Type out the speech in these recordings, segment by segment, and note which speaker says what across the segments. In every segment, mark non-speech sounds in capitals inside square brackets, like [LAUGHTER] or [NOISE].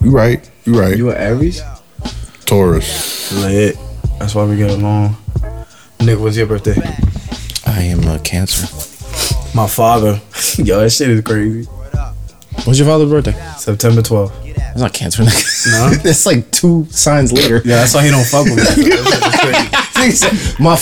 Speaker 1: You right. You right.
Speaker 2: You an Aries?
Speaker 1: Taurus.
Speaker 2: Lit. That's why we get along. Nick, when's your birthday?
Speaker 3: I am a Cancer.
Speaker 2: My father. [LAUGHS] Yo, that shit is crazy.
Speaker 3: What's your father's birthday?
Speaker 2: September 12th. Yeah,
Speaker 3: It's not Cancer.
Speaker 2: No?
Speaker 3: No. That's like two signs later.
Speaker 2: that's why he don't fuck with me. That's crazy.
Speaker 3: My.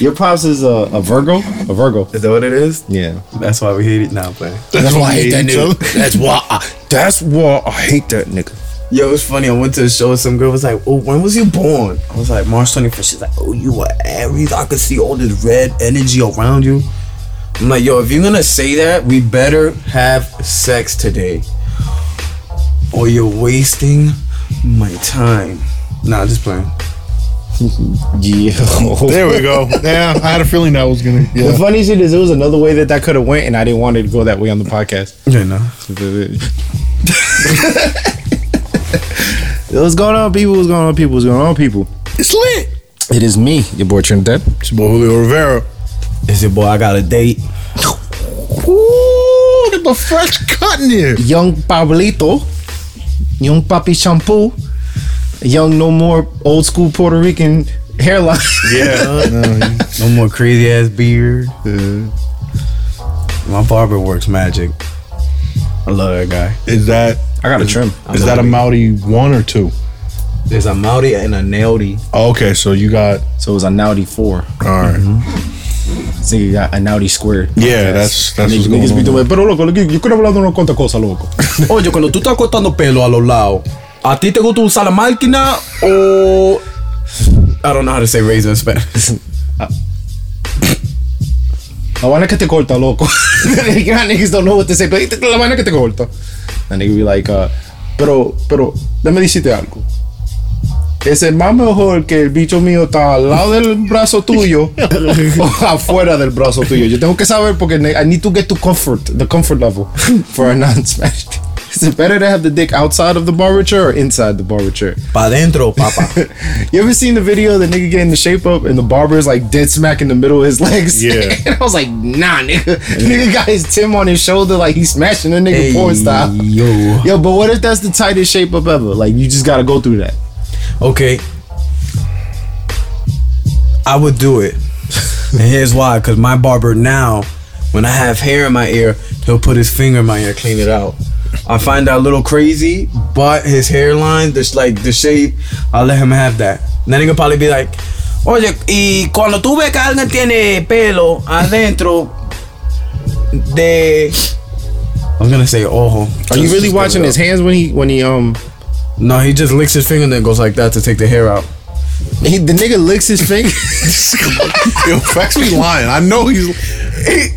Speaker 3: your pops is a, a Virgo. A Virgo.
Speaker 2: [LAUGHS] Is that what it is?
Speaker 3: [LAUGHS] Yeah.
Speaker 2: That's why we hate it now, play.
Speaker 3: That's why I hate
Speaker 1: hate
Speaker 3: that
Speaker 1: each
Speaker 3: nigga. That's why. I, that's why I hate that nigga.
Speaker 2: Yo, it's funny. I went to a show. Some girl was like, "Oh, when was you born?" I was like, "March 21st." She's like, "Oh, you are Aries. I could see all this red energy around you." I'm like, "Yo, if you're gonna say that, we better have sex today, or you're wasting my time." Nah, just playing.
Speaker 3: Yeah.
Speaker 1: There we
Speaker 3: [LAUGHS]
Speaker 1: go. Yeah, I had a feeling that was gonna.
Speaker 3: The
Speaker 1: Yeah.
Speaker 3: funny shit is, there was another way that that could have went, and I didn't want it to go that way on the podcast.
Speaker 2: You know.
Speaker 3: What's going on, people? What's going on, people? What's going on, people?
Speaker 1: It's lit.
Speaker 3: It is me, your boy Trinidad.
Speaker 1: It's your boy Julio Rivera.
Speaker 2: Is it boy? I got a date.
Speaker 1: Ooh, they a fresh cut in here.
Speaker 3: Young Pablito, Young Papi Shampoo, Young No More Old School Puerto Rican Hairline. Uh,
Speaker 1: Yeah.
Speaker 2: No more crazy ass beard. My barber works magic. I love that guy.
Speaker 1: is that
Speaker 3: [LAUGHS] I got a [LAUGHS] trim.
Speaker 1: is that a Maori one or two?
Speaker 2: There's a Maori and a Naoti.
Speaker 1: Oh, okay, so you got
Speaker 3: So it was a Naughty 4.
Speaker 1: all right.
Speaker 3: Mm-hmm. This nigga got a Naughty squared.
Speaker 1: Yeah, that's that's
Speaker 3: Niggas,
Speaker 1: what's
Speaker 3: niggas be
Speaker 1: going on.
Speaker 3: doing, pero loco, loco, yo quiero hablar de una cuanta cosa, loco.
Speaker 2: Oye, cuando tú estás cortando pelo a los lados, ¿a ti te gusta usar la máquina o...? I don't know how to say razor in Spanish.
Speaker 3: La vaina que te corta, loco. [LAUGHS] Y'all niggas don't know what to say, but la vaina que te corta. That nigga be like, uh, pero, pero, déjame decirte algo. Ese es más mejor que el bicho mío está al lado del brazo tuyo o afuera del brazo tuyo. Yo tengo que saber porque ne- I need to get to comfort, the comfort level for a [LAUGHS] non-Spanish. Is it better to have the dick outside of the barber chair or inside the barber chair?
Speaker 2: Pa' adentro, [LAUGHS] papá.
Speaker 3: You ever seen the video of the nigga getting the shape up and the barber's like dead smack in the middle of his [LAUGHS] legs?
Speaker 1: Yeah.
Speaker 3: and I was like, nah, nigga. Nigga got his Tim on his shoulder like he's smashing a nigga porn style.
Speaker 2: yo.
Speaker 3: Yo, but what if that's the tightest shape up ever? Like, you just gotta go through that.
Speaker 2: Okay. I would do it. And here's why. Because my barber now, when I have hair in my ear, he'll put his finger in my ear, clean it out. I find that a little crazy, but his hairline, just like the shape, I'll let him have that. And then he'll probably be like, Oye, y cuando tú ves que alguien tiene pelo adentro de. I'm gonna say ojo.
Speaker 3: Are you really watching his hands when he when he um
Speaker 2: No, he just licks his finger and then goes like that to take the hair out.
Speaker 3: he, the nigga licks his [LAUGHS] finger?
Speaker 1: [LAUGHS] Yo, facts be lying. I know he's.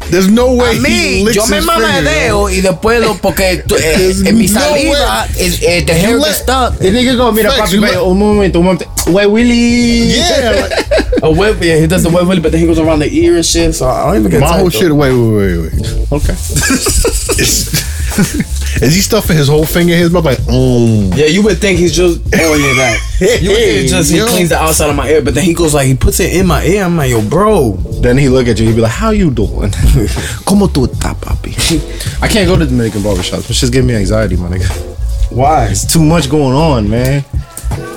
Speaker 1: There's no way.
Speaker 2: A
Speaker 1: he
Speaker 2: mí,
Speaker 1: licks
Speaker 2: yo me
Speaker 1: his finger, yo.
Speaker 2: mamadeo y después lo, [LAUGHS] porque tú- eh,
Speaker 1: There's
Speaker 2: en mi
Speaker 1: no
Speaker 2: saliva, el, eh, the hair
Speaker 1: let-
Speaker 2: gets stuck.
Speaker 3: the nigga go, mira
Speaker 1: Facts,
Speaker 3: papi,
Speaker 1: you
Speaker 3: wait,
Speaker 1: look-
Speaker 3: un momento, un momento. Wait, Willie.
Speaker 1: Yeah, like,
Speaker 2: A web, yeah, he does the web, but then he goes around the ear and shit, so I don't even get
Speaker 1: my whole
Speaker 2: tired, though.
Speaker 1: shit. Wait, wait, wait, [LAUGHS] wait.
Speaker 3: Okay.
Speaker 1: [LAUGHS] Is, is he stuffing his whole finger in his mouth? Like, mm.
Speaker 2: Yeah, you would think he's just, oh yeah, [LAUGHS] that. You would think it's just, he
Speaker 1: Yo.
Speaker 2: cleans the outside of my ear, but then he goes like, he puts it in my ear. I'm like, yo, bro.
Speaker 3: Then he look at you, he be like, how you doing? [LAUGHS] Como tu está, papi? I can't go to Dominican barbershops. It's just giving me anxiety, my nigga.
Speaker 2: Why?
Speaker 3: It's too much going on, man.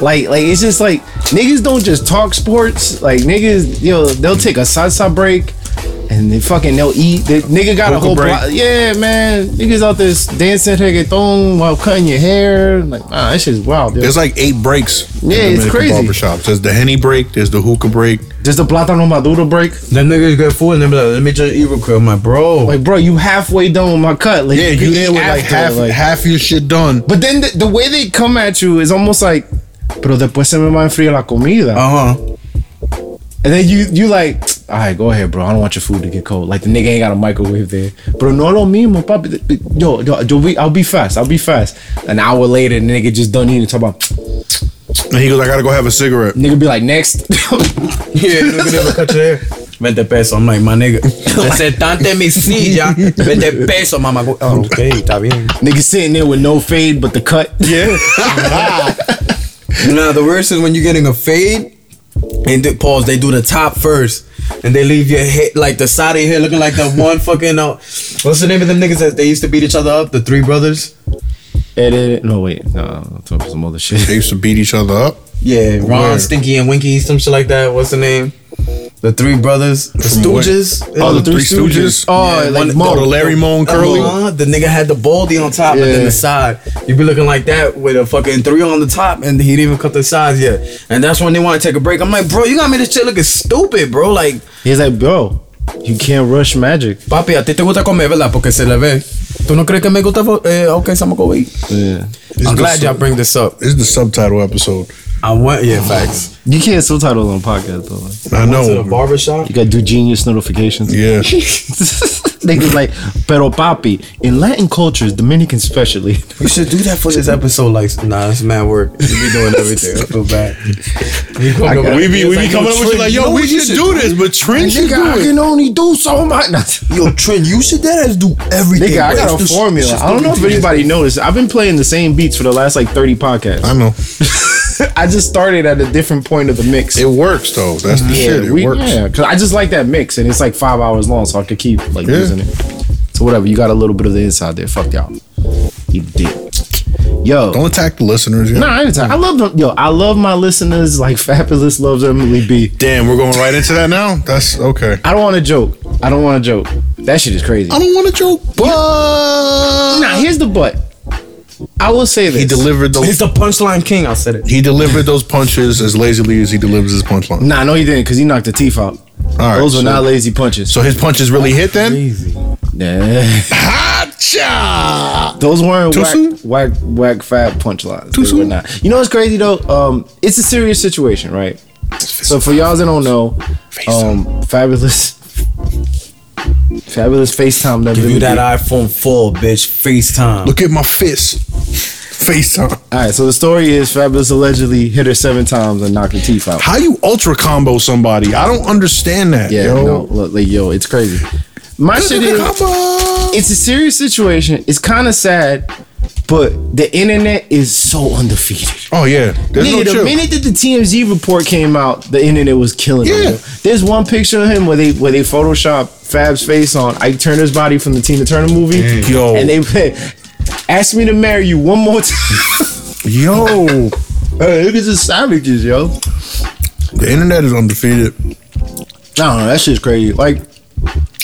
Speaker 3: Like, like it's just like niggas don't just talk sports. Like niggas, you know, they'll take a salsa break and they fucking they'll eat. The nigga got a
Speaker 1: Hookah
Speaker 3: whole
Speaker 1: break.
Speaker 3: block. Yeah, man. Niggas out there dancing reggaeton while cutting your hair. Like, ah, that shit's wild. Yo.
Speaker 1: There's like eight breaks. in
Speaker 3: Yeah, it's
Speaker 1: Dominican
Speaker 3: crazy.
Speaker 1: Barbershops. There's the henny break. There's the hookah break.
Speaker 3: Just a plátano maduro break.
Speaker 2: Them niggas get food and they be like, let me just eat real quick. I'm like, bro.
Speaker 3: Like, bro, you halfway done with my cut. Like,
Speaker 1: Yeah, you
Speaker 3: could
Speaker 1: there
Speaker 3: eat
Speaker 1: with like
Speaker 3: after,
Speaker 1: half half your shit done.
Speaker 3: But then the, the way they come at you is almost like, pero después se me va a enfriar la comida.
Speaker 1: Uh-huh.
Speaker 2: uh huh.
Speaker 3: and then you you like, all right, go ahead, bro. I don't want your food to get cold. Like the nigga ain't got a microwave there. Bro, no lo mismo, papi. Yo, yo, yo we, I'll be fast. I'll be fast. An hour later, the nigga just done eating. Talk about
Speaker 1: And he goes, I gotta go have a [LAUGHS] cigarette.
Speaker 3: nigga be like next.
Speaker 2: [LAUGHS]
Speaker 3: [LAUGHS]
Speaker 2: Yeah, nigga [LAUGHS] never cut your hair. 20 pesos. I'm like, my [LAUGHS] nigga. Sentante mi silla. 20 pesos, mama. Oh, okay, está bien.
Speaker 3: nigga sitting there with no fade but the cut. [LAUGHS]
Speaker 1: Yeah.
Speaker 2: Nah, the worst is when you're getting a fade and the pause, they do the top first. and they leave your head like the side of your head looking like the one fucking uh, what's the name of them niggas that they used to beat each other up? The three brothers.
Speaker 3: It, it, no, wait. No, I'm talking about some other
Speaker 1: They
Speaker 3: shit. [LAUGHS]
Speaker 1: used to beat each other up
Speaker 2: Yeah, Ron,
Speaker 1: Word.
Speaker 2: Stinky, and Winky, some shit like that. What's the name? The three brothers, the
Speaker 1: From where?
Speaker 2: Stooges.
Speaker 1: Oh, the
Speaker 2: Yeah.
Speaker 1: Three Stooges?
Speaker 3: Oh,
Speaker 2: Yeah,
Speaker 3: like
Speaker 2: one-
Speaker 3: Mo.
Speaker 1: Oh, the Larry Moan Curly.
Speaker 2: Uh-huh. The nigga had the baldy on top, but then
Speaker 3: Yeah.
Speaker 2: the side. You be looking like that with a fucking three on the top, and he didn't even cut the sides yet. And that's when they want to take a break. I'm like, bro, you got me this shit looking stupid, bro. Like,
Speaker 3: He's like, bro, you can't rush magic.
Speaker 2: papi, a ti te gusta comer, ¿verdad? Porque se le ve. ¿Tú no crees que me gusta? fo- Eh, okay, so I'm gonna go eat.
Speaker 3: Yeah.
Speaker 1: the
Speaker 2: I'm glad
Speaker 1: sub-
Speaker 2: y'all bring this up.
Speaker 1: This is the subtitle episode.
Speaker 2: I want, yeah, facts.
Speaker 3: You can't subtitle on podcast though.
Speaker 1: I
Speaker 2: Went to the
Speaker 1: know.
Speaker 2: barbershop.
Speaker 3: You gotta do genius notifications. [LAUGHS]
Speaker 1: Yeah.
Speaker 3: they was like, pero papi, in Latin cultures, Dominicans especially.
Speaker 2: You should do that for this episode. Like, nah, it's mad work. We be [LAUGHS] doing everything. I feel bad. We
Speaker 3: I
Speaker 2: come
Speaker 3: got-
Speaker 2: up-
Speaker 1: We be, we be
Speaker 2: it's like,
Speaker 1: coming up with you
Speaker 2: Trent,
Speaker 1: like,
Speaker 2: know
Speaker 1: yo, we
Speaker 2: what you
Speaker 1: should do this, but Trent should do
Speaker 3: Nigga, I
Speaker 1: it.
Speaker 3: can only do so much. [LAUGHS] Nigga,
Speaker 2: Yo, Trent, you should that as do everything.
Speaker 3: I
Speaker 2: bro.
Speaker 3: got a [LAUGHS]
Speaker 2: It's just-
Speaker 3: formula.
Speaker 2: it's just
Speaker 3: I don't know if
Speaker 2: everything.
Speaker 3: anybody noticed. I've been playing the same beats for the last like 30 podcasts.
Speaker 1: I know.
Speaker 3: [LAUGHS] I just started at a different point of the mix.
Speaker 1: It works though. That's the shit. It
Speaker 3: we-
Speaker 1: works.
Speaker 3: yeah, 'cause I just like that mix, and it's like five hours long, so I could keep like
Speaker 1: Yeah.
Speaker 3: using it. So whatever, you got a little bit of the inside there. Fuck y'all, you dick. Yo,
Speaker 1: Don't attack the listeners. Yeah.
Speaker 3: nah, I, ain't- I love them. Yo, I love my listeners. Like [LAUGHS] Fabulous loves Emily B.
Speaker 1: Damn, we're going right into that now. That's okay.
Speaker 3: I don't want to joke. I don't want to joke. That shit is crazy.
Speaker 1: I don't want to joke, but
Speaker 3: Nah, here's the but. I will say this.
Speaker 1: he delivered those.
Speaker 2: He's the punchline king. I said it.
Speaker 1: He delivered those punches as lazily as he delivers his punchline.
Speaker 3: Nah, no, he didn't, cause he knocked the teeth out.
Speaker 1: right,
Speaker 3: Those were
Speaker 1: so-
Speaker 3: not lazy punches.
Speaker 1: So his punches really hit then.
Speaker 2: Easy.
Speaker 3: nah,
Speaker 1: Hacha!
Speaker 3: [LAUGHS] those weren't
Speaker 1: Too
Speaker 3: whack,
Speaker 1: soon?
Speaker 3: whack, whack, fat punchlines. Too
Speaker 1: soon?
Speaker 3: Not. You know what's crazy though? Um, it's a serious situation, right? So for y'all that don't know, um, fabulous, fabulous FaceTime.
Speaker 2: Give you that iPhone 4, bitch. FaceTime.
Speaker 1: Look at my fist. FaceTime.
Speaker 3: All right, so the story is Fabulous allegedly hit her seven times and knocked her teeth out.
Speaker 1: How you ultra combo somebody? I don't understand that.
Speaker 3: Yeah,
Speaker 1: yo.
Speaker 3: no, look, like yo, it's crazy. My shit is,
Speaker 1: Combo.
Speaker 3: it's a serious situation. It's kind of sad, but the internet is so undefeated.
Speaker 1: Oh yeah, there's
Speaker 3: Nigga,
Speaker 1: no
Speaker 3: the
Speaker 1: chill.
Speaker 3: minute that the TMZ report came out, the internet was killing him.
Speaker 1: Yeah.
Speaker 3: yo. There's one picture of him where they where they Photoshop Fab's face on Ike Turner's body from the Tina Turner movie.
Speaker 1: Yo.
Speaker 3: And they put, ask me to marry you one more time.
Speaker 1: Yo,
Speaker 3: Hey, Niggas is savages, yo.
Speaker 1: the internet is undefeated.
Speaker 3: I don't know. That shit's crazy. Like,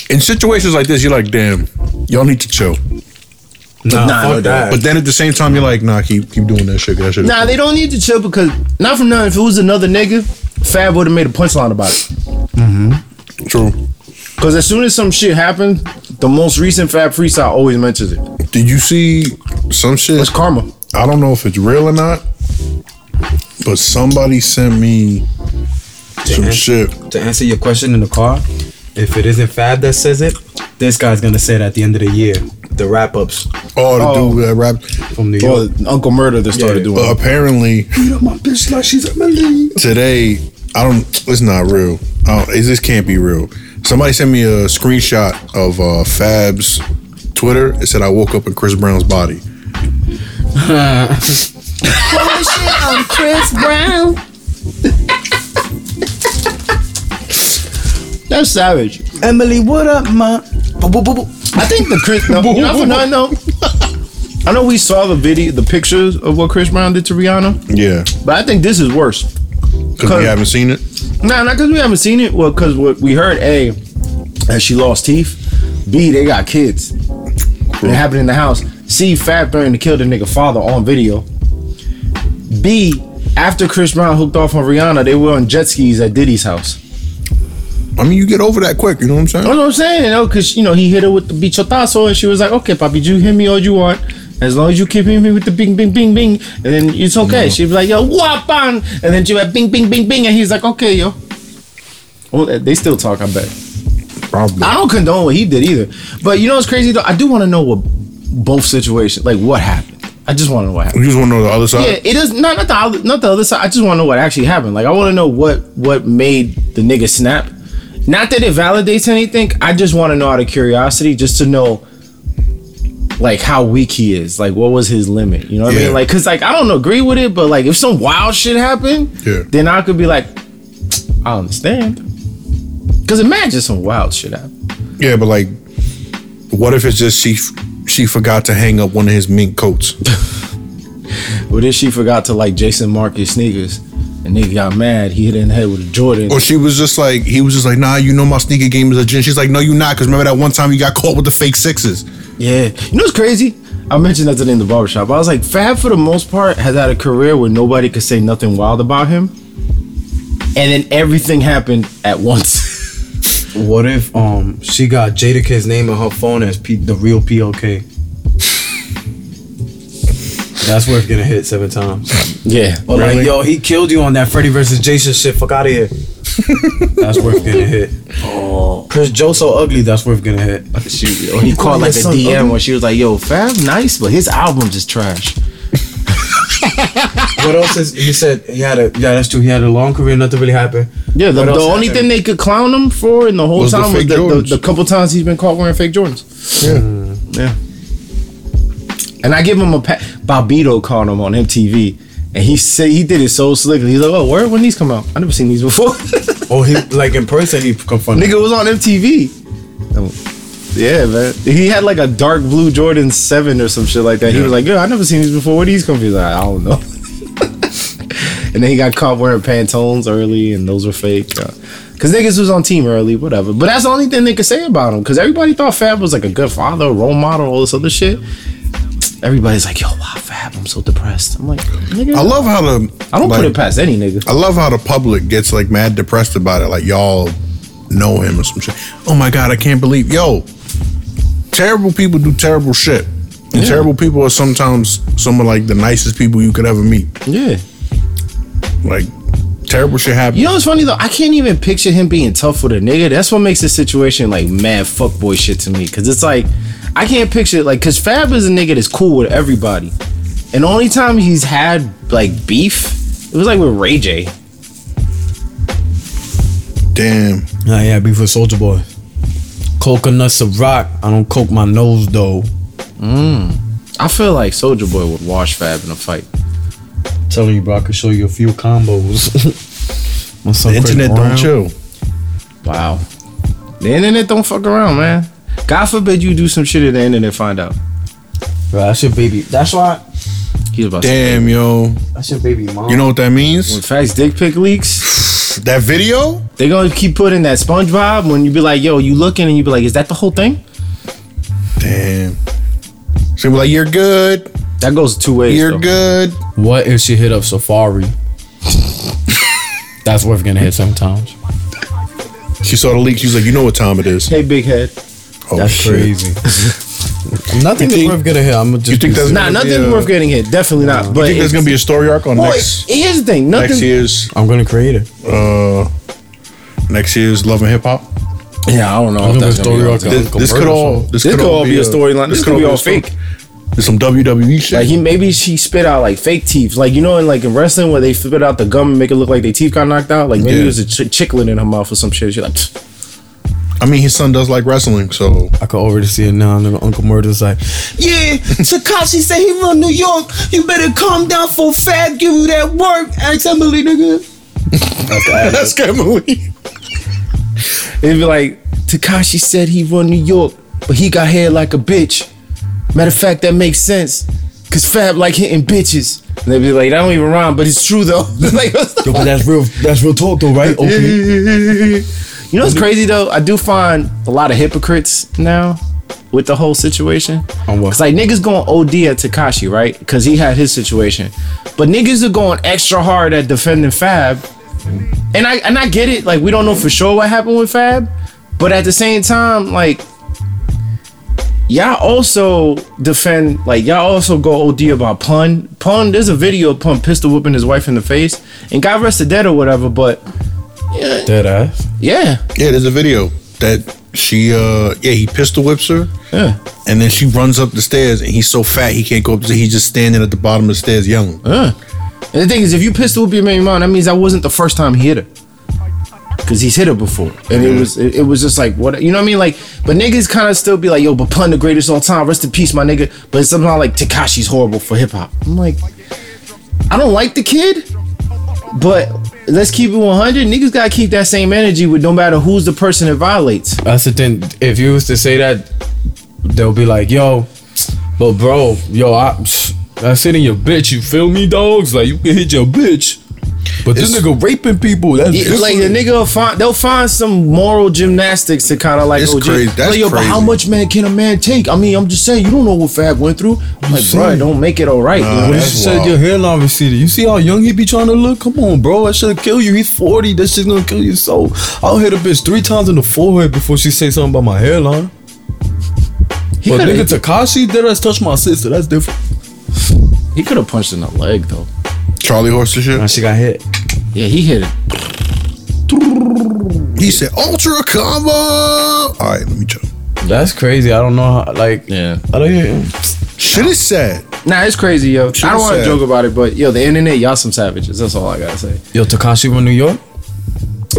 Speaker 1: In situations like this, you're like, damn, y'all need to chill.
Speaker 2: nah,
Speaker 3: Nah,
Speaker 2: fuck
Speaker 3: no,
Speaker 2: that.
Speaker 1: But then at the same time, you're like, nah, keep keep doing that shit. That shit. is
Speaker 3: nah, they don't need to chill because not from none. If it was another nigga, Fab would have made a punchline about it.
Speaker 1: True.
Speaker 3: Because as soon as some shit happened, the most recent Fab freestyle always mentions it.
Speaker 1: Did you see some shit?
Speaker 3: It's karma.
Speaker 1: I don't know if it's real or not, but somebody sent me some
Speaker 2: Damn.
Speaker 1: shit.
Speaker 2: to answer your question in the car, if it isn't Fab that says it, this guy's gonna say it at the end of the year. The wrap ups
Speaker 1: Oh, the
Speaker 3: Oh.
Speaker 1: dude that rap.
Speaker 2: from New
Speaker 3: Well,
Speaker 2: York.
Speaker 3: Uncle Murder that started
Speaker 2: Yeah.
Speaker 3: doing.
Speaker 1: But
Speaker 3: it.
Speaker 1: apparently
Speaker 2: Beat up my bitch like she's a million.
Speaker 1: today, I don't. It's not real. I don't, it, this can't be real. Somebody sent me a screenshot of uh, Fab's Twitter. It said I woke up in Chris Brown's body.
Speaker 4: Chris Brown.
Speaker 3: That's savage.
Speaker 2: Emily, what up, ma? Boo, boo, boo, boo.
Speaker 3: I think the Chris. [LAUGHS] No, you know, for nothing though. I know we saw the video, the pictures of what Chris Brown did to Rihanna,
Speaker 1: Yeah,
Speaker 3: but I think this is worse.
Speaker 1: because we haven't seen it.
Speaker 3: Nah, not because we haven't seen it. Well, because what we heard, a, that she lost teeth. B, they got kids. It happened in the house. C, Fab threatened to kill the nigga father on video. B, after Chris Brown hooked off on Rihanna, they were on jet skis at Diddy's house.
Speaker 1: I mean, you get over that quick. You know what I'm saying?
Speaker 3: That's what I'm saying, you know, because you know he hit her with the bichotazo, and she was like, "Okay, papi, you hit me all you want, as long as you keep hitting me with the bing, bing, bing, bing, and then it's okay." She was like, "Yo, wapan," and then she went bing, bing, bing, bing, and he's like, "Okay, yo." Well, they still talk. I bet.
Speaker 1: Probably.
Speaker 3: I don't condone what he did either, but you know what's crazy though? I do want to know what both situations, like what happened. I just want to know what happened.
Speaker 1: You just want to know the other
Speaker 3: Yeah,
Speaker 1: side.
Speaker 3: it is not not the other- not the other side. I just want to know what actually happened. Like I want to know what what made the nigga snap. Not that it validates anything. I just want to know out of curiosity, just to know, like how weak he is. Like what was his limit? You know what I
Speaker 1: Yeah.
Speaker 3: mean? Like because like I don't agree with it, but like if some wild shit happened,
Speaker 1: Yeah.
Speaker 3: then I could be like, I understand. Because imagine some wild shit happened.
Speaker 1: Yeah, but like, what if it's just she she forgot to hang up one of his mink coats?
Speaker 3: Well, then she forgot to like Jason Marcus sneakers, and nigga got mad. He hit her in the head with a Jordan.
Speaker 1: Or she was just like, he was just like, nah, you know my sneaker game is a gin. She's like, no, you not, because remember that one time you got caught with the fake sixes.
Speaker 3: Yeah. You know what's crazy? I mentioned that today in the barbershop. I was like, Fab, for the most part, has had a career where nobody could say nothing wild about him. And then everything happened at once.
Speaker 2: What if um she got Jadakiss name on her phone as P- the real PLK? That's worth getting hit seven times.
Speaker 3: [LAUGHS] yeah.
Speaker 2: Or
Speaker 1: Really?
Speaker 2: like, yo, he killed you on that Freddy versus Jason shit. Fuck out of here. that's worth getting hit. Oh, Chris Joe so ugly. That's worth getting hit.
Speaker 3: She, or he called like a
Speaker 2: Son,
Speaker 3: DM where she was like, yo, Fab, nice, but his album just trash.
Speaker 2: What else is he said? He had a yeah. That's true. He had a long career. Nothing really happened.
Speaker 3: Yeah, the,
Speaker 2: What
Speaker 3: the
Speaker 2: else
Speaker 3: only
Speaker 2: happened?
Speaker 3: thing they could clown him for in the whole
Speaker 1: Was the
Speaker 3: time was
Speaker 1: fake
Speaker 3: the,
Speaker 1: Jordans.
Speaker 3: the, the couple times he's been caught wearing fake Jordans.
Speaker 1: Yeah.
Speaker 3: Yeah. And I give him a pat. Bobito caught him on MTV. And he said he did it so slickly. He's like, oh, where when these come out? I never seen these before. [LAUGHS]
Speaker 2: Oh, he like in person he confronted.
Speaker 3: Nigga was on MTV. Um, Yeah, man. He had like a dark blue Jordan 7 or some shit like that. He was like, yo, I never seen these before. Where these come from? He's like, I don't know. [LAUGHS] and then he got caught wearing Pantones early, and those were fake. uh, Cause niggas was on team early, whatever. But that's the only thing they could say about him. Cause everybody thought Fab was like a good father, a role model, all this other shit. Everybody's like, "Yo, wow, Fab, I'm so depressed." I'm like, "Nigga,
Speaker 1: I
Speaker 3: I,
Speaker 1: love how the
Speaker 3: don't
Speaker 1: like,
Speaker 3: put it past any nigga."
Speaker 1: I love how the public gets like mad depressed about it. Like y'all know him or some shit. Oh my god, I can't believe yo. Terrible people do terrible shit. And terrible people are sometimes some of like the nicest people you could ever meet.
Speaker 3: Yeah,
Speaker 1: Like terrible shit happens.
Speaker 3: You know what's funny though? I can't even picture him being tough with a nigga. That's what makes this situation like mad fuckboy shit to me. Cause it's like I can't picture it like cause Fab is a nigga that's cool with everybody. And the only time he's had like beef, it was like with Ray J.
Speaker 1: Damn.
Speaker 2: Nah, yeah, beef with Soldier Boy. Coconuts of rock. I don't coke my nose though.
Speaker 3: I feel like Soldier Boy would wash Fab in a fight.
Speaker 2: telling you, bro, I could show you a few [LAUGHS] combos. My son
Speaker 1: The
Speaker 2: Chris
Speaker 1: internet
Speaker 2: Brown.
Speaker 1: don't chill.
Speaker 3: Wow. The internet don't fuck around, man. God forbid you do some shit and the internet find out.
Speaker 2: Bro, that's your baby. That's why.
Speaker 3: He's about to
Speaker 1: Damn, yo.
Speaker 2: That's your baby mom.
Speaker 1: You know what that
Speaker 3: [LAUGHS] when
Speaker 1: means?
Speaker 3: facts dick pic leaks.
Speaker 1: That video?
Speaker 3: They're gonna keep putting that SpongeBob when you be like, yo, you looking and you be like, is that the whole thing?
Speaker 1: Damn. She be like, you're good.
Speaker 3: That goes two ways.
Speaker 1: You're
Speaker 3: though.
Speaker 1: good.
Speaker 2: what if she hit up [LAUGHS] Safari? that's worth getting hit sometimes.
Speaker 1: She saw the leak. She was like, you know what time it is.
Speaker 3: Hey, big head.
Speaker 1: Oh,
Speaker 2: That's
Speaker 1: shit.
Speaker 2: crazy. [LAUGHS] nothing
Speaker 1: You
Speaker 2: is
Speaker 1: think-
Speaker 2: worth getting hit. I'm gonna just.
Speaker 1: You think
Speaker 2: be
Speaker 1: that's-
Speaker 2: serious.
Speaker 3: Nah,
Speaker 1: gonna be
Speaker 3: nothing's
Speaker 1: a-
Speaker 3: worth getting hit. Definitely not. But
Speaker 1: I think there's
Speaker 3: it's-
Speaker 1: going to be a story arc on
Speaker 3: Boy,
Speaker 1: next.
Speaker 3: here's the thing. Nothing.
Speaker 1: Next year's
Speaker 2: I'm gonna create it.
Speaker 1: uh next year's Love and Hip Hop.
Speaker 3: Yeah, I don't know.
Speaker 2: I'm gonna
Speaker 3: If that's
Speaker 2: be a
Speaker 3: gonna be
Speaker 2: story
Speaker 3: on
Speaker 2: arc.
Speaker 3: top.
Speaker 1: This, this could all this,
Speaker 3: This could all be a storyline. This could be all
Speaker 1: a story-
Speaker 3: fake.
Speaker 1: There's some WWE shit.
Speaker 3: Like he maybe she spit out like fake teeth, like you know, in like in wrestling where they spit out the gum and make it look like their teeth got knocked out. Like maybe
Speaker 1: Yeah.
Speaker 3: it was a ch- chicklet in her mouth or some shit. She like,
Speaker 1: I mean, his son does like wrestling, so
Speaker 2: I could already see it now. And Uncle Murder's like,
Speaker 5: Yeah, Takashi said he from New York. You better calm down for Fab. Give you that work. Ask Emily, nigga.
Speaker 1: that's kind of movie.
Speaker 3: It'd be like, Takashi said he run New York, but he got hair like a bitch. Matter of fact, that makes sense. Cause Fab like hitting bitches. And they'd be like, that don't even rhyme, but it's true though. [LAUGHS] like, what's the
Speaker 2: yo, but that's real. That's real talk though, [LAUGHS] right? Okay.
Speaker 3: you know what's crazy though? I do find a lot of hypocrites now with the whole situation.
Speaker 2: On what?
Speaker 3: It's like niggas going OD at Takashi, right? Cause he had his situation. But niggas are going extra hard at defending Fab. And I and I get it, like we don't know for sure what happened with Fab, but at the same time, like Y'all also defend like y'all also go OD about pun. Pun, there's a video of pun pistol whooping his wife in the face, and God rest her dead or whatever. But
Speaker 2: Dead ass.
Speaker 3: yeah,
Speaker 1: Yeah, there's a video that she uh yeah he pistol whips her.
Speaker 3: Yeah.
Speaker 1: And then she runs up the stairs, and he's so fat he can't go up. The, he's just standing at the bottom of the stairs yelling.
Speaker 3: Uh. And the thing is, if you pistol whip your main mom, that means that wasn't the first time he hit her. Cause he's hit her before, and it was it, it was just like what you know what I mean like, but niggas kind of still be like yo, but pun the greatest all time, rest in peace, my nigga. But it's somehow like Takashi's horrible for hip hop. I'm like, I don't like the kid, but let's keep it 100. Niggas gotta keep that same energy with no matter who's the person that violates.
Speaker 2: That's the thing. If you was to say that, they'll be like, "Yo, but bro, yo, I, I sit in your bitch. You feel me, dogs? Like you can hit your bitch, but this
Speaker 1: It's-
Speaker 2: nigga raping people. That's
Speaker 3: Yeah, like the
Speaker 2: different."
Speaker 3: nigga will find they'll find some moral gymnastics to kind of like
Speaker 1: It's
Speaker 3: oh, Jay-
Speaker 1: crazy. That's
Speaker 3: like, yo, but how
Speaker 1: crazy.
Speaker 3: much man can a man take? I mean, I'm just saying you don't know what Fab went through. I'm like, bro,
Speaker 2: see.
Speaker 3: don't make it all right.
Speaker 1: Nah,
Speaker 2: When
Speaker 3: What is-
Speaker 2: you
Speaker 1: That's
Speaker 2: said
Speaker 1: wild.
Speaker 2: your hairline receded, you see how young he be trying to look? Come on, bro. That shit'll kill you. He's 40. That shit's gonna kill you. So I'll hit a bitch three times in the forehead before she say something about my hairline.
Speaker 3: he
Speaker 2: but
Speaker 3: coulda-
Speaker 2: nigga Takashi did us touch my sister. That's different.
Speaker 3: he could have punched in the leg though.
Speaker 1: Charlie horse and shit.
Speaker 2: she got hit.
Speaker 3: Yeah, he hit it.
Speaker 1: He said ultra combo. All right, let me check.
Speaker 2: That's crazy. I don't know how like
Speaker 3: Yeah.
Speaker 2: I don't hear
Speaker 1: Shit is sad.
Speaker 3: Nah, it's crazy, yo. I
Speaker 1: Should've
Speaker 3: don't want to
Speaker 1: said.
Speaker 3: joke about it, but yo, the internet, y'all some savages. That's all I gotta say.
Speaker 2: Yo, Takashi from New York?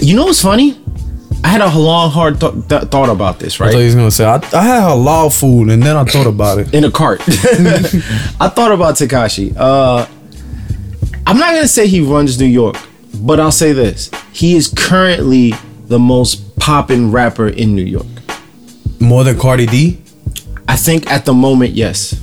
Speaker 3: You know what's funny? I had a long, hard th- th- thought about this,
Speaker 2: I thought he
Speaker 3: right?
Speaker 2: was gonna say I, I had halal food and then I thought about it.
Speaker 3: In a cart. [LAUGHS] I thought about Takashi. Uh, I'm not gonna say he runs New York, but I'll say this: he is currently the most poppin' rapper in New York.
Speaker 2: More than Cardi D?
Speaker 3: I think at the moment, yes.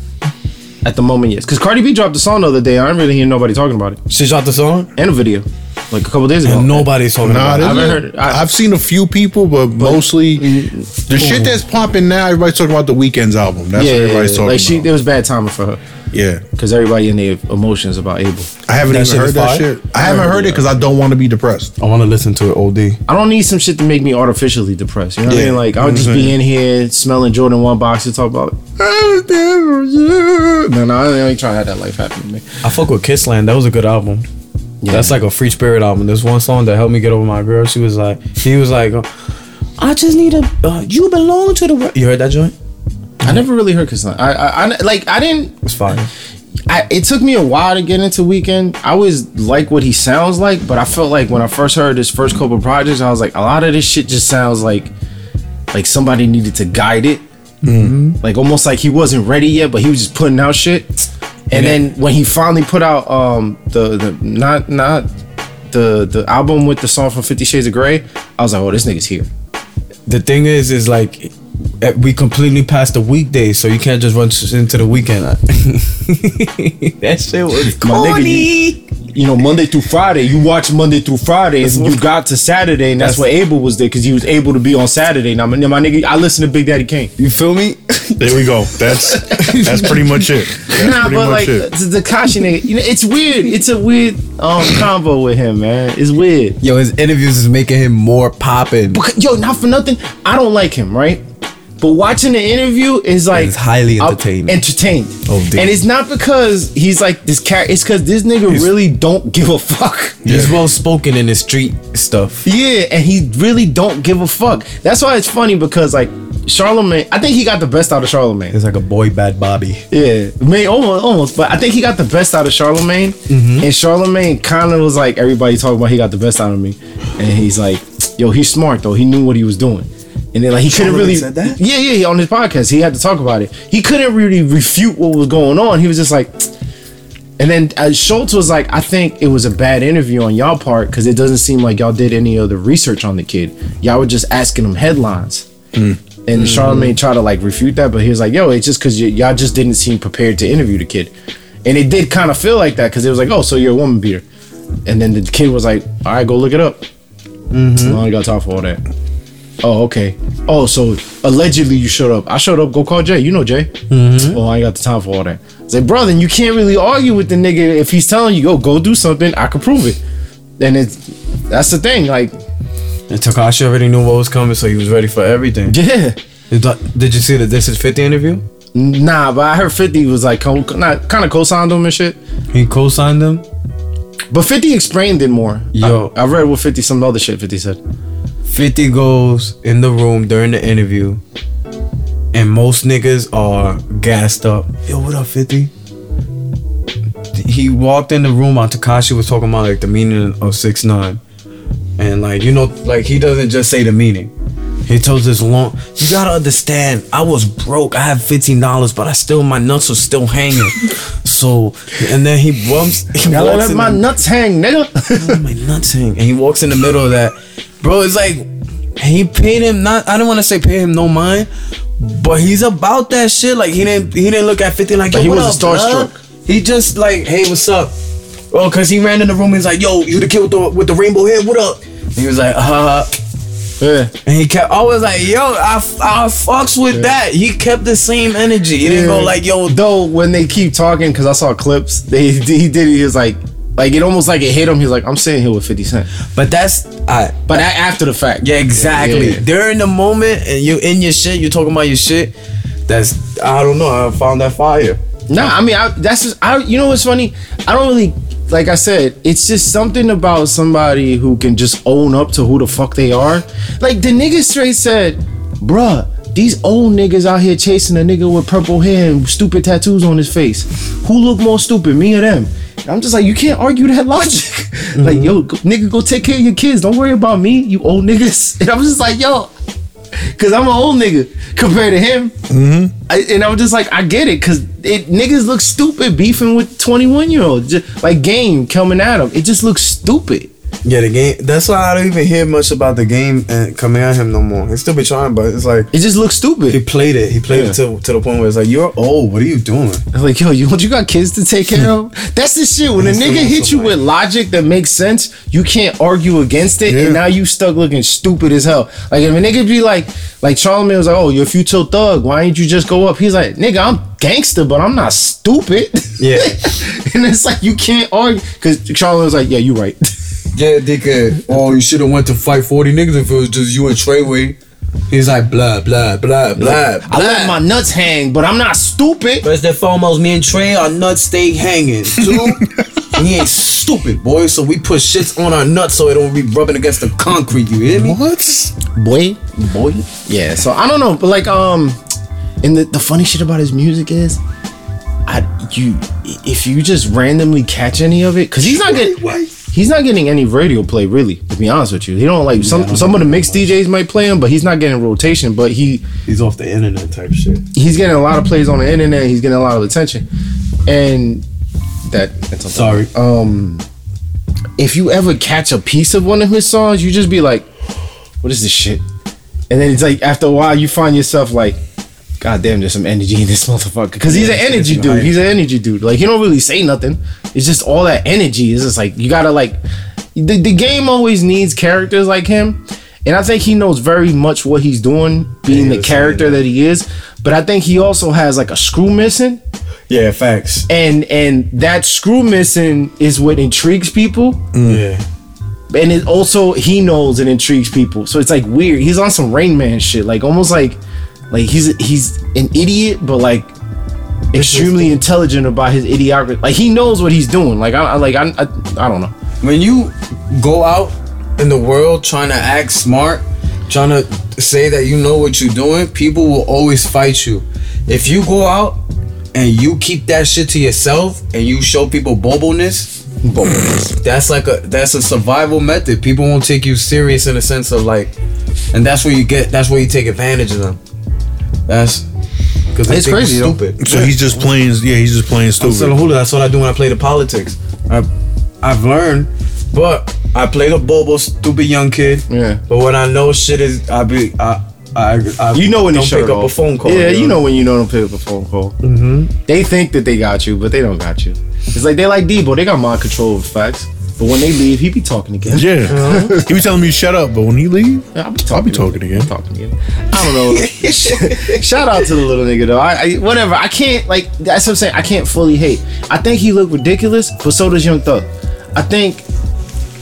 Speaker 3: At the moment, yes. Because Cardi B dropped a song the other day. I didn't really hear nobody talking about it,
Speaker 2: She dropped the song?
Speaker 3: and a video, like a couple days ago.
Speaker 2: And nobody's talking
Speaker 1: Nah,
Speaker 2: about it.
Speaker 1: I
Speaker 3: I've
Speaker 1: have
Speaker 3: heard- I-
Speaker 1: I've seen a few people, but, mostly the shit that's popping now. Everybody's talking about the weekend's album. That's
Speaker 3: yeah,
Speaker 1: what
Speaker 3: yeah, yeah.
Speaker 1: everybody's talking
Speaker 3: like she,
Speaker 1: about.
Speaker 3: it was bad timing for her.
Speaker 1: yeah,
Speaker 3: because everybody in their emotions about Abel.
Speaker 1: I haven't
Speaker 2: That
Speaker 1: even
Speaker 2: shit
Speaker 1: heard
Speaker 2: is
Speaker 1: that
Speaker 2: fire?
Speaker 1: shit. I haven't heard it because I don't want to be depressed.
Speaker 2: I wanna listen to it, O D.
Speaker 3: I don't need some shit to make me artificially depressed. You know what I
Speaker 1: Yeah. Mm-hmm.
Speaker 3: mean? Like I'll just be in here smelling Jordan one box and talk about. No, no, I ain't trying to have that life happen to me.
Speaker 2: I fuck with Kissland. That was a good album. That's like a free spirit album. There's one song that helped me get over my girl. She was like, he was like, uh, I just need a. Uh, you belong to the. World. You heard that joint?
Speaker 3: I never really heard Kaslan. I, I, I, like, I didn't.
Speaker 2: It's fire.
Speaker 3: I, it took me a while to get into Weekend. I always like what he sounds like, but I felt like when I first heard his first couple projects, I was like, a lot of this shit just sounds like, like somebody needed to guide it, like almost like he wasn't ready yet, but he was just putting out shit. And then when he finally put out um the the not not the the album with the song from Fifty Shades of Grey, I was like, oh, this nigga's here.
Speaker 2: The thing is, is like, eh, we completely passed the weekday, so you can't just run s- into the weekend. [LAUGHS] that shit was
Speaker 3: My nigga,
Speaker 2: corny.
Speaker 3: you know, Monday through Friday. You watch Monday through Friday, and you got to Saturday, and that's, where Abel was there because he was able to be on Saturday. Now, my, my nigga, I listen to Big Daddy Kane.
Speaker 2: You feel me?
Speaker 1: There we go. [LAUGHS] That's that's pretty much it. [LAUGHS] That's
Speaker 3: Nah,
Speaker 1: pretty
Speaker 3: but
Speaker 1: much
Speaker 3: like
Speaker 1: it.
Speaker 3: the Takashi nigga, you know, it's weird. It's a weird um combo with him, man. It's weird.
Speaker 2: Yo, his interviews is making him more poppin'.
Speaker 3: Because- yo, not for nothing. I don't like him, right? But watching the interview is like
Speaker 2: It's highly
Speaker 3: I'm
Speaker 2: entertaining.
Speaker 3: Entertained.
Speaker 2: Oh, damn.
Speaker 3: and it's not because he's like this cat. It's because this nigga really don't give a fuck.
Speaker 2: He's well spoken in his street stuff.
Speaker 3: Yeah, and he really don't give a fuck. That's why it's funny because like Charlemagne, I think he got the best out of Charlemagne.
Speaker 2: He's like a boy bad Bobby.
Speaker 3: Yeah, may almost, almost, but I think he got the best out of Charlemagne.
Speaker 2: Mm-hmm.
Speaker 3: And Charlemagne kind of was like everybody talking about he got the best out of me, and he's like, yo, he's smart though. He knew what he was doing. And then like he couldn't
Speaker 2: Charlemagne
Speaker 3: really
Speaker 2: said that?
Speaker 3: Yeah, yeah, on his podcast he had to talk about it. He couldn't really refute what was going on. He was just like. And then uh, Schultz was like, I think it was a bad interview on y'all part because it doesn't seem like y'all did any of the research on the kid. Y'all were just asking him headlines. And Charlamagne tried to like refute that, but he was like, yo, it's just because y- y'all just didn't seem prepared to interview the kid. And it did kind of feel like that because it was like, oh, so you're a woman beater. And then the kid was like, all right, go look it up. I only got time for all that. Oh, okay. Oh, so allegedly you showed up. I showed up. Go call Jay. You know Jay. Oh, I ain't got the time for all that. It's like, brother, you can't really argue with the nigga if he's telling you, go go do something. I can prove it. And it's that's the thing. Like,
Speaker 2: And Takashi already knew what was coming, so he was ready for everything.
Speaker 3: yeah,
Speaker 2: Did, did you see the This Is 50 interview?
Speaker 3: nah. But I heard Fifty was like, co- not kind of co-signed him and shit.
Speaker 2: He co-signed them.
Speaker 3: But Fifty explained it more.
Speaker 2: Yo.
Speaker 3: I, I read what Fifty some other shit Fifty said.
Speaker 2: 50 goes in the room during the interview, and most niggas are gassed up. Yo, what up, 50? He walked in the room while Takashi was talking about like the meaning of 6 9 And like, you know, like he doesn't just say the meaning. He tells this long you gotta understand, I was broke. I had $15, but I still my nuts was still hanging. [LAUGHS] so. And then he bumps. He
Speaker 3: Gotta
Speaker 2: walks
Speaker 3: let
Speaker 2: in
Speaker 3: my
Speaker 2: the-
Speaker 3: nuts hang,
Speaker 2: [LAUGHS]
Speaker 3: nigga.
Speaker 2: my nuts hang. And he walks in the middle of that. Bro, it's like he paid him not I don't wanna say pay him no mind, but he's about that shit. Like he didn't he didn't look at 50 like yo,
Speaker 3: he
Speaker 2: what
Speaker 3: wasn't
Speaker 2: up,
Speaker 3: starstruck.
Speaker 2: blood? He just like, hey, what's up? Oh, cause he ran in the room and he's like, yo, you the kid with the with the rainbow head, what up? And he was like, uh
Speaker 3: yeah.
Speaker 2: and he kept always like, yo, I, f- I fucks with that. He kept the same energy. He didn't go like, yo,
Speaker 3: Though when they keep talking, because I saw clips, they [LAUGHS] he did it. He was like, like it almost like it hit him. He's like, I'm sitting here with 50 Cent,
Speaker 2: but that's I
Speaker 3: but a- after the fact.
Speaker 2: Yeah, exactly.
Speaker 3: Yeah, yeah.
Speaker 2: They're in the moment and you in your shit, you talking about your shit. That's I don't know. I found that fire.
Speaker 3: No, I mean, I, that's just, I, you know what's funny? I don't really, like I said, it's just something about somebody who can just own up to who the fuck they are. Like the nigga straight said, bruh, these old niggas out here chasing a nigga with purple hair and stupid tattoos on his face. Who look more stupid, me or them? And I'm just like, you can't argue that logic. [LAUGHS] Like, yo, go, nigga, go take care of your kids. Don't worry about me, you old niggas. [LAUGHS] And I'm just like, yo, Cause I'm an old nigga compared to him. I, and I'm just like, I get it, cause it niggas look stupid beefing with 21 year olds, just, like game coming at him. It just looks stupid.
Speaker 2: Yeah, the game. That's why I don't even hear much about the game and coming at him no more. He still be trying, but it's like
Speaker 3: It just looks
Speaker 2: he
Speaker 3: stupid.
Speaker 2: played it. He played
Speaker 3: Yeah.
Speaker 2: it to, to the point where it's like you're old. What are you doing?
Speaker 3: I'm like, yo, you [LAUGHS] you got kids to take care of? That's the shit. When a
Speaker 2: It's the
Speaker 3: nigga
Speaker 2: most
Speaker 3: hit you
Speaker 2: annoying.
Speaker 3: with logic that makes sense, you can't argue against it,
Speaker 1: Yeah.
Speaker 3: and now you stuck looking stupid as hell. Like if a nigga be like, like Charlamagne was like, oh, you're a futile thug. Why ain't you just go up? He's like, nigga, I'm gangster, but I'm not stupid. [LAUGHS]
Speaker 2: Yeah.
Speaker 3: and it's like you can't argue because Charlotte was like, "Yeah, you right." [LAUGHS]
Speaker 2: Yeah, dickhead. Oh, you should have went to fight forty niggas if it was just you and Treyway. He's like blah blah blah blah.
Speaker 3: I let my nuts hang, but I'm not stupid.
Speaker 2: First and foremost, me and Trey, our nuts stay hanging. Two, we ain't stupid, boy, so we put shits on our nuts so it don't be rubbing against the concrete, you hear me?
Speaker 1: What?
Speaker 3: Boy, boy. Yeah. So I don't know, but like, um, and the, the funny shit about his music is, I you if you just randomly catch any of it, cause he's not getting he's not getting any radio play really. To be honest with you, he don't like some some of the mix DJs might play him, but he's not getting rotation. But he
Speaker 2: He's off the internet type shit.
Speaker 3: he's getting a lot of plays on the internet. He's getting a lot of attention, and that that's something.
Speaker 2: Sorry.
Speaker 3: um if you ever catch a piece of one of his songs, you just be like, what is this shit? And then it's like after a while you find yourself like, God damn, there's some energy in this [LAUGHS] motherfucker. Cause he's an energy dude. He's an energy dude. Like he don't really say nothing. It's just all that energy. It's just like you gotta like the, the game always needs characters like him. And I think he knows very much what he's doing, being
Speaker 2: he
Speaker 3: the
Speaker 2: was saying
Speaker 3: character
Speaker 2: that.
Speaker 3: that he is. But I think he also has like a screw missing
Speaker 2: Yeah, facts.
Speaker 3: and and that screw missing is what intrigues people
Speaker 2: Yeah.
Speaker 3: and it also he knows it intrigues people so it's like weird he's on some rain man shit like almost like like he's he's an idiot but like extremely intelligent about his idiocracy like he knows what he's doing like i I- like i i, I don't know
Speaker 2: When you go out in the world trying to act smart, trying to say that you know what you're doing, people will always fight you. If you go out and you keep that shit to yourself and you show people bobolness, that's like a that's a survival method. People won't take you serious in a sense of like, and that's where you get that's where you take advantage of them. That's because
Speaker 3: It's crazy, though.
Speaker 2: stupid.
Speaker 1: So he's just playing. Yeah, he's just playing
Speaker 2: I'm still a
Speaker 1: stupid.
Speaker 2: hula. That's what I do when I play the politics. I, I've learned, but I play the bobo stupid young kid.
Speaker 3: Yeah.
Speaker 2: But when I know shit is, I be I. I, I
Speaker 3: you know when
Speaker 2: don't
Speaker 3: they
Speaker 2: pick up a phone call.
Speaker 3: yeah you know when you don't pick up a phone call mm-hmm. they think that they got you but they don't got you it's like they like debo they got mind control over facts but when they leave he be talking again
Speaker 1: Yeah, [LAUGHS] he be telling me to shut up, but when he leave,
Speaker 3: I'll be
Speaker 1: I'll be talking again.
Speaker 3: talking to you. I don't [LAUGHS] know. Shout out to the little nigga though. I, I whatever. I can't like that's what I'm saying. I can't fully hate. I think he looked ridiculous, but so does Young Thug. I think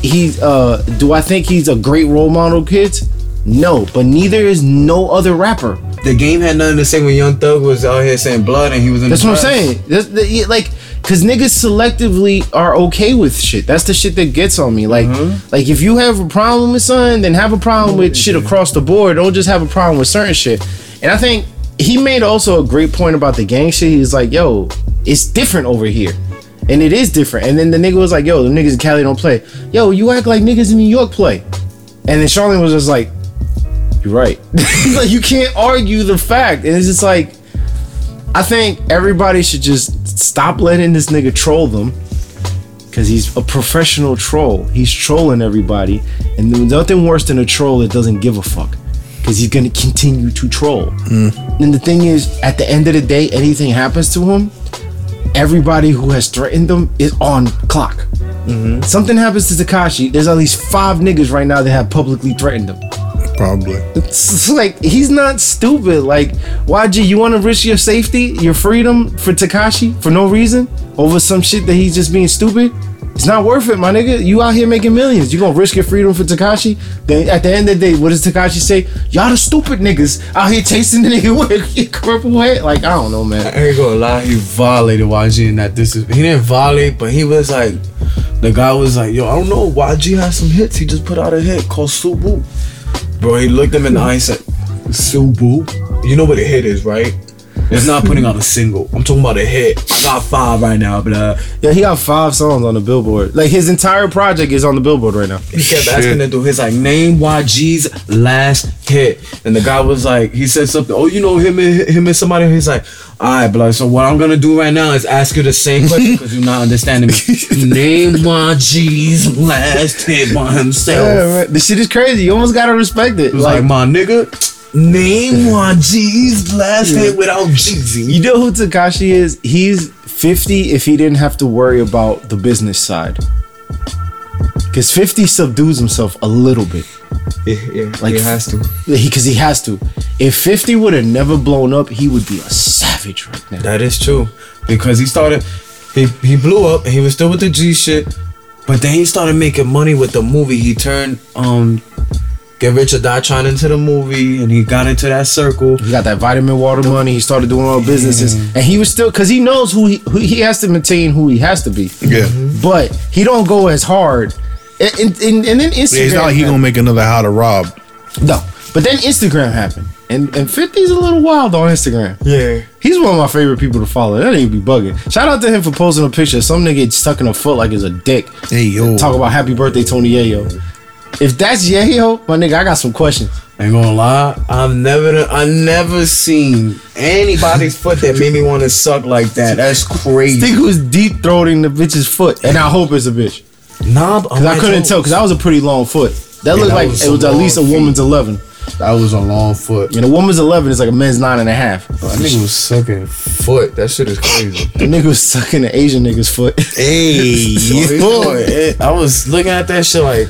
Speaker 3: he's uh do I think he's a great role model kids? No, but neither is no other rapper.
Speaker 2: the game had nothing to say when Young Thug was out here saying blood and he was in.
Speaker 3: That's
Speaker 2: the
Speaker 3: what I'm
Speaker 2: press.
Speaker 3: saying. That's the, yeah, like, cause niggas selectively are okay with shit. That's the shit that gets on me. Like, like if you have a problem with something, then have a problem with shit across the board. Don't just have a problem with certain shit. And I think he made also a great point about the gang shit. He's like, yo, it's different over here. And it is different. And then the nigga was like, yo, the niggas in Cali don't play. Yo, you act like niggas in New York play. And then Charlene was just like, you're right. [LAUGHS] like you can't argue the fact. And it's just like I think everybody should just stop letting this nigga troll them. Cause he's a professional troll. He's trolling everybody, and there's nothing worse than a troll that doesn't give a fuck. Cause he's gonna continue to troll. And the thing is, at the end of the day, anything happens to him, everybody who has threatened them is on clock. Something happens to Takashi, there's at least five niggas right now that have publicly threatened him.
Speaker 1: Probably.
Speaker 3: It's like he's not stupid. Like, YG, you want to risk your safety, your freedom for Takashi for no reason over some shit that he's just being stupid? It's not worth it, my nigga. You out here making millions. You gonna risk your freedom for Takashi? Then at the end of the day, what does Takashi say? Y'all the stupid niggas out here chasing the nigga [LAUGHS] with a purple head. Like, I don't know, man.
Speaker 2: I ain't gonna lie, he violated YG and that this is he didn't violate, but he was like the guy was like, yo, I don't know, YG has some hits. He just put out a hit called Subu. Bro, he looked him in the eye and said, Subu? You know what a hit is, right? It's not putting out a single. I'm talking about a hit. I got five right now, but uh,
Speaker 3: Yeah, he got five songs on the Billboard. Like his entire project is on the Billboard right now.
Speaker 2: he kept
Speaker 1: Shit.
Speaker 2: asking to do his like name YG's last hit, and the guy was like, he said something. Oh, you know him and him and somebody. He's like, all right, blood. So what I'm gonna do right now is ask you the same question [LAUGHS] because you're not understanding [LAUGHS] me. name YG's last hit by himself.
Speaker 3: Yeah, right. The shit is crazy. You almost gotta respect it.
Speaker 2: It was like, my nigga, name YG's last hit without Jeezy.
Speaker 3: You know who Takashi is? He's 50 if he didn't have to worry about the business side. Because 50 subdues himself a little bit.
Speaker 2: Yeah, yeah,
Speaker 3: Like,
Speaker 2: he has to.
Speaker 3: Because he, has to. If 50 would have never blown up, he would be a savage right now.
Speaker 2: That is true. Because he started, he, he blew up. He was still with the G shit, but then he started making money with the movie. He turned um, Get Rich or Die Trying into the movie, and he got into that circle.
Speaker 3: He got that vitamin water money. He started doing all businesses. And he was still, because he knows who he, who he has to maintain who he has to be.
Speaker 1: Yeah.
Speaker 3: But he don't go as hard. And, and, and, and then Instagram.
Speaker 1: Yeah, it's not like he
Speaker 3: man.
Speaker 1: gonna make another how to rob. [LAUGHS]
Speaker 3: No. But then Instagram happened. And and 50's a little wild on Instagram.
Speaker 2: Yeah.
Speaker 3: He's one of my favorite people to follow. That ain't be bugging. Shout out to him for posting a picture. of Some nigga stuck in a foot like it's a dick.
Speaker 1: Hey yo,
Speaker 3: Talk about happy birthday, Tony Yayo. If that's Yayo, my nigga, I got some questions.
Speaker 2: Ain't gonna lie, I've never, I never seen anybody's foot that made me want to suck like that. That's crazy.
Speaker 3: Think who's deep throating the bitch's foot, and I hope it's a bitch.
Speaker 2: Nah,
Speaker 3: Cause I couldn't tell, cause that was a pretty long foot. That looked
Speaker 2: that
Speaker 3: like
Speaker 2: was
Speaker 3: it was
Speaker 2: some
Speaker 3: at least a
Speaker 2: long
Speaker 3: woman's eleven.
Speaker 2: That was a long foot.
Speaker 3: And a woman's eleven is like a man's nine and a half.
Speaker 2: That nigga was sucking foot. That shit is crazy.
Speaker 3: The nigga was sucking an Asian nigga's foot.
Speaker 2: [LAUGHS]
Speaker 1: hey,
Speaker 3: [LAUGHS]
Speaker 2: Boy, it- I was looking at that shit like,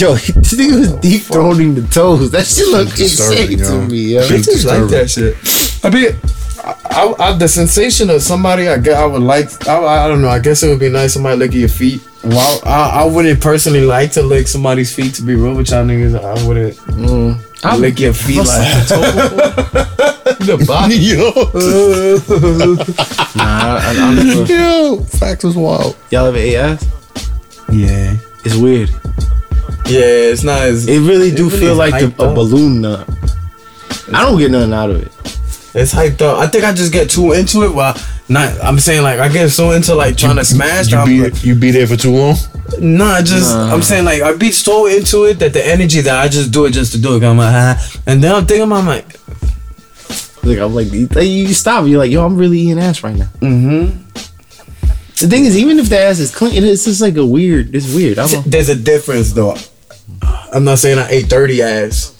Speaker 3: Yo, [LAUGHS] this nigga was deep throating the toes. That shit looked
Speaker 1: disturbing,
Speaker 3: insane to
Speaker 1: yo.
Speaker 3: me, yo.
Speaker 1: Shit.
Speaker 2: bitches like
Speaker 1: disturbing.
Speaker 2: that shit. I mean, I, I, I, the sensation of somebody I guess I would like. I, I- I don't know. I guess it would be nice somebody licking your feet. Well, I, I wouldn't personally like to lick somebody's feet. To be real with y'all niggas, I wouldn't
Speaker 3: I
Speaker 2: lick your feet like
Speaker 3: [LAUGHS]
Speaker 2: the body.
Speaker 3: Nah, I,
Speaker 1: [LAUGHS]
Speaker 3: am
Speaker 1: yo, facts was wild.
Speaker 3: Y'all ever ate ass?
Speaker 2: Yeah,
Speaker 3: It's weird.
Speaker 2: yeah. It's not as
Speaker 3: It really do
Speaker 2: really
Speaker 3: feel
Speaker 2: is
Speaker 3: like the,
Speaker 2: hyped
Speaker 3: a
Speaker 2: up.
Speaker 3: balloon nut. I don't get nothing out of it.
Speaker 2: It's hyped up. I think I just get too into it. Well, not. I'm saying like I get so into like trying to smash.
Speaker 1: You
Speaker 2: that I'm like,
Speaker 1: be you be there for too long.
Speaker 2: nah, just I'm saying like I be so into it that the energy that I just do it just to do it. I'm like, [LAUGHS] ah. and then I'm thinking about I'm like,
Speaker 3: Like I'm like, you- you stop. You're like, yo, I'm really eating ass right now.
Speaker 2: mm-hmm.
Speaker 3: The thing is, even if the ass is clean, it's just like a weird. It's weird. I don't.
Speaker 2: There's a difference though. I'm not saying I ate dirty [LAUGHS] ass.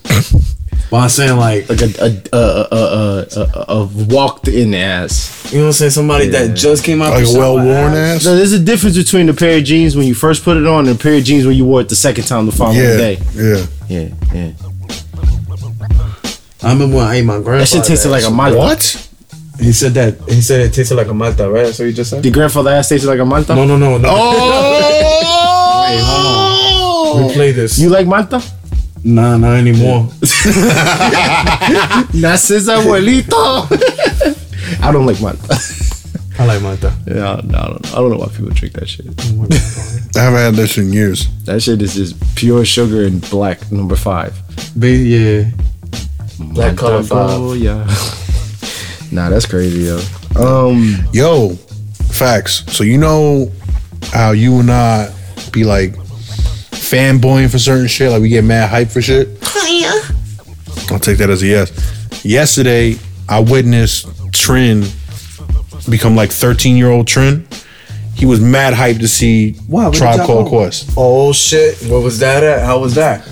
Speaker 2: but I'm saying like
Speaker 3: Like a a a a a, a, a walked in ass.
Speaker 2: you know what I'm saying somebody that just came out
Speaker 1: Like
Speaker 2: the
Speaker 1: a
Speaker 2: shower
Speaker 1: well worn
Speaker 2: ass.
Speaker 1: ass.
Speaker 3: No, there's a difference between a pair of jeans when you first put it on and a pair of jeans when you wore it the second time the following
Speaker 1: Yeah,
Speaker 3: day.
Speaker 1: yeah.
Speaker 3: Yeah, yeah.
Speaker 2: I remember when I ate my grandfather.
Speaker 3: That shit tasted like a malta.
Speaker 1: What?
Speaker 2: He said that. He said it tasted like a malta, right? That's what you just said.
Speaker 3: The grandfather ass tasted like a malta.
Speaker 2: No, no, no, no.
Speaker 1: [LAUGHS] Oh,
Speaker 2: We play this.
Speaker 3: You like malta?
Speaker 2: Nah, not anymore.
Speaker 3: That's his abuelito. [LAUGHS] I don't like mine.
Speaker 2: I like [LAUGHS] Manta.
Speaker 3: [LAUGHS] Yeah, no, I don't, I don't know why people drink that shit.
Speaker 1: I haven't had this in years.
Speaker 3: That shit is just pure sugar and black number five.
Speaker 2: Be yeah. Black color
Speaker 3: Oh yeah. [LAUGHS] nah, that's crazy yo. Um,
Speaker 1: Yo, facts. So you know how you and I be like fanboying for certain shit, like we get mad hype for shit. I'll take that as a yes. Yesterday, I witnessed Trend become like 13 year old trend. He was mad hyped to see
Speaker 2: Wow, where did
Speaker 1: Tribe
Speaker 2: y'all
Speaker 1: Called
Speaker 2: go?
Speaker 1: Quest.
Speaker 2: Oh shit! What was that at? How was that?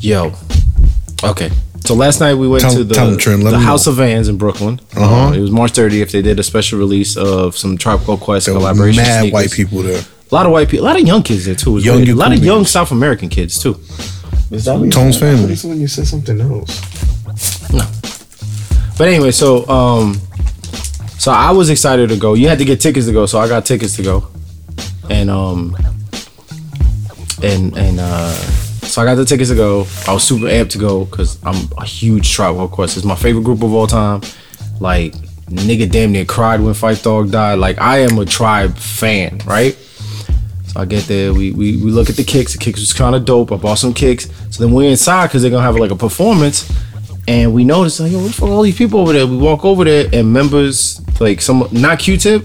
Speaker 3: Yo. Okay. So last night we went
Speaker 1: Tell-
Speaker 3: to the,
Speaker 1: tell 'em, Trent, let
Speaker 3: the
Speaker 1: 'em know.
Speaker 3: House of Vans in Brooklyn.
Speaker 1: Uh-huh.
Speaker 3: Uh, it was March 30th. They did a special release of some Tribe Called Quest
Speaker 1: There was
Speaker 3: collaboration.
Speaker 1: mad
Speaker 3: sneakers.
Speaker 1: white people there.
Speaker 3: A lot of white people. A lot of young kids there too. It was
Speaker 1: Young
Speaker 3: weird. a lot of
Speaker 1: Yakubians.
Speaker 3: young South American kids too.
Speaker 2: Is that what you
Speaker 1: Tone's
Speaker 2: said? I thought
Speaker 1: family.
Speaker 2: it's when you said something else.
Speaker 3: But anyway, so um, so I was excited to go. You had to get tickets to go, so I got tickets to go, and um, and and uh, so I got the tickets to go. I was super amped to go because I'm a huge Tribe Called Quest. It's my favorite group of all time. Like nigga, damn near cried when Fight Dog died. Like I am a Tribe fan, right? So I get there, we we, we look at the kicks. The kicks was kind of dope. I bought some kicks. So then we're inside because they're gonna have like a performance, and we notice like yo, what the fuck all these people over there? We walk over there and members like some not Q-Tip,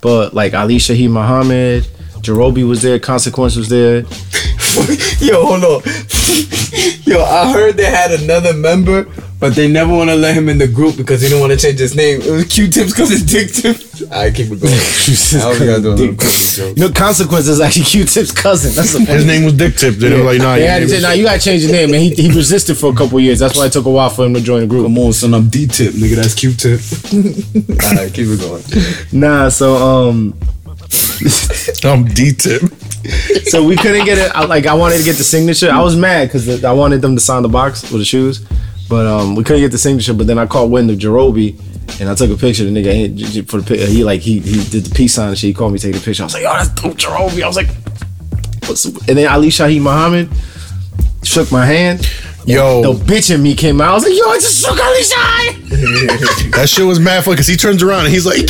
Speaker 3: but like Ali Shaheed Muhammad, Jerobi was there, Consequence was there.
Speaker 2: [LAUGHS] Yo, hold on. Yo, I heard they had another member, but they never want to let him in the group because they didn't want to change his name. It was Q-Tips because it's Dick [LAUGHS] Tips. I keep it going. [LAUGHS] I was gonna do a little quick joke.
Speaker 3: You know, Consequence is actually [LAUGHS] Q-Tip's cousin. That's the
Speaker 1: His name was Dick Tip. They were [LAUGHS] like, nah,
Speaker 3: Yeah,
Speaker 1: your name
Speaker 3: now you gotta change your name, and he, he resisted for a couple years. That's why it took a while for him to join the group.
Speaker 2: Come on, son, I'm D-Tip, nigga. That's [LAUGHS] Q-Tip. All right, keep it [LAUGHS] going.
Speaker 3: Nah, so um,
Speaker 1: is- I'm D Tip.
Speaker 3: so we couldn't get it. I, like I wanted to get the signature. I was mad because I wanted them to sign the box with the shoes, but um, we couldn't get the signature. But then I caught wind of Jerobi, and I took a picture. of The nigga he- j- j- for the pic- he like he he did the peace sign and shit. He called me, to take the picture. I was like, oh, that's dope, Jerobi. I was like, what's and then Ali Shahi Muhammad shook my hand. The
Speaker 1: Yo,
Speaker 3: bitch in me came out. I was like, yo, I just shook Ali Shahi.
Speaker 1: [LAUGHS] that shit was mad fun because he turns around and he's like,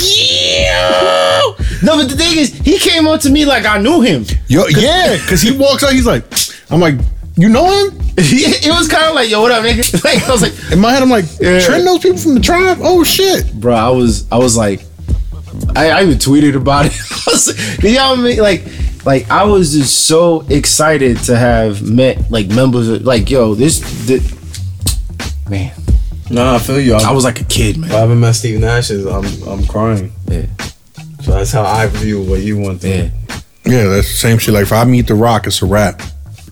Speaker 3: Yo! No, but the thing is, he came up to me like I knew him. [LAUGHS]
Speaker 1: yo, yeah, because he walks out. He's like, I'm like, you know him?
Speaker 3: it was kind of like, yo, what up, nigga? [LAUGHS] Like I was like.
Speaker 1: In my head, I'm like,
Speaker 3: Yeah.
Speaker 1: Trent knows people from the tribe. Oh shit.
Speaker 3: bro. I was I was like, I, I even tweeted about it. [LAUGHS] I was like, you know what I mean? Like, like I was just so excited to have met like members. Of, like, yo, this, this man,
Speaker 2: Nah, I feel you.
Speaker 3: I
Speaker 2: I was
Speaker 3: was like a kid, man.
Speaker 2: Bob and my Steve Nash is, I'm, I'm crying.
Speaker 3: Yeah,
Speaker 2: So that's how I view what you want to.
Speaker 3: yeah.
Speaker 1: Yeah, that's the same shit. Like if I meet the Rock, it's a wrap.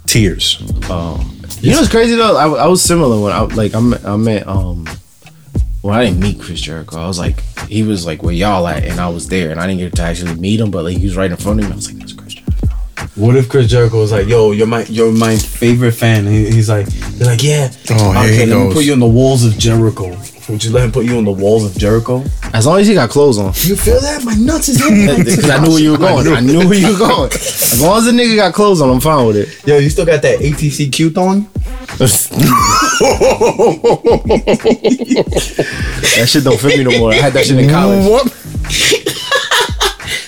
Speaker 1: Tears.
Speaker 3: Um, you know what's crazy though? I, I was similar when I like I met, I met um well I didn't meet Chris Jericho. I was like he was like where y'all at, and I was there, and I didn't get to actually meet him, but like he was right in front of me. I was like, that's Chris Jericho.
Speaker 2: What if Chris Jericho was like, "Yo, you're my you're my favorite fan"? He, he's like, "They're like, yeah,
Speaker 1: Oh, here
Speaker 2: okay,
Speaker 1: he
Speaker 2: let me
Speaker 1: goes.
Speaker 2: put you on the walls of Jericho." Would you let him put you on the walls of Jericho?
Speaker 3: As long as he got clothes on.
Speaker 2: You feel that? My nuts is
Speaker 3: [LAUGHS]
Speaker 2: in.
Speaker 3: Because I knew where you were going. I knew where you were going. As long as the nigga got clothes on, I'm fine with it.
Speaker 2: Yo, you still got that ATC cute on?
Speaker 3: That shit don't fit me no more. I had that shit in college.
Speaker 1: What?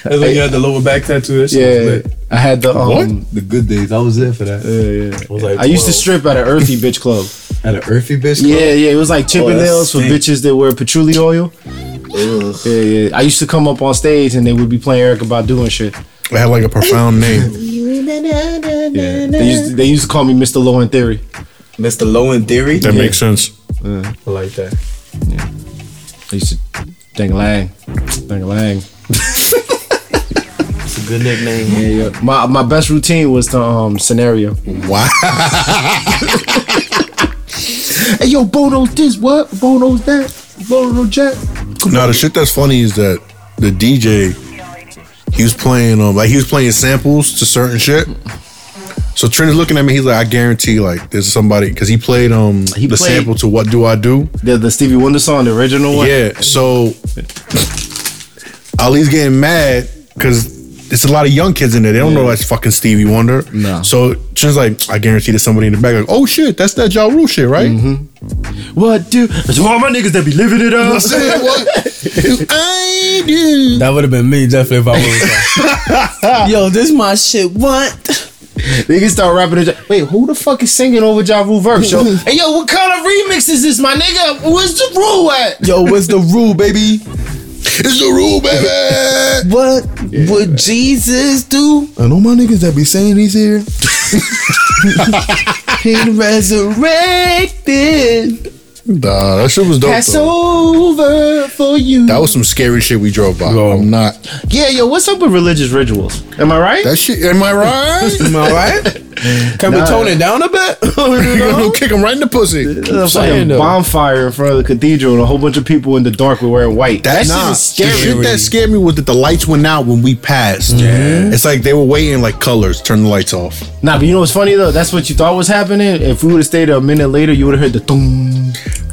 Speaker 2: That's when you had the lower back tattoo. That shit was
Speaker 3: Yeah,
Speaker 2: lit. Mm,
Speaker 3: I had the um.
Speaker 2: The good days. I was there for that.
Speaker 3: yeah, yeah.
Speaker 2: I was like,
Speaker 3: I used to
Speaker 2: 12.
Speaker 3: strip at an earthy bitch club.
Speaker 2: at an earthy bitch. club.
Speaker 3: Yeah, yeah. It was like Chippendales for
Speaker 2: stink.
Speaker 3: bitches that wear patchouli oil. Yeah, yeah. I used to come up on stage and they would be playing Erica Badu and shit.
Speaker 1: It had like a
Speaker 3: [LAUGHS]
Speaker 1: profound name.
Speaker 3: Yeah. They used to, they used to call me Mr. Low in Theory.
Speaker 2: Mr. Low in theory.
Speaker 1: That makes sense.
Speaker 2: I like that.
Speaker 3: I used to dang lang, dang lang.
Speaker 2: It's a good nickname.
Speaker 3: Yeah, yeah. My my best routine was the um scenario.
Speaker 1: [LAUGHS] Wow.
Speaker 3: Hey, yo, Bono's this, what? Bono's that? Bono Jack?
Speaker 1: Now the shit that's funny is that the DJ he was playing um like he was playing samples to certain shit. So Trent is looking at me. He's like, I guarantee like there's somebody because he played um
Speaker 3: He
Speaker 1: the
Speaker 3: played-
Speaker 1: sample to What Do I Do?
Speaker 3: The, the Stevie Wonder song, the original one?
Speaker 1: Yeah. So Ali's getting mad because. It's a lot of young kids in there. They don't know that's fucking Stevie Wonder.
Speaker 3: No.
Speaker 1: So Trent's like, I guarantee there's somebody in the back. Like, oh shit, that's that Ja Rule shit, right?
Speaker 3: What, dude? It's all my niggas that be living it
Speaker 1: I
Speaker 3: up.
Speaker 1: said, what? I do.
Speaker 2: That would have been me, definitely, if I [LAUGHS] was. Like, Yo, this my shit. What?
Speaker 3: [LAUGHS] niggas start rapping it. Wait, who the fuck is singing over Ja Rule verse, yo? hey, yo, what kind of remix is this, my nigga? Where's the rule at?
Speaker 2: Yo, what's the rule, baby?
Speaker 1: It's the rule, baby.
Speaker 2: What would Jesus do? And all my niggas that be saying he's here.
Speaker 3: [LAUGHS]
Speaker 2: he resurrected.
Speaker 1: Nah, that shit was dope.
Speaker 6: That's
Speaker 1: though.
Speaker 6: over for you.
Speaker 1: That was some scary shit we drove by.
Speaker 2: Yo.
Speaker 1: I'm not.
Speaker 3: Yeah, yo, what's up with religious rituals? Am I right? [LAUGHS]
Speaker 1: That shit. Am I right? [LAUGHS]
Speaker 2: Am I right? Can we tone it down a bit? You know?
Speaker 1: You'll kick him right in the pussy.
Speaker 3: There's a fucking
Speaker 2: saying, though.
Speaker 3: bonfire in front of the cathedral and a whole bunch of people in the dark were wearing white.
Speaker 1: That's
Speaker 3: shit
Speaker 1: not
Speaker 3: is scary.
Speaker 1: The shit that scared me was that the lights went out when we passed. Yeah. It's like they were waiting like colors, turn the lights off.
Speaker 3: Nah, but you know what's funny though? That's what you thought was happening. If we would have stayed a minute later, you would have heard the thum,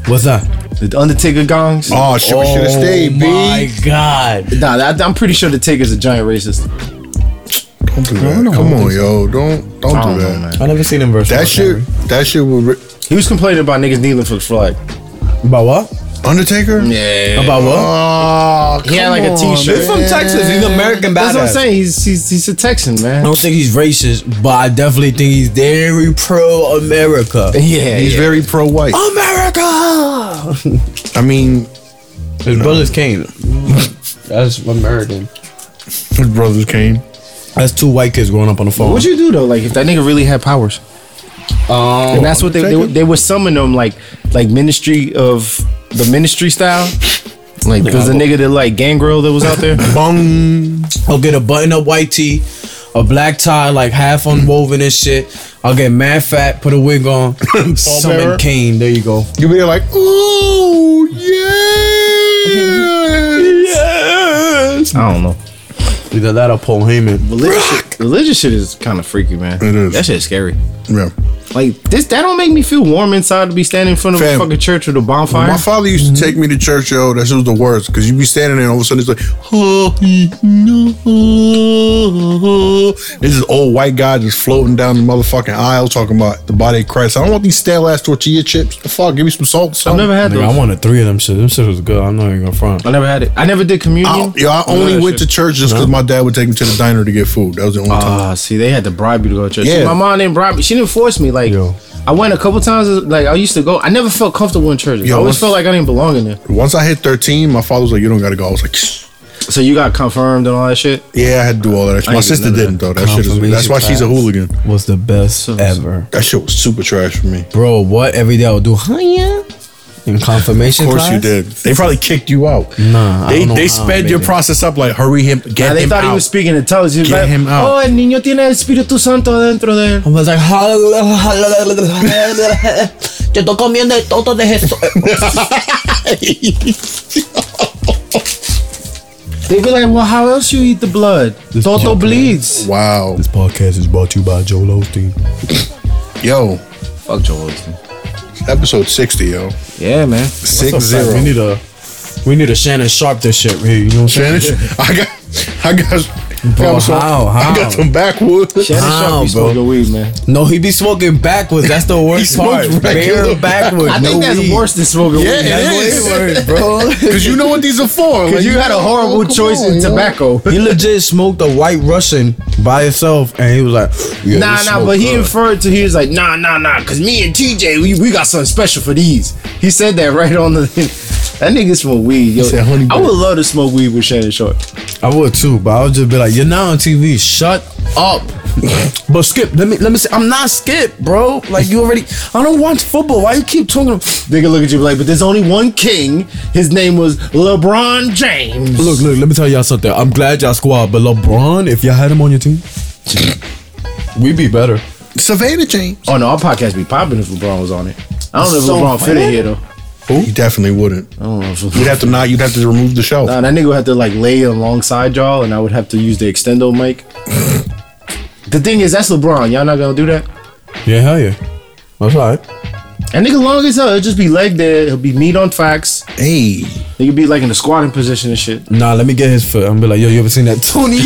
Speaker 2: What's that?
Speaker 3: the Undertaker gongs.
Speaker 1: Oh shit, we should have stayed, B.
Speaker 2: Oh my god.
Speaker 3: Nah, that, I'm pretty sure the Taker's a giant racist.
Speaker 1: Don't do that. Come on, yo. Don't
Speaker 2: Oh,
Speaker 1: don't
Speaker 3: I
Speaker 1: do
Speaker 3: don't know,
Speaker 1: that.
Speaker 2: I
Speaker 3: man.
Speaker 2: never seen him versus
Speaker 1: That shit that shit was ri-
Speaker 3: He was complaining about niggas kneeling for the flag.
Speaker 2: About what?
Speaker 1: Undertaker?
Speaker 3: Yeah.
Speaker 2: About what?
Speaker 1: Oh,
Speaker 3: He had
Speaker 1: come
Speaker 3: like a
Speaker 1: on,
Speaker 3: t-shirt.
Speaker 1: man.
Speaker 2: He's from Texas. He's American badass.
Speaker 3: That's what I'm saying. He's, he's, he's a Texan,
Speaker 2: I
Speaker 3: man.
Speaker 2: don't think he's racist, but I definitely think he's very pro America.
Speaker 3: Yeah.
Speaker 1: He's
Speaker 3: yeah.
Speaker 1: very pro white.
Speaker 2: America.
Speaker 1: I mean,
Speaker 2: His brother's Kane. That's American.
Speaker 1: his brothers came.
Speaker 2: That's two white kids growing up on the phone.
Speaker 3: What'd you do though? Like if that nigga really had powers,
Speaker 2: Um,
Speaker 3: and that's what they they, would- they would summon them like like ministry of the ministry style. Like there's a nigga that like Gangrel that was out there.
Speaker 2: [LAUGHS]
Speaker 1: Bung.
Speaker 2: I'll get a button up white tee, a black tie, like half unwoven and shit. I'll get mad fat, put a
Speaker 1: [LAUGHS]
Speaker 2: wig on,
Speaker 1: Bearer.
Speaker 2: summon Kane. There you go.
Speaker 1: You be like, ooh, yeah.
Speaker 2: Yes.
Speaker 3: I don't know.
Speaker 2: Either that or Paul Heyman.
Speaker 3: Religious shit, religious shit is kind of freaky, man.
Speaker 1: It is.
Speaker 3: That shit is scary.
Speaker 1: yeah.
Speaker 3: Like this, that don't make me feel warm inside to be standing in front of
Speaker 1: Fam.
Speaker 3: a fucking church with a bonfire.
Speaker 1: My father used to take me to church, yo. That shit was the worst. Cause you be standing there and all of a sudden it's like, oh, no. This is old white guy just floating down the motherfucking aisle talking about the body of Christ. I don't want these stale ass tortilla chips. The fuck? Give me some salt.
Speaker 3: I've
Speaker 1: Something.
Speaker 3: never had
Speaker 2: Nigga,
Speaker 3: those.
Speaker 2: I wanted three of them shit. Them shit was good. I'm not even gonna front.
Speaker 3: I never had it. I never did communion.
Speaker 1: I, Oh, yo, I only
Speaker 3: Yeah,
Speaker 1: went
Speaker 3: shit.
Speaker 1: to church just because my dad would take me to the diner to get food. That was the
Speaker 2: Uh,
Speaker 1: only time.
Speaker 3: Ah, see, they had to bribe you to go to church.
Speaker 1: Yeah.
Speaker 3: See, my mom didn't bribe me. She didn't force me. Like,
Speaker 2: Yo.
Speaker 3: I went a couple times. Like, I used to go. I never felt comfortable in churches.
Speaker 1: Yo,
Speaker 3: I always
Speaker 1: what's-
Speaker 3: felt like I didn't belong in there.
Speaker 1: Once I hit 13, my father was like, you don't got to go. I was like,
Speaker 3: So you got confirmed and all that shit.
Speaker 1: yeah, I had to do all that.
Speaker 3: I
Speaker 1: My
Speaker 3: ain't
Speaker 1: sister
Speaker 3: none of
Speaker 1: didn't, though. That shit is,
Speaker 2: Confirmation
Speaker 1: that's why she's a
Speaker 2: class.
Speaker 1: hooligan.
Speaker 2: Was the best ever,
Speaker 1: That shit was super trash for me.
Speaker 2: bro. What every day I would do? Huh, yeah. In confirmation
Speaker 1: Of course you did.
Speaker 2: class?
Speaker 1: They probably kicked you out.
Speaker 2: Nah, I
Speaker 1: they
Speaker 2: don't know
Speaker 1: they
Speaker 2: how I
Speaker 1: sped
Speaker 2: made
Speaker 1: your
Speaker 2: it.
Speaker 1: process up like hurry him get
Speaker 3: And they
Speaker 1: him
Speaker 3: thought
Speaker 1: out.
Speaker 3: he was speaking in tongues. He was
Speaker 1: Get
Speaker 3: like,
Speaker 1: him out.
Speaker 3: "Oh, el niño tiene el Espíritu Santo dentro de él."
Speaker 2: I was like, [LAUGHS] yo estoy comiendo el toto de Jesús.
Speaker 3: They be like, "Well, how else you eat the blood?
Speaker 2: This
Speaker 3: Toto
Speaker 2: punk
Speaker 3: bleeds."
Speaker 1: wow,
Speaker 2: This podcast is brought to you by Joe Osteen.
Speaker 1: yo,
Speaker 3: Fuck Joel Osteen.
Speaker 1: episode sixty, yo,
Speaker 3: Yeah, man.
Speaker 1: six
Speaker 2: We
Speaker 1: zero.
Speaker 2: need a we need a Shannon Sharp this shit right here. You know what I'm saying?
Speaker 1: Spanish. I got, I got,
Speaker 2: Bro,
Speaker 1: I got some-
Speaker 2: how,
Speaker 1: I
Speaker 2: how?
Speaker 1: got some
Speaker 2: [LAUGHS]
Speaker 1: backwoods.
Speaker 3: Shannon
Speaker 2: Wow,
Speaker 3: Sharp be
Speaker 2: bro.
Speaker 3: smoking weed, [LAUGHS] man.
Speaker 2: No, he be smoking backwards. That's the worst part.
Speaker 1: smokes [LAUGHS] regular
Speaker 2: Bare backwards.
Speaker 3: I
Speaker 2: no
Speaker 3: think that's
Speaker 2: weed.
Speaker 3: worse than smoking
Speaker 1: Yeah,
Speaker 3: weed.
Speaker 1: it
Speaker 3: That's
Speaker 1: is.
Speaker 3: way
Speaker 2: [LAUGHS]
Speaker 3: worse.
Speaker 2: bro.
Speaker 1: Cause you know what these are for. Like,
Speaker 3: [LAUGHS] Cause you had a
Speaker 1: know,
Speaker 3: horrible
Speaker 1: come
Speaker 3: choice
Speaker 1: on,
Speaker 3: in
Speaker 1: yo.
Speaker 3: tobacco.
Speaker 2: [LAUGHS] He legit smoked a white Russian by himself, and he was like, yeah,
Speaker 3: Nah,
Speaker 2: this
Speaker 3: nah,
Speaker 2: smoke
Speaker 3: but he
Speaker 2: good.
Speaker 3: referred to he was like, nah, nah, nah, cause me and TJ, we, we got something special for these. He said that right on the. [LAUGHS] that nigga smoke weed, yo.
Speaker 1: said, "Honey
Speaker 3: I
Speaker 1: bear."
Speaker 3: would love to smoke weed with Shannon Short.
Speaker 2: I would too, but I would just be like, "You're not on TV. Shut
Speaker 3: [LAUGHS]
Speaker 2: up." but Skip, let me let me say, I'm not Skip, bro. Like you already, [LAUGHS] I don't watch football. Why you keep talking?
Speaker 3: Nigga look at you like, but there's only one king. His name was LeBron James.
Speaker 2: Look, look, let me tell y'all something. I'm glad y'all squad, but LeBron, if y'all had him on your
Speaker 3: [LAUGHS]
Speaker 2: team, we'd be better.
Speaker 1: Savannah James.
Speaker 3: Oh no, our podcast be popping if LeBron was on it. I don't know if
Speaker 2: So
Speaker 3: LeBron fit in
Speaker 2: funny.
Speaker 3: here though.
Speaker 1: You definitely wouldn't.
Speaker 3: I don't know if
Speaker 1: You'd have to not. You'd have to remove the show.
Speaker 3: Nah, that nigga would have to like lay alongside y'all, and I would have to use the extendo [LAUGHS] mic. the thing is, that's LeBron. Y'all not gonna do that.
Speaker 2: Yeah, hell yeah. That's all right.
Speaker 3: And nigga long as hell, it'll just be leg there. He'll be meat on facts.
Speaker 1: Hey,
Speaker 3: He could be like in the squatting position and shit.
Speaker 2: Nah, let me get his foot. I'm be like, yo, you ever seen that [LAUGHS] Tony?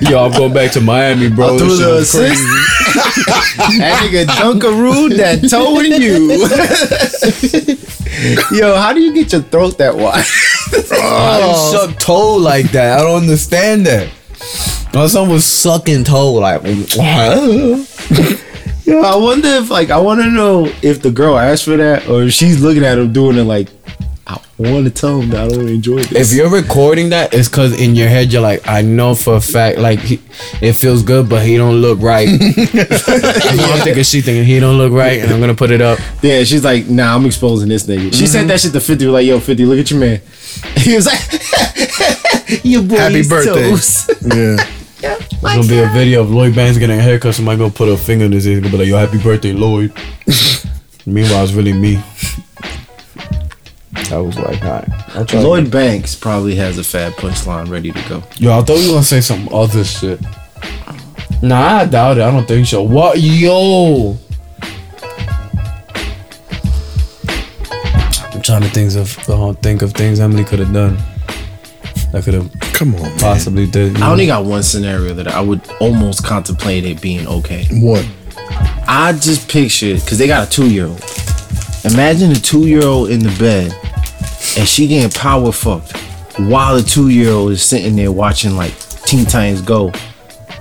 Speaker 2: yo, I'm going back to Miami,
Speaker 3: Oh,
Speaker 2: bro. This shit was crazy.
Speaker 3: [LAUGHS] that nigga Dunkaroo [LAUGHS] that toe in you. Yo, how do you get your throat that wide?
Speaker 2: Why you suck toe like that? I don't understand that. My son was sucking toe like.
Speaker 3: Yo, I wonder if like I want to know if the girl asked for that or if she's looking at him doing it like I want to tell him that I don't enjoy this.
Speaker 2: If you're recording that, it's because in your head you're like, I know for a fact, like he, it feels good, but he don't look [LAUGHS] right. I'm thinking she thinking he don't look right, and I'm gonna put it up.
Speaker 3: yeah, she's like, nah, I'm exposing this nigga. She said that shit to 50, like, yo, 50, look at your man. [LAUGHS] He was like, your boy
Speaker 1: Happy
Speaker 3: is
Speaker 1: birthday.
Speaker 3: toast. [LAUGHS]
Speaker 1: Yeah.
Speaker 2: It's gonna be a video of Lloyd Banks getting a haircut. Somebody gonna put a finger in his ear, gonna be like, "Yo, happy birthday,
Speaker 1: [LAUGHS]
Speaker 2: Lloyd." Meanwhile, it's really me. I was like, "Hi." I tried-
Speaker 3: Lloyd Banks probably has a fat punchline ready to go.
Speaker 2: Yo, I thought you were gonna say some other shit. Oh. Nah, I doubt it. I don't think so. What, yo? I'm trying to think of uh, think of things Emily could have done. That could have
Speaker 1: Come on. Man.
Speaker 2: possibly did.
Speaker 3: I only got one scenario that I would almost contemplate it being okay.
Speaker 1: What?
Speaker 3: I just pictured because they got a two year old. Imagine a two year old in the bed and she getting power fucked while the two year old is sitting there watching like Teen Titans Go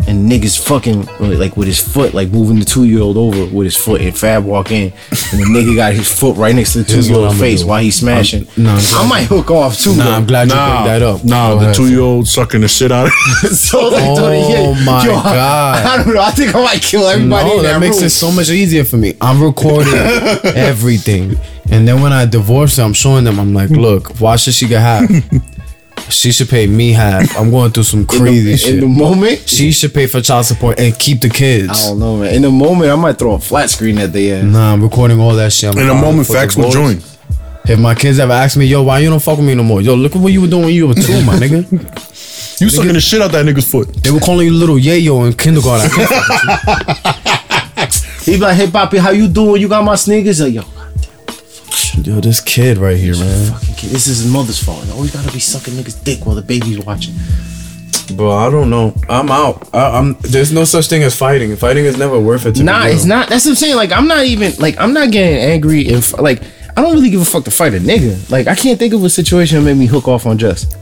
Speaker 3: and niggas fucking like with his foot like moving the two year old over with his foot and Fab walk in and the nigga got his foot right next to the two
Speaker 2: Here's what
Speaker 3: year old
Speaker 2: I'ma
Speaker 3: face
Speaker 2: do.
Speaker 3: while he's smashing.
Speaker 2: I'm- nah, I'm
Speaker 3: I
Speaker 2: glad-
Speaker 3: might hook off too.
Speaker 2: Nah, I'm
Speaker 3: though.
Speaker 2: glad
Speaker 1: Nah.
Speaker 2: you picked that up.
Speaker 1: Nah,
Speaker 2: Go
Speaker 1: the
Speaker 2: ahead.
Speaker 1: two year old sucking the shit out of
Speaker 3: [LAUGHS]
Speaker 1: [LAUGHS]
Speaker 3: so like,
Speaker 2: Oh
Speaker 3: yeah,
Speaker 2: my
Speaker 3: yo, [LAUGHS] I-
Speaker 2: God.
Speaker 3: I, don't know. I think I might kill everybody.
Speaker 2: No,
Speaker 3: in that,
Speaker 2: that makes
Speaker 3: room.
Speaker 2: it so much easier for me. I'm
Speaker 3: [LAUGHS]
Speaker 2: recording everything, and then when I divorce her, I'm showing them. I'm like, look, why should she get half? she should pay me half. I'm going through some
Speaker 3: in the-
Speaker 2: crazy shit.
Speaker 3: in the moment.
Speaker 2: She should pay for child support and keep the
Speaker 3: I
Speaker 2: kids.
Speaker 3: don't know, man. In the moment, I might throw a flat screen at the end.
Speaker 2: Nah, I'm recording all that shit. I'm
Speaker 1: it. In a
Speaker 2: filing
Speaker 1: moment,
Speaker 2: for
Speaker 1: facts will
Speaker 2: divorce.
Speaker 1: join.
Speaker 2: If my kids ever ask me, yo, why you don't fuck with me no more? Yo, look at what you were doing when you were two, my nigga.
Speaker 1: You sucking the shit out that nigga's foot.
Speaker 2: They were calling you little yayo in kindergarten. I can't
Speaker 3: [LAUGHS]
Speaker 2: fuck with
Speaker 3: He be like, "Hey, Poppy, how you doing? You got my sneakers?" Like, yo,
Speaker 2: you. yo, this kid right here, man.
Speaker 3: fucking kid, this is his mother's fault. You always gotta be sucking niggas' dick while the baby's watching.
Speaker 2: Bro, I don't know. I'm out. I, I'm. There's no such thing as fighting. Fighting is never worth it. To
Speaker 3: Nah,
Speaker 2: me,
Speaker 3: it's
Speaker 2: bro.
Speaker 3: not. That's what I'm saying. Like, I'm not even like I'm not getting angry if like I don't really give a fuck to fight a nigga. Like, I can't think of a situation that made me hook off on just.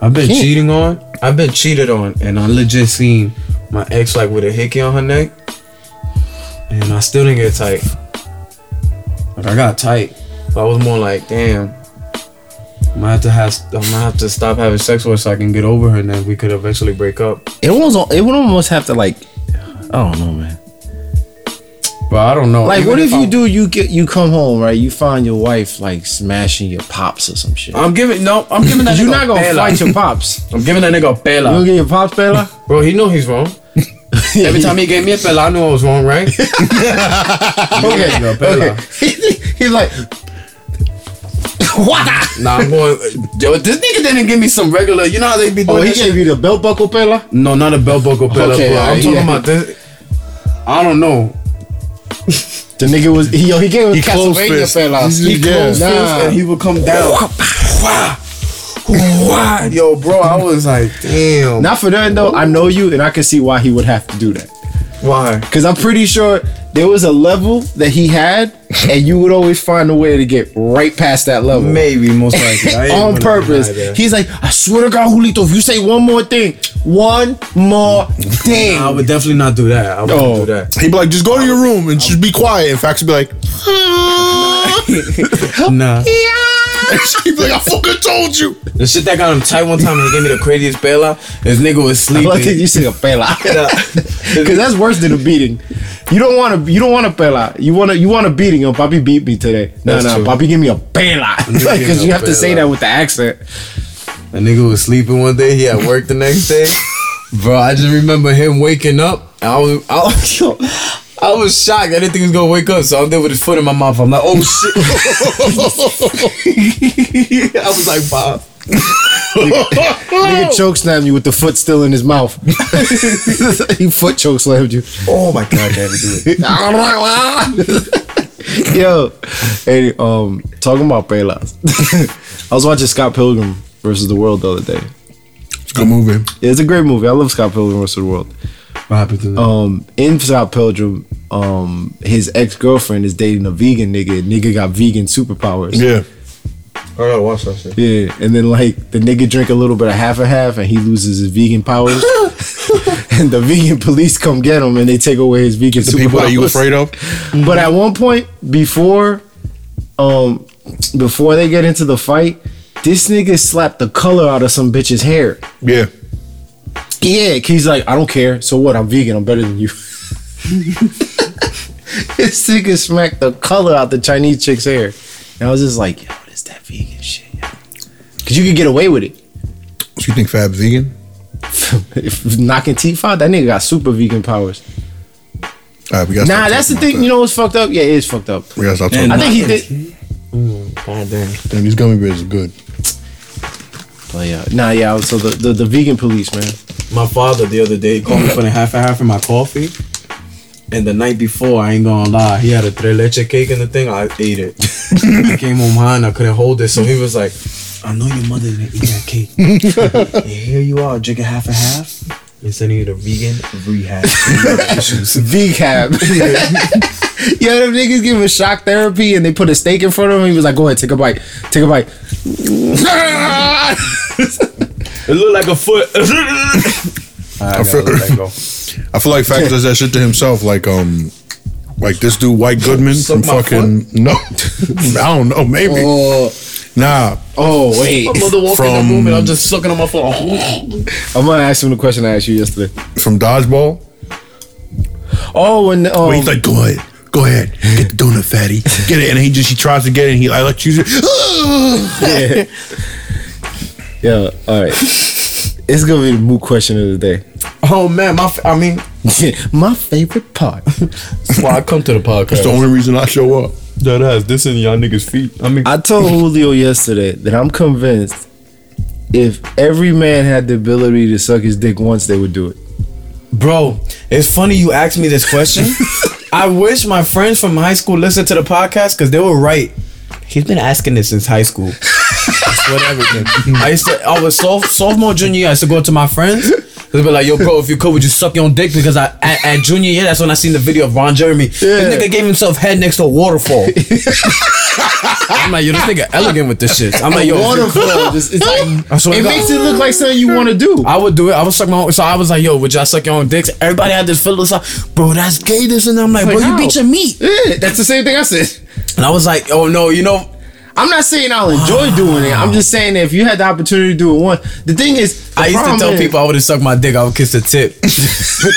Speaker 2: I've been
Speaker 3: Can't.
Speaker 2: cheating on. I've been cheated on, and I legit seen my ex like with a hickey on her neck, and I still didn't get tight. Like I got tight, but I was more like, damn. I'm gonna have to have. I'm gonna have to stop having sex with her so I can get over her, and then we could eventually break up.
Speaker 3: It almost it would almost have to like I don't know, man.
Speaker 2: But I don't know.
Speaker 3: Like,
Speaker 2: Even
Speaker 3: what if
Speaker 2: I-
Speaker 3: you do? You get you come home right? You find your wife like smashing your pops or some shit.
Speaker 2: I'm giving no. I'm giving that.
Speaker 3: [LAUGHS] You're
Speaker 2: nigga
Speaker 3: not
Speaker 2: a
Speaker 3: gonna
Speaker 2: bela.
Speaker 3: fight your pops. [LAUGHS]
Speaker 2: I'm giving that nigga a
Speaker 3: You
Speaker 2: bela.
Speaker 3: gonna get your pops, Bella?
Speaker 2: Bro, he know he's
Speaker 3: [LAUGHS]
Speaker 2: wrong. Every time he gave me a bela, I knew I was wrong, right? okay, yo, bela.
Speaker 3: [LAUGHS] He's like, what?
Speaker 2: Nah, I'm going. Yo, this nigga didn't give me some regular. You know how they be doing.
Speaker 3: Oh, he
Speaker 2: that shit?
Speaker 3: gave you the belt buckle, Pella?
Speaker 2: no, not a belt buckle pillow.
Speaker 3: Okay,
Speaker 2: bro. I'm
Speaker 3: alright,
Speaker 2: talking
Speaker 3: yeah.
Speaker 2: about this. I don't know.
Speaker 3: The nigga was, he, yo, he gave him
Speaker 1: He closed
Speaker 3: Castlevania,
Speaker 1: fist.
Speaker 3: Pella.
Speaker 1: He's- yeah.
Speaker 2: Close
Speaker 3: Nah.
Speaker 2: fist and he would come down. Wah. Wah. Yo, bro, I was like, damn.
Speaker 3: Not for that, though. I know you, and I can see why he would have to do that.
Speaker 2: Why?
Speaker 3: Because I'm pretty sure there was a level that he had, and you would always find a way to get right past that level. [LAUGHS]
Speaker 2: Maybe most likely I ain't
Speaker 3: on
Speaker 2: gonna
Speaker 3: purpose.
Speaker 2: deny that.
Speaker 3: He's like, I swear to God, Julito, if you say one more thing, one more thing.
Speaker 2: I would definitely not do that. I wouldn't
Speaker 3: Oh.
Speaker 2: do that.
Speaker 1: [LAUGHS] He'd be like, just go to your room and just be quiet. And facts would be like, [LAUGHS]
Speaker 2: Nah.
Speaker 1: he'd be like, I fucking told you.
Speaker 2: The shit that got him tight one time and he gave me the craziest bailout. This nigga was [LAUGHS]
Speaker 3: I like that
Speaker 2: sleeping.
Speaker 3: you sing a
Speaker 2: [LAUGHS]
Speaker 3: pela,
Speaker 2: Nah.
Speaker 3: because that's worse than a beating. You don't want to. You don't want a pela. You want to. You want a beating. Yo, Bobby beat me today. No,
Speaker 2: That's
Speaker 3: no,
Speaker 2: true.
Speaker 3: Bobby give me a pela.
Speaker 2: [LAUGHS]
Speaker 3: [LAUGHS]
Speaker 2: give
Speaker 3: Because
Speaker 2: me
Speaker 3: you
Speaker 2: a
Speaker 3: have to say
Speaker 2: pela.
Speaker 3: that with the accent.
Speaker 2: A nigga was sleeping one day. He had work the next day. Bro, I just remember him waking up. and I was, I [LAUGHS] was, yo, I was shocked. I didn't think he was gonna wake up. So I'm there with his foot in my mouth. I'm like, oh shit. [LAUGHS] I was like, Bob.
Speaker 3: Nigga choke slammed you with the foot still in his mouth.
Speaker 2: [LAUGHS]
Speaker 3: [LAUGHS] he foot choke slammed you.
Speaker 2: Oh my god, I never do it.
Speaker 3: [LAUGHS] Yo, hey, um, talking about pelas. [LAUGHS] I was watching Scott Pilgrim versus the World the other day.
Speaker 1: It's a good movie.
Speaker 3: It's a great movie. I love Scott Pilgrim versus the World.
Speaker 2: What happened to that?
Speaker 3: um in Scott Pilgrim, um his ex girlfriend is dating a vegan nigga. and Nigga got vegan superpowers.
Speaker 1: Yeah.
Speaker 2: I gotta watch that shit.
Speaker 3: Yeah, and then like the nigga drink a little bit of half and half, and he loses his
Speaker 1: [LAUGHS]
Speaker 3: vegan powers. and the vegan police come get him, and they take away his vegan
Speaker 1: The people that you
Speaker 3: superpowers.
Speaker 1: afraid of.
Speaker 3: But at one point before um before they get into the fight, this nigga slapped the color out of some bitch's hair.
Speaker 1: Yeah.
Speaker 3: Yeah, 'cause he's like, I don't care. So what? I'm vegan. I'm better than you. [LAUGHS] this nigga smacked the color out the Chinese chick's hair, and I was just like, Yo, this that vegan shit. yo. Cause you could get away with it. [LAUGHS]
Speaker 1: So you think Fab vegan?
Speaker 3: if knocking teeth out, that nigga got super vegan powers.
Speaker 1: All right, we got.
Speaker 3: Nah, that's the thing. You know what's fucked up? Yeah, it is fucked up.
Speaker 1: We got to stop talking.
Speaker 2: And
Speaker 3: I
Speaker 1: About
Speaker 3: think he did.
Speaker 2: God damn.
Speaker 1: that. Damn, these gummy bears are good.
Speaker 3: But yeah, nah, yeah. I was- So the, the, the vegan police, man.
Speaker 2: My father the other day called me [LAUGHS] for the half and half of my coffee. And the night before, I ain't gonna lie, he had a tres leche cake in the thing. I ate [LAUGHS] it. I came home high and I couldn't hold it. So he was like, I know your mother didn't eat that [LAUGHS] cake. and here you are, drinking half and half. You're sending you to vegan [LAUGHS] rehab. [LAUGHS]
Speaker 3: Vcab. Yo, them niggas give him shock therapy and they put a steak in front of him. He was like, "Go ahead, take a bite, take
Speaker 2: [LAUGHS]
Speaker 3: a bite."
Speaker 2: it looked like a foot. I
Speaker 1: feel-
Speaker 2: gotta let that go.
Speaker 1: [LAUGHS] I feel like Fab does that shit to himself. Like um, like this dude White Goodman
Speaker 2: Suck
Speaker 1: from
Speaker 2: my
Speaker 1: fucking [LAUGHS] no, I don't know. Maybe
Speaker 3: oh,
Speaker 1: nah.
Speaker 3: oh wait,
Speaker 2: Mother walking in
Speaker 1: From-
Speaker 2: the room and I'm just sucking on my phone.
Speaker 3: [LAUGHS] I'm gonna ask him the question I asked you yesterday.
Speaker 1: From Dodgeball.
Speaker 3: Oh, and um,
Speaker 1: But he's like, go ahead, go ahead, get the donut, fatty, get it. And he just he tries to get it, and he like electrocutes it.
Speaker 3: yeah. yeah, all right. It's gonna be the moot question of the
Speaker 2: oh man, my f- I mean,
Speaker 3: day. [LAUGHS] My favorite part.
Speaker 2: that's why I come to the podcast.
Speaker 1: That's the only reason I show up.
Speaker 2: That ass, this in y'all niggas' feet. I mean,
Speaker 3: I told Julio yesterday that I'm convinced if every man had the ability to suck his dick once, they would do it.
Speaker 2: Bro, it's funny you asked me this
Speaker 3: [LAUGHS]
Speaker 2: question. I wish my friends from high school listened to the podcast because they were right. He's been asking this since high
Speaker 3: [LAUGHS]
Speaker 2: school. Whatever. I used to, I was soph- sophomore, junior year. I used to go to my friends. They'd be like, yo, bro, if you could, would you suck your own dick? Because I at, at junior year, that's when I seen the video of Ron Jeremy. This nigga gave himself head next to a
Speaker 3: [LAUGHS]
Speaker 2: waterfall. I'm like, yo, this nigga elegant with this shit. I'm like, yo, if you could- [LAUGHS]
Speaker 3: Waterfall. Just- it's like-
Speaker 2: Oh, I swear
Speaker 3: it
Speaker 2: to God.
Speaker 3: makes it look like something you want to do.
Speaker 2: I would do it. I would suck my own. So I was like, yo, would y'all suck your own dicks? Everybody had this philosophy, bro, that's gay, this and that. I'm like, bro,
Speaker 3: how?
Speaker 2: you beat your meat.
Speaker 3: Yeah, that's the same thing I said.
Speaker 2: And I was like, oh no, you know,
Speaker 3: I'm not saying I'll enjoy doing it. I'm just saying that if you had the opportunity to do it once, the thing is, the
Speaker 2: I used to
Speaker 3: problem
Speaker 2: tell
Speaker 3: is-
Speaker 2: people I would have sucked my dick, I would kiss the
Speaker 3: [LAUGHS]
Speaker 2: tip.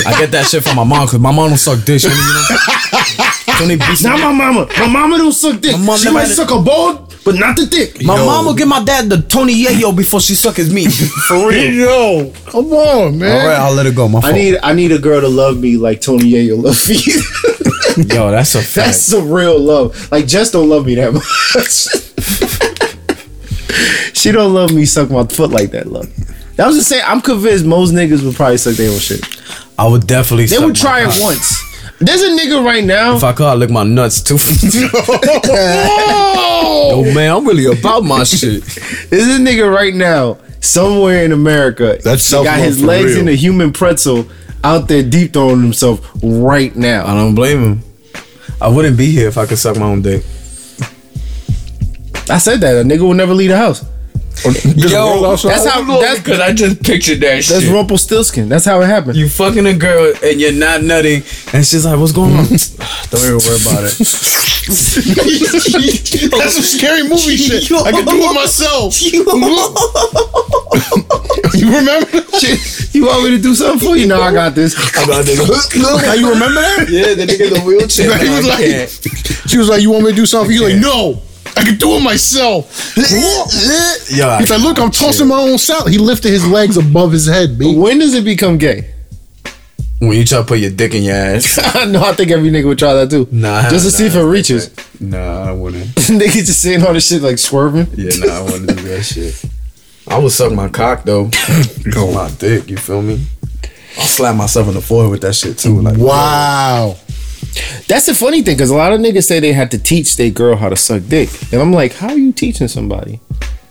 Speaker 2: I get that shit from my mom, because my mom don't suck dick. She don't, you know, she
Speaker 3: [LAUGHS]
Speaker 2: only beats
Speaker 3: Not
Speaker 2: me.
Speaker 3: my mama. My mama don't suck dick.
Speaker 2: My mom
Speaker 3: she
Speaker 2: never
Speaker 3: might
Speaker 2: had a-
Speaker 3: suck a bone, but not the dick.
Speaker 2: My mom will give my dad the Tony Yayo before she suck his meat. [LAUGHS] For real.
Speaker 1: Yo, come on, man.
Speaker 2: All right, I'll let it go. My
Speaker 3: I
Speaker 2: fault.
Speaker 3: need I need a girl to love me like Tony Yayo love me. [LAUGHS]
Speaker 2: Yo, that's a fact.
Speaker 3: That's some real love. Like Jess don't love me that much. [LAUGHS] she don't love me suck my foot like that, love. I was just saying, I'm convinced most niggas would probably suck their own shit.
Speaker 2: I would definitely.
Speaker 3: They
Speaker 2: suck
Speaker 3: would
Speaker 2: my
Speaker 3: try
Speaker 2: cock.
Speaker 3: it once. There's a nigga right now.
Speaker 2: If I could, I'd lick my nuts
Speaker 3: [LAUGHS]
Speaker 2: too. [LAUGHS] Yo, man, I'm really about
Speaker 3: [LAUGHS]
Speaker 2: my shit.
Speaker 3: Oh! There's a nigga right now somewhere in America.
Speaker 1: That's
Speaker 3: he got
Speaker 1: self-love
Speaker 3: his
Speaker 1: for
Speaker 3: legs
Speaker 1: real.
Speaker 3: in a human pretzel out there deep throwing himself right
Speaker 2: I
Speaker 3: now.
Speaker 2: don't blame him. I wouldn't be here if I could suck my own dick.
Speaker 3: I said that a nigga will never leave the house. That's how. That's
Speaker 2: Because I just pictured that
Speaker 3: that's
Speaker 2: shit.
Speaker 3: Rumpelstiltskin. That's how it happened.
Speaker 2: You fucking a girl and you're not nutting, and she's like, "What's [LAUGHS] going on?" Don't even worry about [LAUGHS] it.
Speaker 1: That's some scary movie shit. I can do it myself. Mm-hmm. [LAUGHS] you remember?
Speaker 3: You want me to do something for you? No, I got this.
Speaker 1: How you remember that?
Speaker 2: yeah, the nigga in the wheelchair.
Speaker 1: He was like- [LAUGHS] She was like, "You want me to do something?" He's like, "No, I can do it myself." He's
Speaker 2: Yo, I-
Speaker 1: like, "Look, I'm tossing my own salad." He lifted his legs above his head, B.
Speaker 3: When does it become gay? [LAUGHS]
Speaker 2: when you try to put your dick in your ass.
Speaker 3: no, I think every nigga would try that too.
Speaker 2: Nah,
Speaker 3: just to
Speaker 2: nah,
Speaker 3: see if it
Speaker 2: that's
Speaker 3: reaches. [LAUGHS]
Speaker 2: Nah, I wouldn't.
Speaker 3: nigga just saying all this shit like swerving.
Speaker 2: Yeah, nah, I wouldn't do that shit. I would suck my cock though. [LAUGHS] Go my dick, you feel me? I'll slap myself in the forehead with that shit too. Like
Speaker 1: Wow.
Speaker 3: That's the funny thing, because a lot of niggas say they had to teach their girl how to suck dick, and I'm like, how are you teaching somebody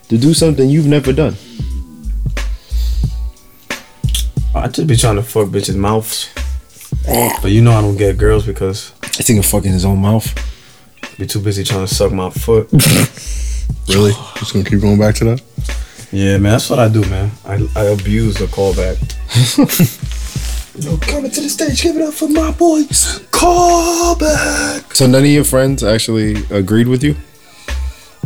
Speaker 3: to do something you've never done?
Speaker 2: I just be trying to fuck bitches' mouths. But you know I don't get girls because
Speaker 3: I think fuck in his own mouth.
Speaker 2: I be too busy trying to suck my [LAUGHS] foot.
Speaker 1: Really? Just gonna keep going back to that?
Speaker 2: yeah, man, that's what I do, man. I, I abuse the [LAUGHS] callback. Yo, coming to the stage, give it up for my boys. Callback.
Speaker 3: So none of your friends actually agreed with you.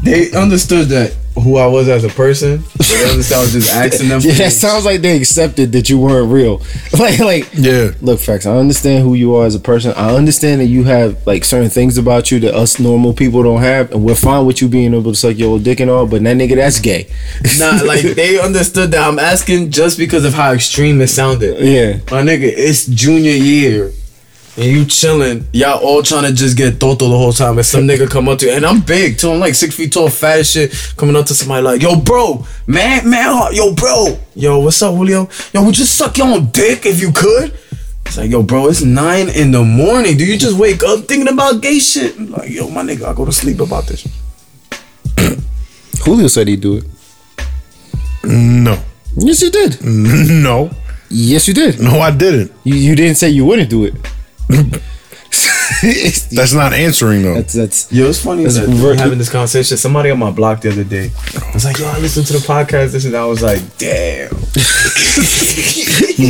Speaker 6: They understood that who I was as a person. They understood I was just asking them.
Speaker 3: [LAUGHS] Yeah,
Speaker 6: for-
Speaker 3: that sounds like they accepted that you weren't real. [LAUGHS] like, like,
Speaker 1: Yeah.
Speaker 3: Look, facts. I understand who you are as a person. I understand that you have like certain things about you that us normal people don't have, and we're fine with you being able to suck your old dick and all. But that nigga, that's gay.
Speaker 6: Nah,
Speaker 3: [LAUGHS]
Speaker 6: like they understood that I'm asking just because of how extreme it sounded.
Speaker 3: Yeah.
Speaker 6: My nigga, it's junior year. And you chilling, y'all all trying to just get Toto the whole time. And some nigga come up to you, and I'm big too. I'm like six feet tall, fat as shit. Coming up to somebody like, yo, bro, man, man, huh? yo, bro, yo, what's up, Julio? Yo, would you suck your own dick if you could? It's like, yo, bro, it's nine in the morning. Do you just wake up thinking about gay shit? I'm like, yo, my nigga, I go to sleep about this.
Speaker 3: Julio said he'd do it.
Speaker 1: No.
Speaker 3: Yes, you did.
Speaker 1: [LAUGHS] No.
Speaker 3: Yes, you did.
Speaker 1: No, I didn't.
Speaker 3: You, you didn't say you wouldn't do it.
Speaker 1: That's not answering though.
Speaker 3: that's that's
Speaker 6: Yo, it's funny
Speaker 3: That's
Speaker 6: that
Speaker 3: ver-
Speaker 6: we're having this conversation. Somebody on my block the other day was like, "Yo, I listened to the podcast." This and that." I was like, "Damn."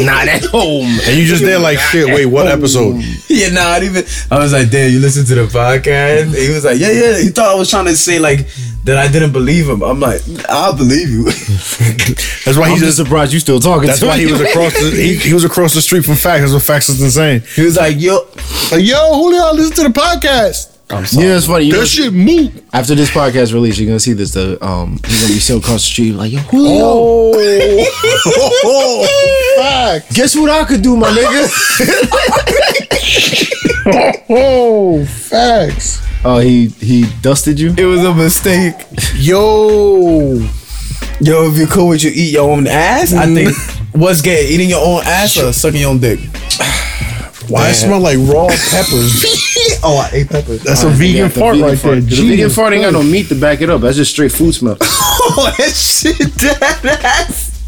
Speaker 3: not at home.
Speaker 1: and you just there like shit. Wait, what episode?
Speaker 6: [LAUGHS] Yeah, not even. I was like, "Damn, you listened to the podcast?" And he was like, "Yeah, yeah." He thought I was trying to say like that I didn't believe him. I'm like, "I believe you." [LAUGHS]
Speaker 1: That's why
Speaker 3: I'm
Speaker 1: he
Speaker 3: just
Speaker 1: just.
Speaker 3: surprised you still talking.
Speaker 1: That's
Speaker 3: to
Speaker 1: why
Speaker 3: me.
Speaker 1: he
Speaker 3: [LAUGHS]
Speaker 1: was across. The, he, he was across the street from Facts. That's what Facts is insane.
Speaker 6: he was like, "Yo,
Speaker 1: Like, yo, Julio, listen to the podcast.
Speaker 3: You know, it's funny. You know,
Speaker 1: That shit moot.
Speaker 3: after this podcast release, you're gonna see this. The um, you're gonna be so across the street, like yo, Julio.
Speaker 1: Oh, Facts.
Speaker 3: Guess what I could do, my
Speaker 1: [LAUGHS]
Speaker 3: nigga?
Speaker 1: Oh, facts.
Speaker 3: Oh, he he dusted you.
Speaker 6: it was a mistake.
Speaker 1: Yo.
Speaker 6: Yo, if you're cool with you eat your own ass, I
Speaker 1: [LAUGHS]
Speaker 6: think what's gay? Eating your own ass or sucking your own dick?"
Speaker 1: Why it smell like raw peppers?
Speaker 6: Oh, I ate peppers.
Speaker 1: That's a vegan fart right there.
Speaker 3: The
Speaker 1: Jesus
Speaker 3: vegan fart ain't got no
Speaker 1: Christ.
Speaker 3: meat to back it up. That's just straight food smell.
Speaker 6: [LAUGHS] Oh, that shit, dead ass.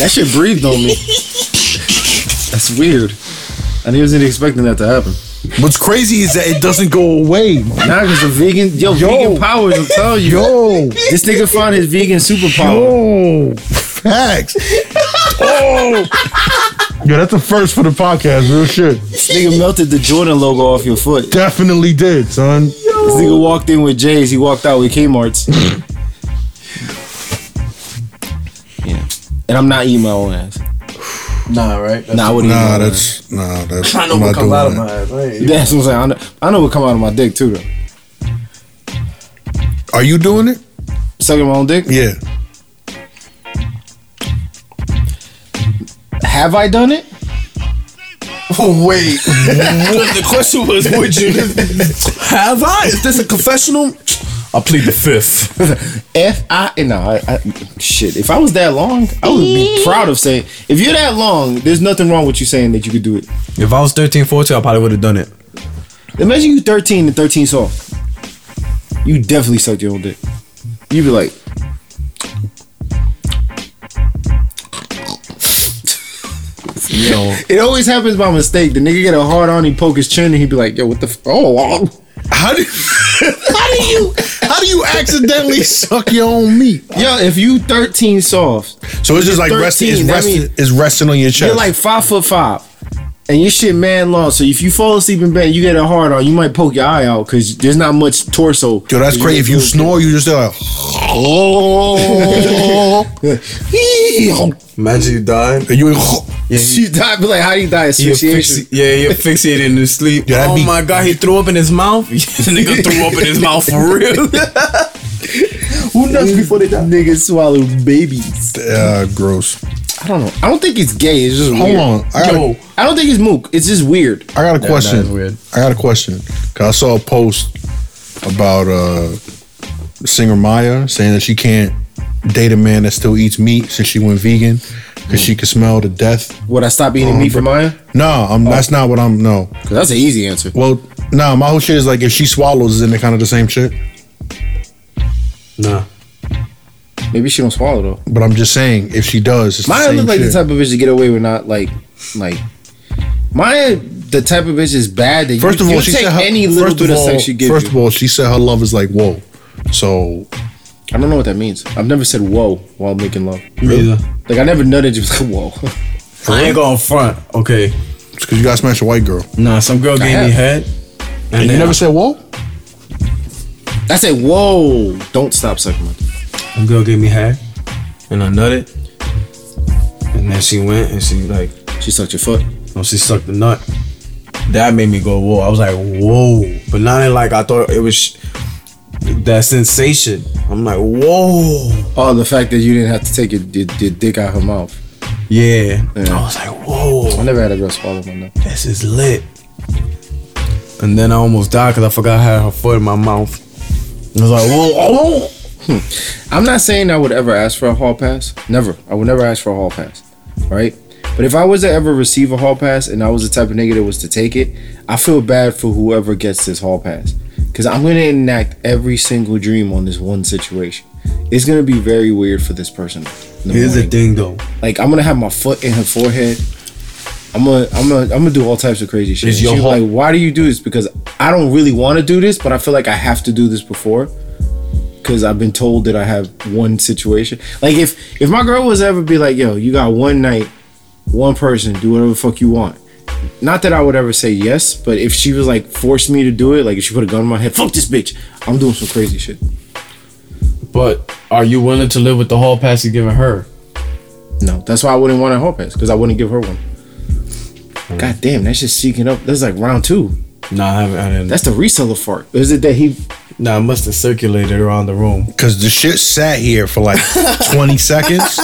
Speaker 3: that shit breathed on me. That's weird. I wasn't expecting that to happen.
Speaker 1: What's crazy is that it doesn't go away.
Speaker 3: Nah, cause the vegan yo, vegan powers. I'm telling you,
Speaker 1: Yo.
Speaker 3: this nigga found his vegan superpower.
Speaker 1: Oh, facts. [LAUGHS] Oh. Yo, that's the first for the podcast. Real shit.
Speaker 3: This nigga melted the Jordan logo off your foot. This
Speaker 1: Definitely did, son.
Speaker 3: nigga walked in with J's. He walked out
Speaker 1: [LAUGHS]
Speaker 3: with Kmart's. yeah, and I'm not eating my own ass.
Speaker 6: Nah, right?
Speaker 3: Nah, I wouldn't eat my
Speaker 1: Nah,
Speaker 3: own ass.
Speaker 1: that's nah. That's
Speaker 6: I know
Speaker 1: I'm
Speaker 6: what
Speaker 1: not
Speaker 6: comes out of
Speaker 1: doing
Speaker 6: my
Speaker 1: that.
Speaker 6: ass. I ain't eating
Speaker 3: That's what I'm saying. I know, I know what come out of my dick too, though.
Speaker 1: Are you doing it?
Speaker 3: Sucking my own dick.
Speaker 1: [LAUGHS] Yeah.
Speaker 3: Have I done it?
Speaker 6: Oh wait. [LAUGHS] the question was, would you
Speaker 1: [LAUGHS]
Speaker 6: have I? Is this a confessional? I plead the fifth.
Speaker 3: If I no, I, I, shit. If I was that long, I would be proud of saying. If you're that long, there's nothing wrong with you saying that you could do it.
Speaker 6: If I was 13, 14, I probably would have done it.
Speaker 3: Imagine you 13 and 13 soft. You definitely sucked your own dick. You'd be like,
Speaker 7: Yo,
Speaker 3: [LAUGHS] it always happens by mistake. The nigga get a hard on, he poke his chin, and he'd be like, yo, what the? F- oh, wow.
Speaker 1: How do how do you how do you
Speaker 6: [LAUGHS]
Speaker 1: accidentally suck your own meat?
Speaker 3: yo, if you 13 soft,
Speaker 1: So it's just like resting. It's
Speaker 3: 13, that
Speaker 1: resting.
Speaker 3: mean-
Speaker 1: it's resting on your chest.
Speaker 3: You're like five foot five, and your shit man long. So if you fall asleep in bed, and you get a hard on, you might poke your eye out because there's not much torso.
Speaker 1: Yo, that's crazy. If you snore, you just [LAUGHS] like, oh,
Speaker 6: Imagine you dying.
Speaker 1: and you, [LAUGHS]
Speaker 3: [LAUGHS] she died. Be like, how do you die?
Speaker 6: You're
Speaker 3: Asphyxiation.
Speaker 6: fixi- yeah, you're asphyxiated in his sleep.
Speaker 1: Yeah, that'd
Speaker 6: oh
Speaker 1: be-
Speaker 6: my god, he threw up in his mouth. the nigga threw up in his mouth for real.
Speaker 3: Who knows before they die? Niggas swallow babies.
Speaker 1: uh, gross.
Speaker 3: I don't know. I don't think it's gay. It's just
Speaker 1: Hold
Speaker 3: weird.
Speaker 1: on, I got,
Speaker 6: Yo.
Speaker 1: a,
Speaker 3: I don't think it's mook. It's just weird.
Speaker 1: I got a question.
Speaker 6: is weird.
Speaker 1: I got a question. Cause I saw a post about uh, singer Maya saying that she can't date a man that still eats meat since she went vegan because she could smell the death.
Speaker 3: Would I stop eating meat for Maya?
Speaker 1: No,
Speaker 3: Oh.
Speaker 1: I'm, that's not what I'm. No,
Speaker 3: Cause that's an easy answer.
Speaker 1: well, nah, my whole shit is like if she swallows, isn't it kind of the same shit?
Speaker 6: nah.
Speaker 3: Maybe she don't swallow though.
Speaker 1: But I'm just saying, if she does, it's
Speaker 3: Maya
Speaker 1: the
Speaker 3: look
Speaker 1: same
Speaker 3: like
Speaker 1: shit.
Speaker 3: the type of bitch to get away with not like like Maya. The type of bitch is bad that you,
Speaker 1: First of all,
Speaker 3: you'll
Speaker 1: she
Speaker 3: take
Speaker 1: said her,
Speaker 3: any little
Speaker 1: first
Speaker 3: bit
Speaker 1: of
Speaker 3: of
Speaker 1: all,
Speaker 3: sex she gives
Speaker 1: First
Speaker 3: you.
Speaker 1: of all, she said her love is like whoa. So
Speaker 3: I don't know what that means. I've never said whoa while making love.
Speaker 6: Really?
Speaker 3: Like I never nutted you was like whoa.
Speaker 6: I ain't going front. Okay.
Speaker 1: it's because you got smashed a white girl.
Speaker 6: Nah, some girl gave
Speaker 3: have.
Speaker 6: me head. And
Speaker 1: And you
Speaker 6: then
Speaker 1: never said whoa?
Speaker 3: I said, whoa, don't stop sucking my dick.
Speaker 6: The girl gave me hair, and I nutted. And then she went and she like,
Speaker 3: She sucked your foot.
Speaker 6: no, she sucked the nut. That made me go whoa. I was like whoa, but not in like I thought it was sh- that sensation. I'm like whoa,
Speaker 3: Oh, the fact that you didn't have to take your, your, your dick out her mouth.
Speaker 6: yeah.
Speaker 3: Yeah.
Speaker 6: I was like whoa,
Speaker 3: I never had a girl swallow my nut.
Speaker 6: this is lit. And then I almost died because I forgot I had her foot in my mouth. I was like whoa, oh.
Speaker 3: I'm not saying I would ever ask for a hall pass. Never. I would never ask for a hall pass. All right. But if I was to ever receive a hall pass and I was the type of nigga that was to take it, I feel bad for whoever gets this hall pass. Cause I'm gonna enact every single dream on this one situation. It's gonna be very weird for this person. in the
Speaker 6: Here's the
Speaker 3: morning.
Speaker 6: thing though.
Speaker 3: Like I'm gonna have my foot in her forehead. I'm gonna I'm gonna I'm gonna do all types of crazy shit.
Speaker 6: Is
Speaker 3: And
Speaker 6: your
Speaker 3: she
Speaker 6: whole-
Speaker 3: like, why do you do this? Because I don't really want to do this, but I feel like I have to do this before. Cause I've been told that I have one situation. Like if if my girl was ever be like, yo, you got one night, one person, do whatever the fuck you want. Not that I would ever say yes, but if she was like forced me to do it, like if she put a gun in my head, fuck this bitch, I'm doing some crazy shit.
Speaker 6: But are you willing to live with the hall pass you're giving her?
Speaker 3: No, that's why I wouldn't want a hall pass because I wouldn't give her one.
Speaker 6: Mm.
Speaker 3: God damn, that's just seeking up. That's like round two.
Speaker 6: Nah, I haven't. I didn't.
Speaker 3: That's the reseller fart. Is it that he?
Speaker 6: Nah, it must have circulated around the room.
Speaker 1: Because the shit sat here for
Speaker 3: [LAUGHS]
Speaker 1: like 20 seconds.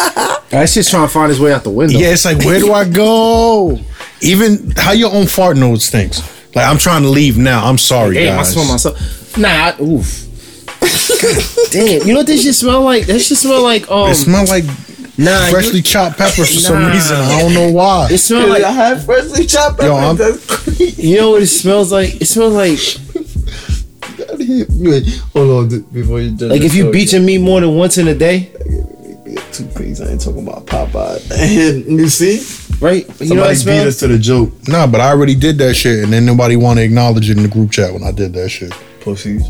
Speaker 3: That's just trying to find his way out the window.
Speaker 1: Yeah, it's like, where do I go? Even how your own fart nose stinks. Like, I'm trying to leave now. I'm sorry,
Speaker 3: damn, I
Speaker 1: guys.
Speaker 3: smell myself. Nah, I, oof. [LAUGHS] God damn, you know what this shit smell like? That shit smell like um.
Speaker 1: it smells like
Speaker 3: nah, you-
Speaker 1: freshly chopped pepper for some
Speaker 3: Nah.
Speaker 1: reason. I don't know why.
Speaker 3: it smell like
Speaker 6: had freshly chopped
Speaker 1: Yo, I'm-
Speaker 3: you know what it smells like. It smells
Speaker 6: [LAUGHS]
Speaker 3: like
Speaker 6: Hold on, dude, before you do
Speaker 3: like if you beaching me more than once in a day,
Speaker 6: two things. I ain't talking about Popeye. And [LAUGHS] you see,
Speaker 3: right? You know
Speaker 6: somebody
Speaker 3: what it
Speaker 6: beat
Speaker 3: smells.
Speaker 6: us to the joke,
Speaker 1: nah, but I already did that shit, and then nobody want to acknowledge it in the group chat when I did that shit.
Speaker 6: pussies.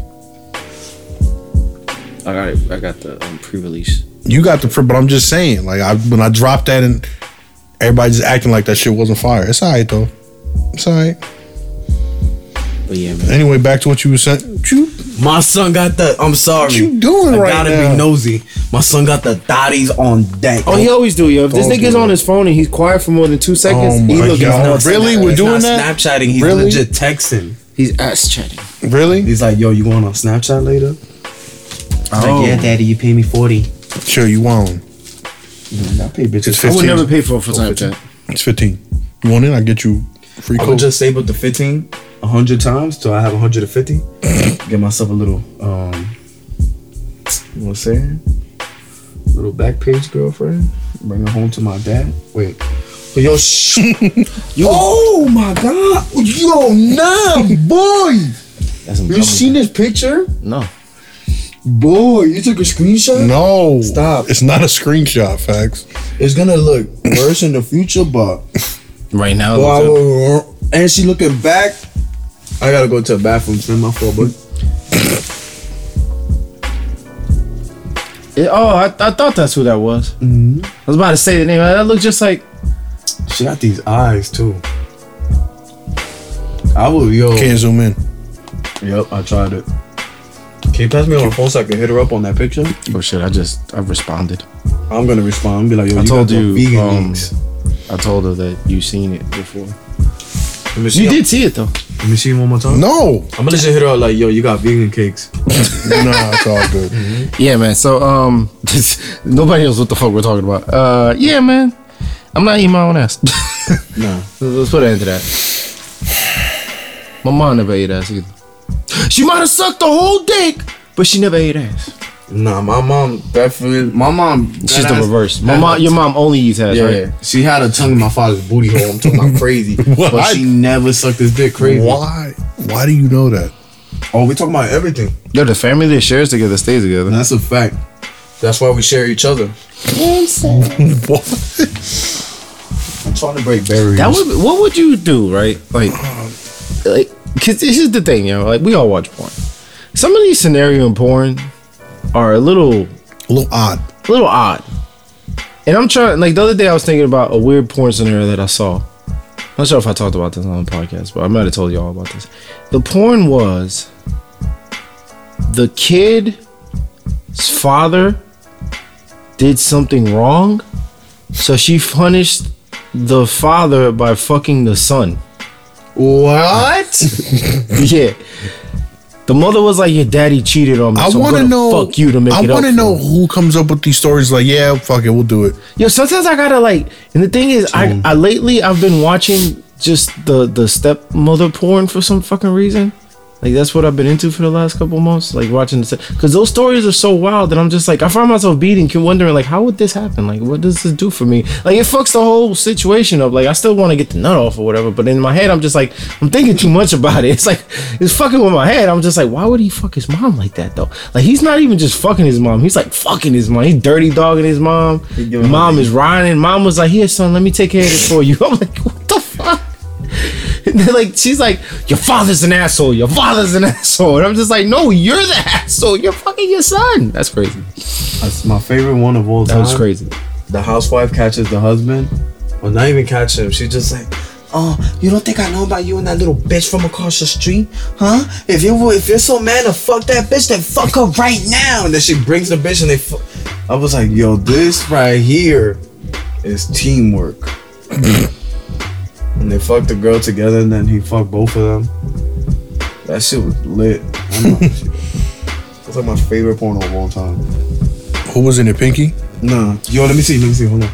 Speaker 3: I got it. I got the um, pre-release.
Speaker 1: You got the print, but I'm just saying, like, I when I dropped that and everybody just acting like that shit wasn't fire. It's all right, though. It's all right.
Speaker 3: But yeah, man.
Speaker 1: Anyway, back to what you were saying. What you,
Speaker 6: My son got the. I'm sorry.
Speaker 1: What you doing
Speaker 6: I
Speaker 1: right
Speaker 6: gotta
Speaker 1: now?
Speaker 6: be nosy. My son got the thotties on deck.
Speaker 3: Oh, he always do, yo. If this
Speaker 1: Don't
Speaker 3: nigga's
Speaker 1: do it.
Speaker 3: on his phone and he's quiet for more than two seconds,
Speaker 1: Oh
Speaker 3: he
Speaker 1: my
Speaker 3: looking
Speaker 1: God.
Speaker 3: nuts.
Speaker 1: Really? We're
Speaker 6: He's
Speaker 1: doing
Speaker 6: not
Speaker 1: that?
Speaker 6: Snapchatting. He's
Speaker 1: Really?
Speaker 6: legit texting.
Speaker 3: He's ass chatting.
Speaker 1: really?
Speaker 6: He's like, "Yo, you going on Snapchat later?"
Speaker 3: Oh.
Speaker 6: Like, yeah, daddy, you pay me forty.
Speaker 1: Sure, you won.
Speaker 6: I pay
Speaker 1: It's
Speaker 6: bitches.
Speaker 3: I
Speaker 1: 15.
Speaker 3: would never pay for it for Snapchat.
Speaker 1: It's 15. You want in? I get you free
Speaker 6: I would
Speaker 1: code.
Speaker 6: just save up the 15 100 times till I have [COUGHS] 150. Get myself a little, um, you know what I'm saying? Little back page girlfriend. Bring her home to my dad. Wait. But yo, sh- [LAUGHS] yo. Oh my God. Yo, nah, boy.
Speaker 3: That's some
Speaker 6: You
Speaker 3: gummy.
Speaker 6: seen this picture?
Speaker 3: No.
Speaker 6: Boy, you took a screenshot?
Speaker 1: no,
Speaker 6: Stop.
Speaker 1: It's not a screenshot. Facts.
Speaker 6: It's gonna look worse in the future, but.
Speaker 3: Right now,
Speaker 6: Blah,
Speaker 3: look
Speaker 6: blah,
Speaker 3: up.
Speaker 6: blah, blah. And she looking back. I gotta go to the bathroom, spend my phone, but.
Speaker 3: It- oh, I, I thought that's who that was.
Speaker 6: Mhm.
Speaker 3: I was about to say the name. That looked just like.
Speaker 6: She got these eyes too. I would yo.
Speaker 1: Can't zoom in.
Speaker 6: Yep, I tried it. Can you pass me on the phone so I can hit her up on that picture?
Speaker 3: Oh shit! I just I responded.
Speaker 6: I'm gonna respond. be like, yo,
Speaker 3: I
Speaker 6: you
Speaker 3: told
Speaker 6: got you,
Speaker 3: you,
Speaker 6: vegan
Speaker 3: um,
Speaker 6: links.
Speaker 3: I told her that you seen it before.
Speaker 6: Let me see
Speaker 3: You
Speaker 6: her-
Speaker 3: did see it though.
Speaker 6: Let me see it one more time.
Speaker 1: No,
Speaker 6: I'm gonna just hit her up like, yo, you got vegan cakes.
Speaker 1: nah, it's all
Speaker 3: [LAUGHS]
Speaker 1: good.
Speaker 3: Yeah, man. So um, [LAUGHS] nobody knows what the fuck we're talking about. Uh, yeah, man. I'm not eating my own ass. [LAUGHS]
Speaker 6: Nah.
Speaker 3: Let's put an end to that. My mom never ate ass either. She might have sucked the whole dick, but she never ate ass.
Speaker 6: Nah, my mom definitely. My mom.
Speaker 3: She's
Speaker 6: that
Speaker 3: the
Speaker 6: ass-
Speaker 3: reverse. My
Speaker 6: that
Speaker 3: mom,
Speaker 6: ass-
Speaker 3: your mom only eats ass,
Speaker 6: Yeah,
Speaker 3: right?
Speaker 6: yeah. she had a tongue in my father's booty hole. I'm talking about crazy,
Speaker 3: [LAUGHS]
Speaker 6: but
Speaker 1: What?
Speaker 6: she never sucked his dick crazy.
Speaker 1: Why? Why do you know that?
Speaker 6: Oh, we talking about everything.
Speaker 3: Yo, the family that shares together stays together.
Speaker 6: And that's a fact. That's why we share each other.
Speaker 1: What?
Speaker 6: I'm trying to break barriers.
Speaker 3: That would what would you do, right? Like, like, cause this is the thing, yo. Like, we all watch porn. Some of these scenario in porn are a little,
Speaker 1: A little odd.
Speaker 3: little odd. And I'm trying. Like the other day, I was thinking about a weird porn scenario that I saw. not sure if I talked about this on the podcast, but I might have told y'all about this. The porn was the kid's father did something wrong, so she punished the father by fucking the son.
Speaker 6: What?
Speaker 3: [LAUGHS] yeah. The mother was like, "Your daddy cheated on me."
Speaker 1: I
Speaker 3: so I'm
Speaker 1: want to
Speaker 3: gonna
Speaker 1: know.
Speaker 3: Fuck you to make
Speaker 1: I
Speaker 3: it up.
Speaker 1: want to
Speaker 3: for
Speaker 1: know
Speaker 3: you."
Speaker 1: who comes up with these stories. Like, yeah, fuck it, we'll do it.
Speaker 3: Yo, sometimes I gotta like, and the thing is, I, I lately I've been watching just the the stepmother porn for some fucking reason. Like that's what I've been into for the last couple months. Like watching the because those stories are so wild that I'm just like I find myself beating, can wondering like how would this happen? Like what does this do for me? Like it fucks the whole situation up. Like I still want to get the nut off or whatever, but in my head I'm just like I'm thinking too much about it. [LAUGHS] It's like it's fucking with my head. I'm just like why would he fuck his mom like that though? Like he's not even just fucking his mom. He's like fucking his mom. He's dirty dogging his mom.
Speaker 6: giving
Speaker 3: Mom is riding. Mom was like here son, let me take care of this for you. [LAUGHS] I'm like what the fuck. And they're like, she's like, your father's an asshole. Your father's an [LAUGHS] asshole. And I'm just like, no, you're the asshole. You're fucking your son. That's crazy.
Speaker 6: That's my favorite one of all
Speaker 3: That
Speaker 6: time.
Speaker 3: was crazy.
Speaker 6: The housewife catches the husband. Well, not even catch him. She's just like, oh, you don't think I know about you and that little bitch from across the street, huh? If you were- if you're so mad to fuck that bitch, then fuck her right now. And then she brings the bitch and they. Fu- I was like, yo, this right here is teamwork. and they fucked the girl together, and then he fucked both of them. That shit was lit. I'm
Speaker 3: [LAUGHS]
Speaker 6: not- That's like my favorite porno of all time.
Speaker 1: Who was in it, Pinky?
Speaker 6: Nah. Yo, let me see. Let me see. Hold on.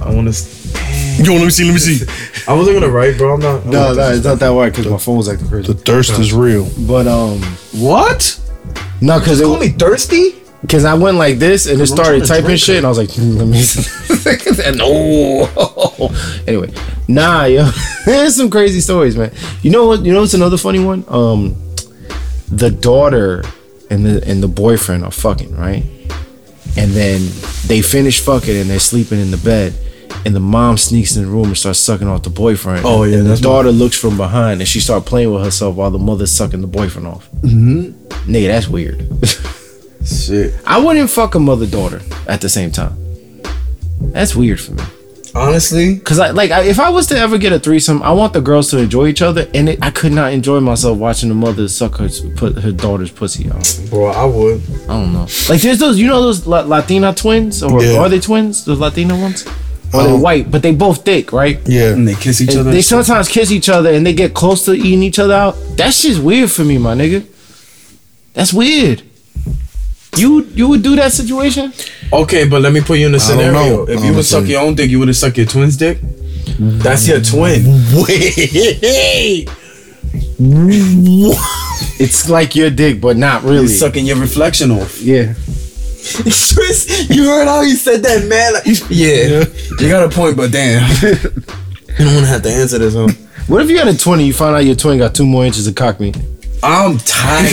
Speaker 6: I want to.
Speaker 1: Yo, let me see. Let me
Speaker 3: [LAUGHS]
Speaker 1: see.
Speaker 6: I wasn't gonna write, bro. I'm not. I'm
Speaker 3: No,
Speaker 6: not-
Speaker 3: no, it's not that wide because my phone was acting
Speaker 1: The
Speaker 3: crazy.
Speaker 1: thirst is real.
Speaker 3: But um,
Speaker 6: What?
Speaker 3: no, because
Speaker 6: Call me thirsty?
Speaker 3: because I went like this and it
Speaker 6: I'm trying
Speaker 3: started
Speaker 6: to
Speaker 3: typing
Speaker 6: drink
Speaker 3: shit, and I was like, hmm, let me. [LAUGHS] and oh, [LAUGHS] anyway, nah, yo, [LAUGHS] there's some crazy stories, man. You know what? You know what's another funny one? Um, the daughter and the and the boyfriend are fucking right, and then they finish fucking and they're sleeping in the bed. And the mom sneaks in the room and starts sucking off the boyfriend.
Speaker 6: Oh, yeah,
Speaker 3: and the
Speaker 6: that's my-
Speaker 3: daughter looks from behind and she starts playing with herself while the mother's sucking the boyfriend off. Mm-hmm. Nigga, that's weird.
Speaker 6: Shit.
Speaker 3: I wouldn't fuck a mother daughter at the same time. That's weird for me.
Speaker 6: Honestly,
Speaker 3: Cause I like I, if I was to ever get a threesome, I want the girls to enjoy each other, and it, I could not enjoy myself watching the mother suck her put her daughter's pussy out.
Speaker 6: bro, I would.
Speaker 3: I don't know. Like there's those you know those La- Latina twins or
Speaker 1: Yeah.
Speaker 3: are they twins? Those Latina ones? Or they
Speaker 1: Um,
Speaker 3: white, but they both thick, right?
Speaker 1: Yeah.
Speaker 6: And they kiss each
Speaker 3: And
Speaker 6: other.
Speaker 3: they
Speaker 6: and shit.
Speaker 3: sometimes kiss each other and they get close to eating each other out. That shit's weird for me, my nigga. That's weird. You you would do that situation?
Speaker 6: okay, but let me put you in a
Speaker 1: don't
Speaker 6: scenario.
Speaker 1: know,
Speaker 6: If you would suck
Speaker 1: honestly.
Speaker 6: your own dick, you would have sucked your twin's dick. That's your [LAUGHS] twin.
Speaker 1: Wait.
Speaker 3: It's like your dick, but not really.
Speaker 6: You're sucking your reflection off.
Speaker 3: Yeah.
Speaker 6: [LAUGHS] Chris, you heard how he said that, man? Like, yeah, you got a point, but [LAUGHS] damn, you don't want to have to answer this. Huh?
Speaker 3: What if you had a 20, you find out your twin got two more inches of cock meat?
Speaker 6: I'm [LAUGHS] tired.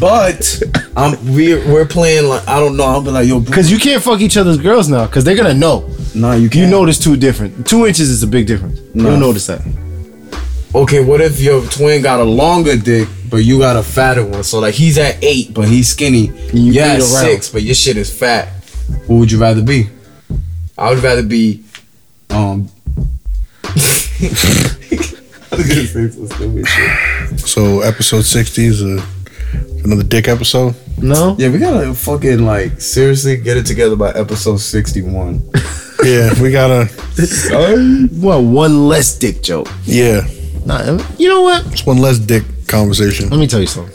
Speaker 6: but I'm we're we're playing like I don't know. I'll be like, yo, bro,
Speaker 3: Because you can't fuck each other's girls now, because they're going to know.
Speaker 6: nah, you
Speaker 3: You
Speaker 6: can't.
Speaker 3: know there's two different. Two inches is a big difference.
Speaker 6: Nah.
Speaker 3: You'll notice that.
Speaker 6: Okay, what if your twin got a longer dick, but you got a fatter one? So like he's at eight, but he's skinny.
Speaker 3: you
Speaker 6: You yeah,
Speaker 3: beat around.
Speaker 6: six, but your shit is fat. What would you rather be? I would rather be. Um. [LAUGHS] I was gonna say some stupid shit.
Speaker 1: So episode sixty is a, another dick episode.
Speaker 3: No?
Speaker 6: Yeah, we gotta fucking like seriously get it together by episode sixty-one.
Speaker 1: Yeah, we gotta.
Speaker 3: Well, one less dick joke.
Speaker 1: Yeah,
Speaker 3: Nah, I mean, you know what?
Speaker 1: it's one less dick conversation.
Speaker 3: Let me tell you something.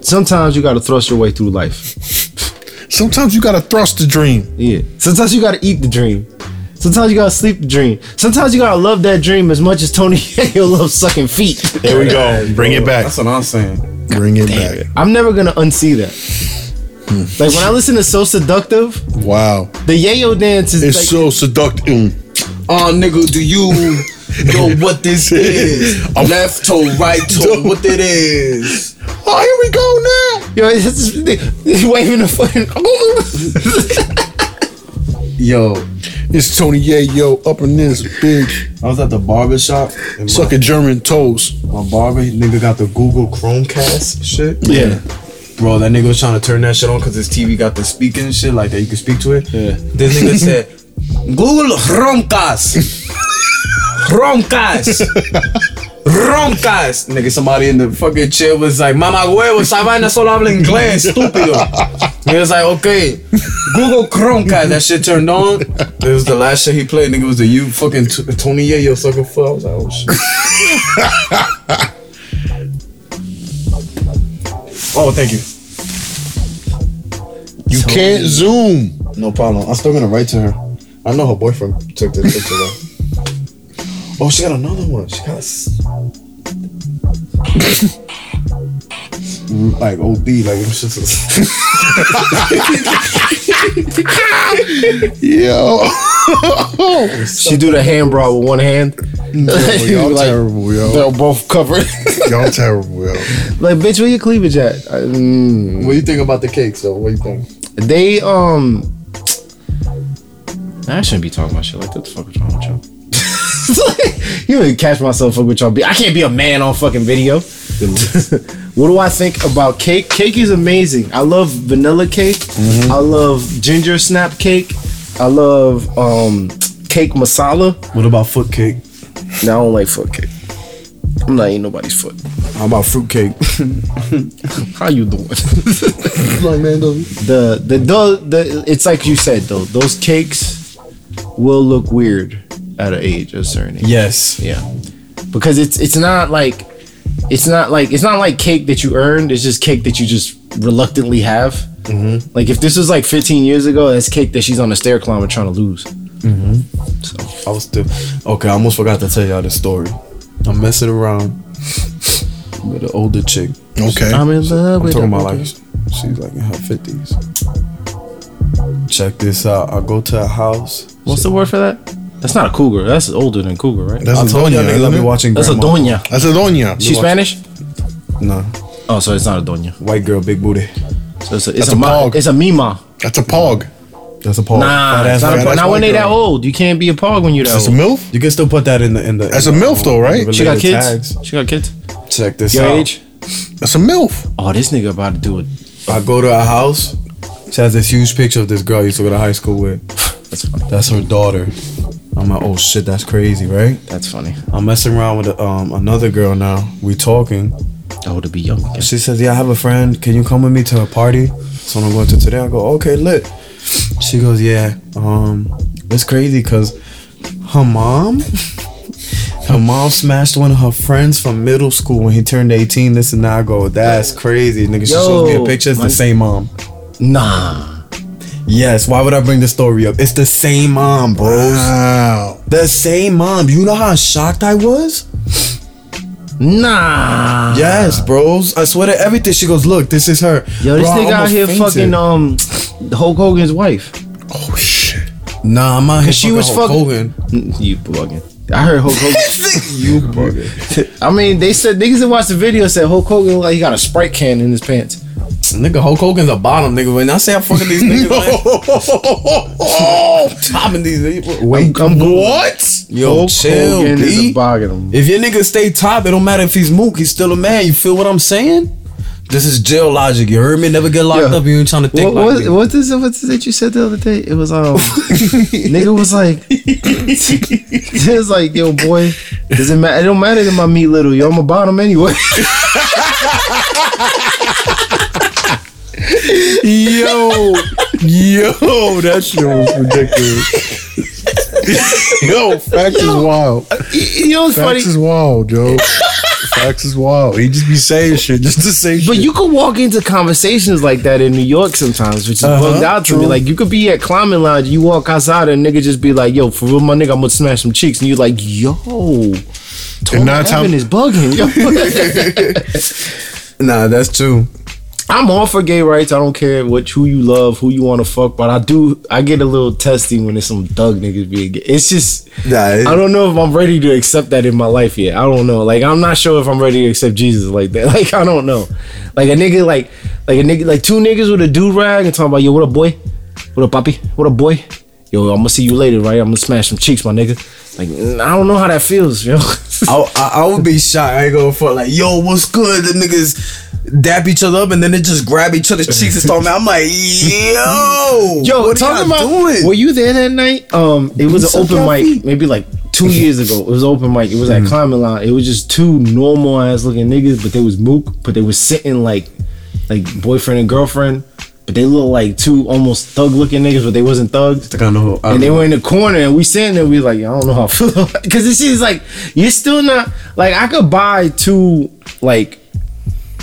Speaker 3: Sometimes you got to thrust your way through life.
Speaker 1: Sometimes you gotta thrust the dream.
Speaker 3: Yeah. Sometimes you gotta eat the dream. Sometimes you gotta sleep the dream. Sometimes you gotta love that dream as much as Tony [LAUGHS] Yayo loves sucking feet.
Speaker 1: There we go. Bring it back.
Speaker 6: That's what I'm saying.
Speaker 1: Bring it back.
Speaker 3: I'm never gonna unsee that. Like when I listen to So Seductive,
Speaker 1: Wow,
Speaker 3: the Yayo dance is
Speaker 1: it's
Speaker 3: like,
Speaker 1: so seductive.
Speaker 6: Oh, nigga, do you know
Speaker 1: [LAUGHS]
Speaker 6: what this is? Left toe, right toe, what it is?
Speaker 1: Oh, here we go now.
Speaker 3: yo, it's just, waving the fucking. [LAUGHS]
Speaker 6: Yo,
Speaker 1: It's Tony Yayo up in this big
Speaker 6: I was at the barber shop and my,
Speaker 1: sucking German toes.
Speaker 6: my barber nigga got the Google Chromecast shit.
Speaker 1: Yeah.
Speaker 6: Bro, that nigga was trying to turn that shit on because his TV got the speaker and shit like that. You can speak to it.
Speaker 3: Yeah.
Speaker 6: This nigga said, Google roncas. roncas. roncas. Nigga, somebody in the fucking chair was like, Mama huevo, esa vaina solo habla inglés, estúpido. He was like, okay, Google Chromecast. That shit turned on. It was the last shit he played. Nigga, it was the you fucking t- Tony Yayo sucker fuck. I was like, oh shit. oh, thank you.
Speaker 1: You can't zoom.
Speaker 6: No problem. I'm still gonna write to her. I know her boyfriend took the picture though. Oh, [LAUGHS] she got another one. She got a s- like OD, like it's just a-
Speaker 1: [LAUGHS] Yo,
Speaker 3: She do the hand bra with one hand.
Speaker 1: y'all
Speaker 3: [LAUGHS] Like,
Speaker 1: terrible, yo.
Speaker 3: They're both [LAUGHS] covered.
Speaker 1: Y'all terrible, yo.
Speaker 3: like, bitch, where your cleavage at? I- mm.
Speaker 6: What do you think about the cake? So what do you think?
Speaker 3: They um. I shouldn't be talking about shit like that. The fuck is wrong with y'all? It's like, [LAUGHS] you really catch myself up with y'all. Be I can't be a man on fucking video. [LAUGHS] what do I think about cake? Cake is amazing. I love vanilla cake.
Speaker 6: Mm-hmm.
Speaker 3: I love ginger snap cake. I love um cake masala.
Speaker 6: What about foot cake?
Speaker 3: No, I don't like foot cake. I'm not eating nobody's foot.
Speaker 6: How about fruit cake?
Speaker 3: How you [LAUGHS] doing? the the the the it's like you said though, those cakes will look weird at an age, a certain age.
Speaker 6: Yes.
Speaker 3: Yeah. Because it's it's not like it's not like it's not like cake that you earned, it's just cake that you just reluctantly have. Like if this was like 15 years ago, that's cake that she's on a stair climber trying to lose.
Speaker 6: I was still okay. I almost forgot to tell y'all the story. I'm messing around with an older chick.
Speaker 1: Okay.
Speaker 3: I'm in love
Speaker 6: I'm
Speaker 3: with
Speaker 6: talking
Speaker 3: a
Speaker 6: about
Speaker 3: woman.
Speaker 6: like she's like in her fifties. Check this out. I go to her house.
Speaker 3: What's the word for that? That's not a cougar. That's older than cougar, right?
Speaker 1: That's
Speaker 6: I
Speaker 1: a
Speaker 6: told y'all
Speaker 1: doña.
Speaker 6: niggas I be
Speaker 1: isn't it?
Speaker 6: watching.
Speaker 3: That's a
Speaker 6: grandma.
Speaker 3: doña.
Speaker 1: That's a doña.
Speaker 3: She's Spanish?
Speaker 6: Nah,
Speaker 3: Oh, so it's not a doña.
Speaker 6: white girl, big booty.
Speaker 3: So it's a, it's
Speaker 1: That's
Speaker 3: a,
Speaker 1: a
Speaker 3: ma,
Speaker 1: pog.
Speaker 3: it's a mima.
Speaker 1: That's a pog.
Speaker 6: Oh, That's a pog.
Speaker 3: Nah,
Speaker 6: Fat ass
Speaker 3: it's not a
Speaker 1: fat
Speaker 3: pog.
Speaker 6: white
Speaker 1: ass
Speaker 6: girl.
Speaker 3: Not when
Speaker 1: white
Speaker 3: they that
Speaker 1: girl.
Speaker 3: old. You can't be a pog when you that
Speaker 1: That's a
Speaker 3: old.
Speaker 1: milf.
Speaker 6: You can still put that in the in the.
Speaker 1: That's
Speaker 6: in
Speaker 1: a
Speaker 6: the,
Speaker 1: milf, though, right?
Speaker 3: She got
Speaker 6: related
Speaker 3: kids.
Speaker 6: tags.
Speaker 3: She got kids.
Speaker 6: Check this
Speaker 3: Your
Speaker 6: out.
Speaker 3: age.
Speaker 1: That's a milf.
Speaker 3: Oh, this nigga about to do it.
Speaker 6: I go to her house. She has this huge picture of this girl I used to go to high school with.
Speaker 3: That's funny.
Speaker 6: That's her daughter. I'm like, oh shit, that's crazy, right?
Speaker 3: That's funny.
Speaker 6: I'm messing around with um another girl now. We talking.
Speaker 3: Oh, to be young again.
Speaker 6: She says, "Yeah, I have a friend. Can you come with me to a party?" So I'm going to today. I go, "Okay, lit." She goes, "Yeah." Um, it's crazy because her mom, her mom smashed one of her friends from middle school when he turned 18. This and that. I go, "That's crazy, nigga." She shows me
Speaker 3: Yo,
Speaker 6: a picture. It's
Speaker 3: my-
Speaker 6: the same mom.
Speaker 3: Nah.
Speaker 6: Yes. Why would I bring the story up? It's the same mom, bro.
Speaker 1: Wow.
Speaker 6: The same mom. You know how shocked I was.
Speaker 3: Nah.
Speaker 6: Yes, bros. I swear to everything. She goes, "Look, this is her."
Speaker 3: Yo, this
Speaker 6: Bro, I
Speaker 3: nigga out
Speaker 6: almost
Speaker 3: here
Speaker 6: fainted.
Speaker 3: fucking um Hulk Hogan's wife.
Speaker 1: Oh shit.
Speaker 6: Nah, I'm out here.
Speaker 3: she was
Speaker 6: Hulk
Speaker 3: fucking-
Speaker 6: Hogan.
Speaker 3: You bugging. I heard Hulk Hogan.
Speaker 6: You bugging.
Speaker 3: I mean, they said niggas that watched the video said Hulk Hogan looked like he got a Sprite can in his pants.
Speaker 6: Nigga, Hulk Hogan's a bottom nigga. When I say I'm fucking these
Speaker 3: [LAUGHS]
Speaker 6: niggas, man, I'm topping these niggas.
Speaker 3: Wait, I'm, i
Speaker 1: What?
Speaker 6: Yo, chill,
Speaker 3: Hogan is a
Speaker 6: B.
Speaker 3: bogging him.
Speaker 6: If your nigga stay top, it don't matter if he's mook. He's still a man. You feel what I'm saying? This is jail logic. You heard me? Never get locked
Speaker 3: Yo.
Speaker 6: up. You ain't trying to
Speaker 3: What,
Speaker 6: think like
Speaker 3: what,
Speaker 6: this.
Speaker 3: what is it? What's that you said the other day? It was [LAUGHS] um, nigga was [LAUGHS] like, it was like, yo, boy, does it matter? It don't matter that my meat little, yo, I'm a bottom anyway.
Speaker 1: Yo, yo, that shit was [LAUGHS] ridiculous. yo, facts is wild.
Speaker 3: you know, it's funny,
Speaker 1: Facts is wild, yo. [LAUGHS] Facts is wild. He just be saying shit just to say
Speaker 3: but
Speaker 1: shit.
Speaker 3: you could walk into conversations like that in New York sometimes, which is
Speaker 6: Uh-huh,
Speaker 3: bugged out to me.
Speaker 6: true.
Speaker 3: Like you could be at climbing lounge, you walk outside, and nigga just be like, yo, for real, my nigga, I'm gonna smash some cheeks, and you're like, yo, Tony
Speaker 1: nine times-
Speaker 3: Evan is bugging. [LAUGHS] Yo.
Speaker 6: Nah, that's true.
Speaker 3: I'm all for gay rights. I don't care what who you love, who you want to fuck, but I do. I get a little testy when it's some thug niggas being gay. It's just
Speaker 6: Nah, it-
Speaker 3: I don't know if I'm ready to accept that in my life yet. I don't know. Like I'm not sure if I'm ready to accept Jesus like that. [LAUGHS] Like I don't know. Like a nigga like like a nigga like two niggas with a do rag and talking about yo what up boy, what up poppy, what up boy. Yo, I'm gonna see you later, right? I'm gonna smash some cheeks, my nigga. Like I don't know how that feels, yo. [LAUGHS]
Speaker 6: I, I, I would be shocked. I ain't going for like, yo, what's good? The niggas dap each other up and then they just grab each other's cheeks and start. I'm like, yo,
Speaker 3: [LAUGHS] Yo,
Speaker 6: what
Speaker 3: tell
Speaker 6: are
Speaker 3: me
Speaker 6: y'all
Speaker 3: about.
Speaker 6: doing?
Speaker 3: Were you there that night? Um, it was
Speaker 6: Suck
Speaker 3: an open
Speaker 6: our
Speaker 3: mic,
Speaker 6: feet.
Speaker 3: maybe like two years ago. It was an open mic. It was at Climbing Line. It was just two normal ass looking niggas, but they was mook, but they was sitting like, like boyfriend and girlfriend. But they looked like two almost thug looking niggas, but they wasn't thugs.
Speaker 6: I don't know. I
Speaker 3: and they
Speaker 6: don't
Speaker 3: were in the corner, and we sitting there. We like, I don't know how I feel because this is like, you're still not like I could buy two like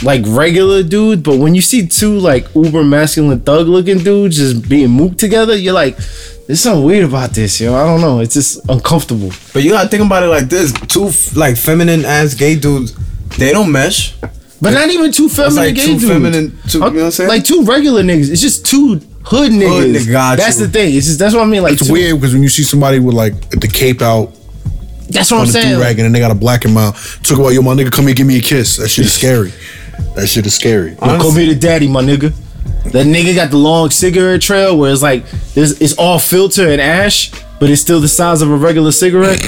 Speaker 3: like regular dudes, but when you see two like uber masculine thug looking dudes just being mooked together, you're like, there's something weird about this, yo. I don't know. It's just uncomfortable.
Speaker 6: But you gotta think about it like this: two f- like feminine ass gay dudes, they don't mesh.
Speaker 3: But not even two feminine
Speaker 6: like
Speaker 3: gay
Speaker 6: two
Speaker 3: dudes.
Speaker 6: feminine- two- you know what I'm saying?
Speaker 3: Like two regular niggas. It's just two hood niggas.
Speaker 6: nigga, got
Speaker 3: that's
Speaker 6: you.
Speaker 3: the thing. It's just that's what I mean. Like
Speaker 1: It's
Speaker 3: two-
Speaker 1: weird because when you see somebody with like the cape out
Speaker 3: That's what
Speaker 1: on
Speaker 3: I'm
Speaker 1: the do
Speaker 3: saying.
Speaker 1: rag and then they got a black and mild, talk about yo my nigga come here give me a kiss. That shit is scary. That shit is scary.
Speaker 3: Yo, come
Speaker 6: Honestly.
Speaker 3: here to daddy, my nigga. That nigga got the long cigarette trail where it's like this it's all filter and ash, but it's still the size of a regular cigarette.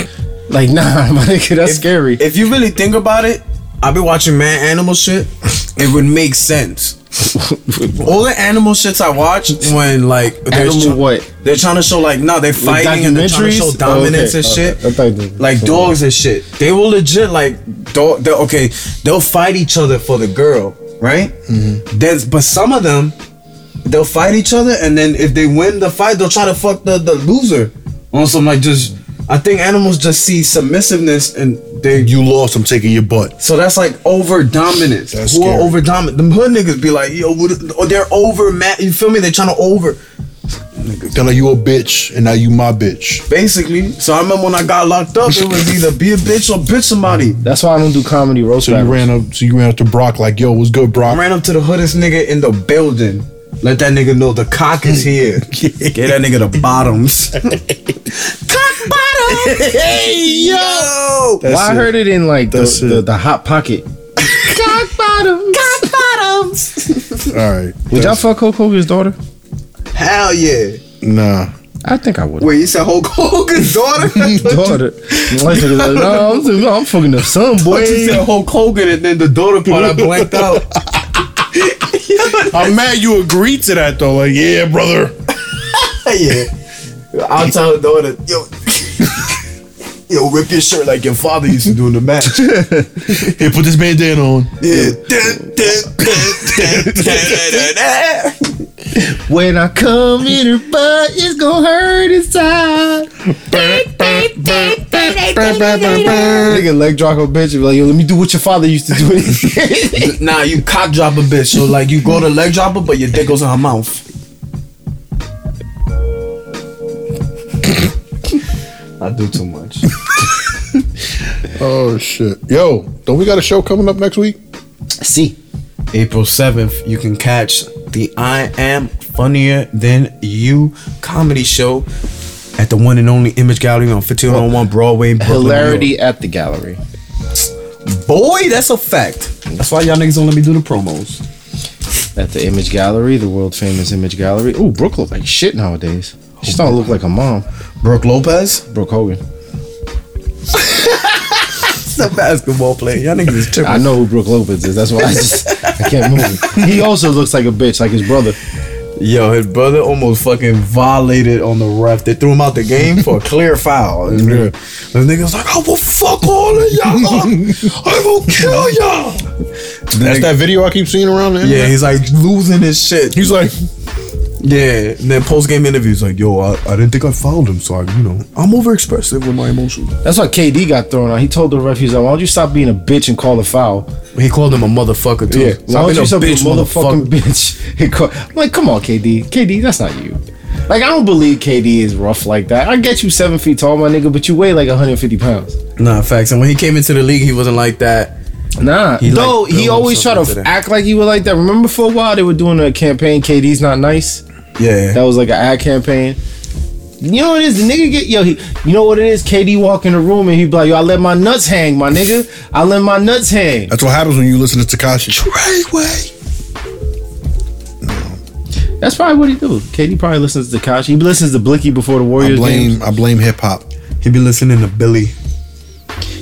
Speaker 3: like, nah, [LAUGHS] my nigga, that's scary.
Speaker 6: If you really think about it, I've been watching man animal shit. It would make
Speaker 3: [LAUGHS]
Speaker 6: sense. All the animal shits I watch when like they're
Speaker 3: Animal
Speaker 6: try-
Speaker 3: what?
Speaker 6: they're trying to show like no they're fighting and they're trying to show
Speaker 3: documentaries?
Speaker 6: dominance
Speaker 3: Oh, okay,
Speaker 6: and
Speaker 3: okay.
Speaker 6: shit.
Speaker 3: I thought they-
Speaker 6: like dogs and shit. They will legit like dog. they're- Okay, they'll fight each other for the girl, right?
Speaker 1: Mm-hmm.
Speaker 6: There's but some of them they'll fight each other and then if they win the fight they'll try to fuck the, the loser on some like just. I think animals just see submissiveness and they
Speaker 1: You lost, I'm taking your butt.
Speaker 6: so that's like over dominance.
Speaker 1: That's
Speaker 6: Who are
Speaker 1: scary.
Speaker 6: over dominant? Them hood niggas be like, yo, what, oh, they're over. Ma- you feel me? They're trying to over.
Speaker 1: They're like you a bitch and now you my bitch.
Speaker 6: Basically, so I remember when I got locked up, it was either be a bitch or bitch somebody.
Speaker 3: that's why I don't do comedy roast
Speaker 1: So you
Speaker 3: battles.
Speaker 1: ran up so you ran up to Brock like yo what's good
Speaker 6: I
Speaker 1: Brock?
Speaker 6: ran up to the hoodest nigga in the building. Let that nigga know the cock [LAUGHS] is here. Get that nigga the [LAUGHS] bottoms. cock bottom. Hey yo.
Speaker 3: Well, I heard it in like the,
Speaker 1: That's it.
Speaker 3: the, the hot pocket. [LAUGHS] Cock bottom. Cock bottoms.
Speaker 1: Alright.
Speaker 3: Would y'all fuck Hulk Hogan's daughter?
Speaker 6: Hell yeah.
Speaker 1: Nah.
Speaker 3: I think I would.
Speaker 6: Wait, you said Hulk Hogan's [LAUGHS] daughter?
Speaker 3: daughter. Like, [LAUGHS] no, I'm, just- I'm fucking the son, boy.
Speaker 6: You said Hulk Hogan and then the daughter part I blanked out.
Speaker 1: I'm mad you agreed to that though. Like, yeah, brother.
Speaker 6: [LAUGHS] yeah. I'll tell the daughter, yo, [LAUGHS] yo, rip your shirt like your father used to do in the [LAUGHS] match.
Speaker 1: Here, put this bandana on.
Speaker 6: [LAUGHS] Yeah.
Speaker 3: When I come in her butt, it's gonna hurt inside. Nigga leg drop a bitch and be like, yo, let me do what your father used to
Speaker 6: [LAUGHS]
Speaker 3: do.
Speaker 6: nah, you cock drop a bitch. So like, you go to leg drop her, but your dick goes in her mouth. [LAUGHS] I do too much.
Speaker 1: Oh shit. Yo, don't we got a show coming up next week?
Speaker 3: See,
Speaker 6: April 7th, you can catch the I Am Funnier Than You comedy show at the one and only Image Gallery on 1501 Broadway. in Brooklyn, New York.
Speaker 3: hilarity at the gallery.
Speaker 6: Boy, that's a fact. That's why y'all niggas don't let me do the promos.
Speaker 3: At the Image Gallery, the world famous Image Gallery. Ooh, Brooke look like shit nowadays. She don't look like a mom.
Speaker 6: Brooke Lopez?
Speaker 3: Brooke Hogan.
Speaker 6: That's a basketball player. Y'all niggas is
Speaker 3: I
Speaker 6: tripping.
Speaker 3: know who Brooke Lopez is. That's why I just I can't remember. He also looks like a bitch, like his brother.
Speaker 6: Yo, his brother almost fucking violated on the ref. They threw him out the game
Speaker 3: [LAUGHS]
Speaker 6: for a clear foul. And the nigga's like, I will fuck all of y'all. up. I will kill y'all.
Speaker 1: That's
Speaker 6: Nigga-
Speaker 1: that video I keep seeing around the
Speaker 6: Yeah,
Speaker 1: internet.
Speaker 6: he's like losing his shit.
Speaker 1: He's like,
Speaker 6: Yeah, and then post game interviews like, yo, I, I didn't think I found him, so I, you know, I'm overexpressive with my emotions.
Speaker 3: That's why KD got thrown out. He told the ref, he's like, why don't you stop being a bitch and call the foul?
Speaker 6: He called him a motherfucker too.
Speaker 3: Yeah,
Speaker 6: Stop
Speaker 3: why don't
Speaker 6: being
Speaker 3: you
Speaker 6: a
Speaker 3: stop being a
Speaker 6: bitch,
Speaker 3: motherfucking bitch? [LAUGHS] He call- I'm like, come on, KD. KD, that's not you. Like, I don't believe KD is rough like that. I get you seven feet tall, my nigga, but you weigh like 150 pounds.
Speaker 6: Nah, facts. And when he came into the league, he wasn't like that.
Speaker 3: Nah,
Speaker 6: He, like,
Speaker 3: though he
Speaker 6: built
Speaker 3: always try
Speaker 6: himself
Speaker 3: to
Speaker 6: into that.
Speaker 3: act like he was like that. Remember for a while they were doing a campaign, KD's not nice.
Speaker 6: Yeah.
Speaker 3: That was like an ad campaign. You know what it is? The nigga get yo. He, you know what it is? KD walk in the room and he be like, "Yo, I let my nuts hang, my nigga. I let my nuts hang."
Speaker 1: that's what happens when you listen to Takashi. Right way.
Speaker 3: That's probably what he do. KD probably listens to Kashi. He listens to Blicky before the
Speaker 1: I
Speaker 3: Warriors game.
Speaker 1: blame I blame hip hop.
Speaker 6: He be listening to Billy.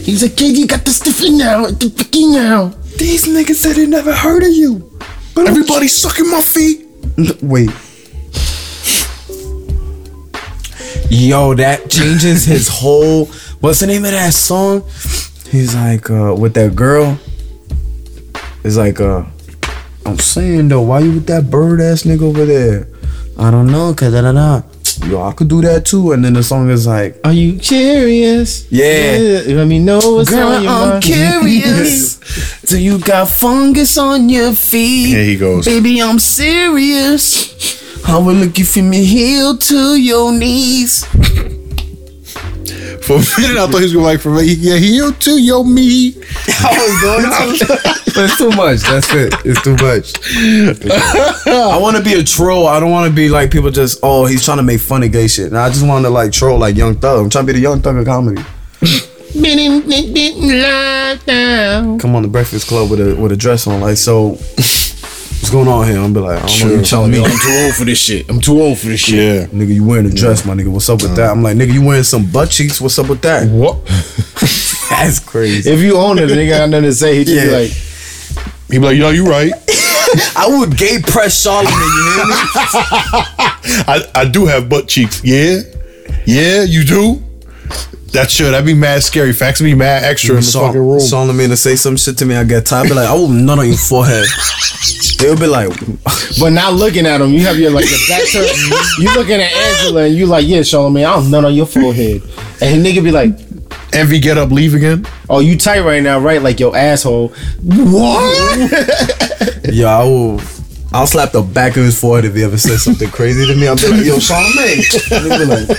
Speaker 3: He's like, KD got the stiffy now, the Blicky now.
Speaker 6: These niggas said they never heard of you. But
Speaker 1: Everybody sucking my feet.
Speaker 6: Wait. Yo, that changes his whole. What's the name of that song? He's like, uh, with that girl. It's like, uh, I'm saying though, why you with that bird ass nigga over there? I don't know, cause da da da. Yo, I could do that too. And then the song is like,
Speaker 3: Are you curious?
Speaker 6: Yeah.
Speaker 3: Let me know what's on
Speaker 6: Girl,
Speaker 3: your
Speaker 6: I'm
Speaker 3: mind.
Speaker 6: [LAUGHS] curious. Do you got fungus on your feet?
Speaker 1: Here he goes.
Speaker 6: Baby, I'm serious. I will look you from your heel to your knees.
Speaker 1: [LAUGHS] For a minute, I thought he was gonna like for me. Yeah, heel to your meat.
Speaker 6: [LAUGHS] That's too much. That's it. It's too
Speaker 3: [LAUGHS]
Speaker 6: much. I want to be a troll. I don't want to be like people just, oh, he's trying to make fun of gay shit. And I just want to like troll like Young Thug. I'm trying to be the Young Thug of comedy. Come on, the Breakfast Club with a with a dress on. Like, so what's going on here? I'm be like, I don't know. You telling me,
Speaker 3: I'm too old for this shit. I'm too old for this shit.
Speaker 1: Yeah.
Speaker 6: nigga, you wearing a dress, my nigga. What's up with that? I'm like, nigga, you wearing some butt cheeks. What's up with that?
Speaker 1: What?
Speaker 6: [LAUGHS] That's crazy.
Speaker 3: If you own it, the nigga got nothing to say. He just be
Speaker 6: Yeah.
Speaker 3: like,
Speaker 1: He be like, yo, you [LAUGHS] right.
Speaker 6: I would gay press Charlamagne. You hear me?
Speaker 1: I, I do have butt cheeks. Yeah. Yeah, you do. That should. That'd be mad scary. Facts would be mad extra in the
Speaker 6: Saul-
Speaker 1: fucking room.
Speaker 6: Solomon to say some shit to me, I get tired. Be like, I will nut on your forehead. They'll be like,
Speaker 3: but not looking at him. You have your like your back turned. you looking at Angela and you like, yeah, Charlamagne, I'm none on your forehead. And the nigga be like,
Speaker 1: Envy get up, leave again.
Speaker 3: oh, you tight right now, right? Like your asshole. What?
Speaker 6: Yo, I will. I'll slap the back of his forehead if he ever says something crazy to me. I'll be like, Yo, Charlamagne. And they'll be like,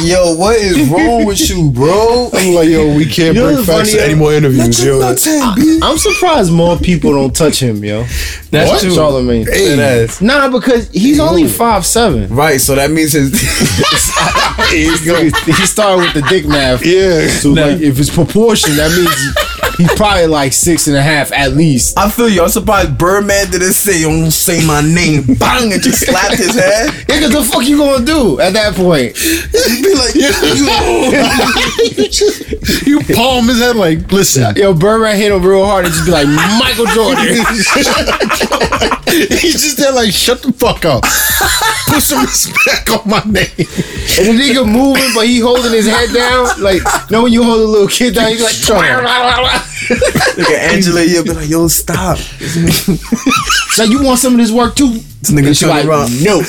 Speaker 6: Yo, what is wrong with you, bro?
Speaker 1: I'm like, yo, we can't
Speaker 3: You know
Speaker 1: bring
Speaker 3: the
Speaker 1: facts
Speaker 3: funny-
Speaker 1: to any more interviews. Yo,
Speaker 6: Nuts in, B.
Speaker 3: I'm surprised more people don't touch him, yo. That's
Speaker 1: true.
Speaker 3: Charlamagne.
Speaker 1: Hey.
Speaker 6: That ass.
Speaker 3: Nah, because he's only five seven.
Speaker 6: Right, so that means his. [LAUGHS]
Speaker 1: He's
Speaker 3: [LAUGHS] He he started with the dick math.
Speaker 1: yeah. [LAUGHS]
Speaker 3: So like, if it's proportion, that means he's probably like six and a half at least.
Speaker 6: I feel you. I'm surprised Birdman didn't say, "You don't say my name." Bang, and just slapped his head.
Speaker 3: Yeah, cause the fuck you gonna do at that point?
Speaker 6: He'd be like,
Speaker 3: [LAUGHS]
Speaker 1: you palm his head like, listen.
Speaker 3: Yo, Birdman hit him real hard and just be like Michael Jordan.
Speaker 1: He's just there like, shut the fuck [LAUGHS] up. Put some respect on my name.
Speaker 3: And the nigga moving, but he holding his head down. Like, know when you hold a little kid down, you like,
Speaker 6: Look at Angela. You'll be like, "Yo, stop."
Speaker 3: like you want some of this work too? [LAUGHS]
Speaker 6: This nigga
Speaker 3: And she
Speaker 6: turned around.
Speaker 3: No,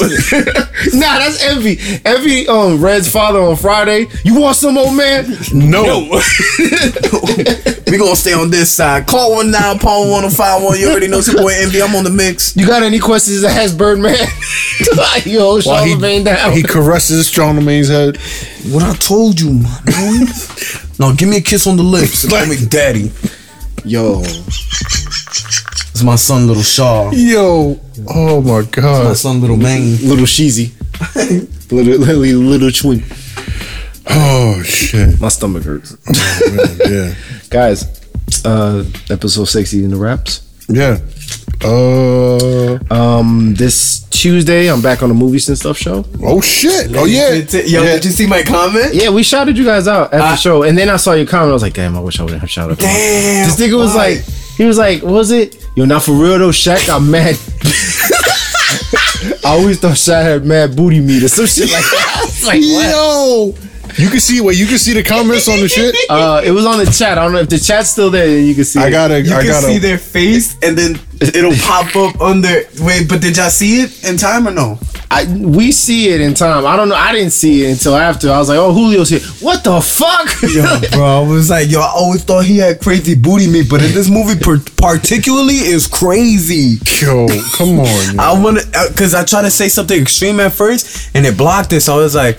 Speaker 3: nah, that's envy. Envy, um, Red's father on Friday. You want some old man?
Speaker 1: No.
Speaker 6: we gonna stay on this side. Call one nine, pawn one oh five one. You already know it's your boy Envy. I'm on the mix.
Speaker 3: You got any questions to ask Birdman? [LAUGHS] like,
Speaker 1: While
Speaker 3: yo, Charlamagne down.
Speaker 1: he caresses Charlemagne's head.
Speaker 6: What I told you, man. now give me a kiss on the [LAUGHS] lips. Call me daddy.
Speaker 3: yo,
Speaker 6: It's my son, little Shaw.
Speaker 1: Yo. Oh my
Speaker 6: My
Speaker 1: god.
Speaker 6: son, little Mang.
Speaker 3: little Sheezy. [LAUGHS] little, little, little twin.
Speaker 1: Oh shit.
Speaker 3: My stomach hurts.
Speaker 1: Man, yeah.
Speaker 3: Guys, uh, episode 60 in the wraps.
Speaker 1: Yeah. Uh
Speaker 3: Um, this Tuesday, I'm back on the Movies and Stuff show.
Speaker 1: oh shit. Oh yeah.
Speaker 6: Yo,
Speaker 1: yeah.
Speaker 6: did you see my comment?
Speaker 3: Yeah, we shouted you guys out at the
Speaker 6: I-
Speaker 3: show, and then I saw your comment. I was like, damn, I wish I wouldn't have shouted. out.
Speaker 6: Damn.
Speaker 3: This nigga was
Speaker 6: why?
Speaker 3: like, he was like, was it? Yo, not for real though, Shaq. I'm mad. [LAUGHS] I always thought Shaq had mad booty meat or some shit like that. I was like, what?
Speaker 1: Yo. You can see what you can see the comments on the shit.
Speaker 3: Uh, it was on the chat. I don't know if the chat's still there. You can see.
Speaker 1: I
Speaker 3: it.
Speaker 1: gotta
Speaker 6: You
Speaker 1: I
Speaker 6: can
Speaker 1: gotta
Speaker 6: see their face, and then it'll pop up on their. Wait, but did y'all see it in time or no?
Speaker 3: I, we see it in time. I don't know. I didn't see it until after. I was like, oh, Julio's here. What the fuck? [LAUGHS]
Speaker 6: Yo, bro, I was like, yo, I always thought he had crazy booty meat, but in this movie per- particularly is crazy.
Speaker 1: Yo, come on.
Speaker 6: I want to, cause I tried to say something extreme at first, and it blocked it. So I was like,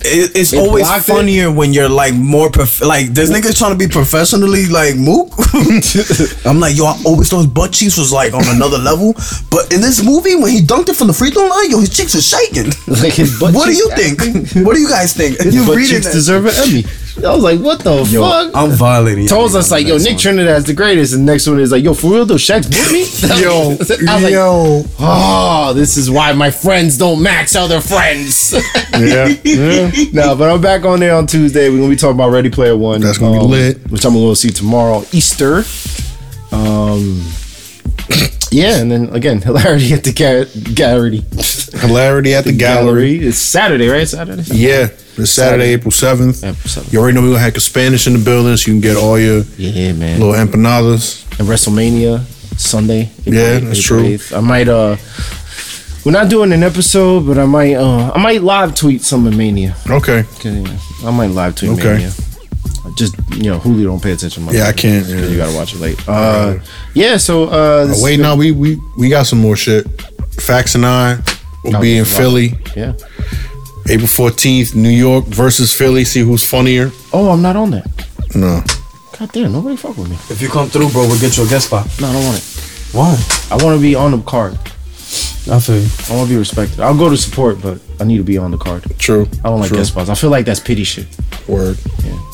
Speaker 6: it, it's
Speaker 3: It
Speaker 6: always
Speaker 3: blocked it?
Speaker 6: funnier when you're like more prof- like this nigga's trying to be professionally like mook. [LAUGHS] I'm like, yo, I always thought his butt cheeks was like on another level, but in this movie when he dunked it from the free throw line, yo, his cheeks was shaking.
Speaker 3: like his butt.
Speaker 6: What do
Speaker 3: cheeks-
Speaker 6: you think? [LAUGHS] what do you guys think?
Speaker 3: His
Speaker 6: You
Speaker 3: butt
Speaker 6: reading
Speaker 3: cheeks
Speaker 6: that?
Speaker 3: deserve an Emmy. I was like, what the
Speaker 2: Yo,
Speaker 3: fuck?
Speaker 2: I'm violating.
Speaker 3: Told us like, yo, Nick Trinidad's the greatest, and next one is like, yo, for real though, Shaq's with me.
Speaker 1: [LAUGHS] Yo,
Speaker 3: I was like,
Speaker 1: yo,
Speaker 3: oh, this is why my friends don't max
Speaker 1: [LAUGHS]
Speaker 3: other friends.
Speaker 1: yeah,
Speaker 3: [LAUGHS]
Speaker 1: yeah.
Speaker 3: no, but I'm back on there on Tuesday. We're gonna be talking about Ready Player One. Um,
Speaker 1: That's gonna be lit.
Speaker 3: Which I'm gonna go see tomorrow, Easter. Um, [COUGHS] yeah, and then again, hilarity at the gar- gallery.
Speaker 1: Hilarity at the, gallery.
Speaker 3: It's Saturday, right? Saturday.
Speaker 1: Yeah, it's Saturday, April seventh.
Speaker 3: April 7th.
Speaker 1: You already know we gonna have Spanish in the building, so you can get all your
Speaker 3: Yeah, man.
Speaker 1: little empanadas.
Speaker 3: and WrestleMania Sunday.
Speaker 1: Yeah, that's true.
Speaker 3: 8th. I might uh we're not doing an episode, but I might uh I might live tweet some of Mania.
Speaker 1: Okay.
Speaker 3: 'Cause, yeah, I might live tweet
Speaker 1: Okay.
Speaker 3: Mania. Just you know, Julio don't pay attention. much.
Speaker 1: Yeah, I can't, yeah. Oh,
Speaker 3: You gotta watch it late. Uh, yeah. So uh, this-
Speaker 1: Wait, no, we we we got some more shit. Fax and I will
Speaker 3: Oh,
Speaker 1: be in
Speaker 3: fuck.
Speaker 1: Philly,
Speaker 3: Yeah.
Speaker 1: April fourteenth, New York versus Philly. See who's funnier.
Speaker 3: Oh, I'm not on that.
Speaker 1: No,
Speaker 3: God damn, nobody fuck with me.
Speaker 2: If you come through, bro, we'll get you a guest spot.
Speaker 3: No, I don't want it.
Speaker 2: Why?
Speaker 3: I want to be on the card.
Speaker 2: I feel you.
Speaker 3: I want to be respected. I'll go to support, but I need to be on the card.
Speaker 1: true.
Speaker 3: I don't like
Speaker 1: true.
Speaker 3: guest spots. I feel like that's pity shit.
Speaker 1: Word.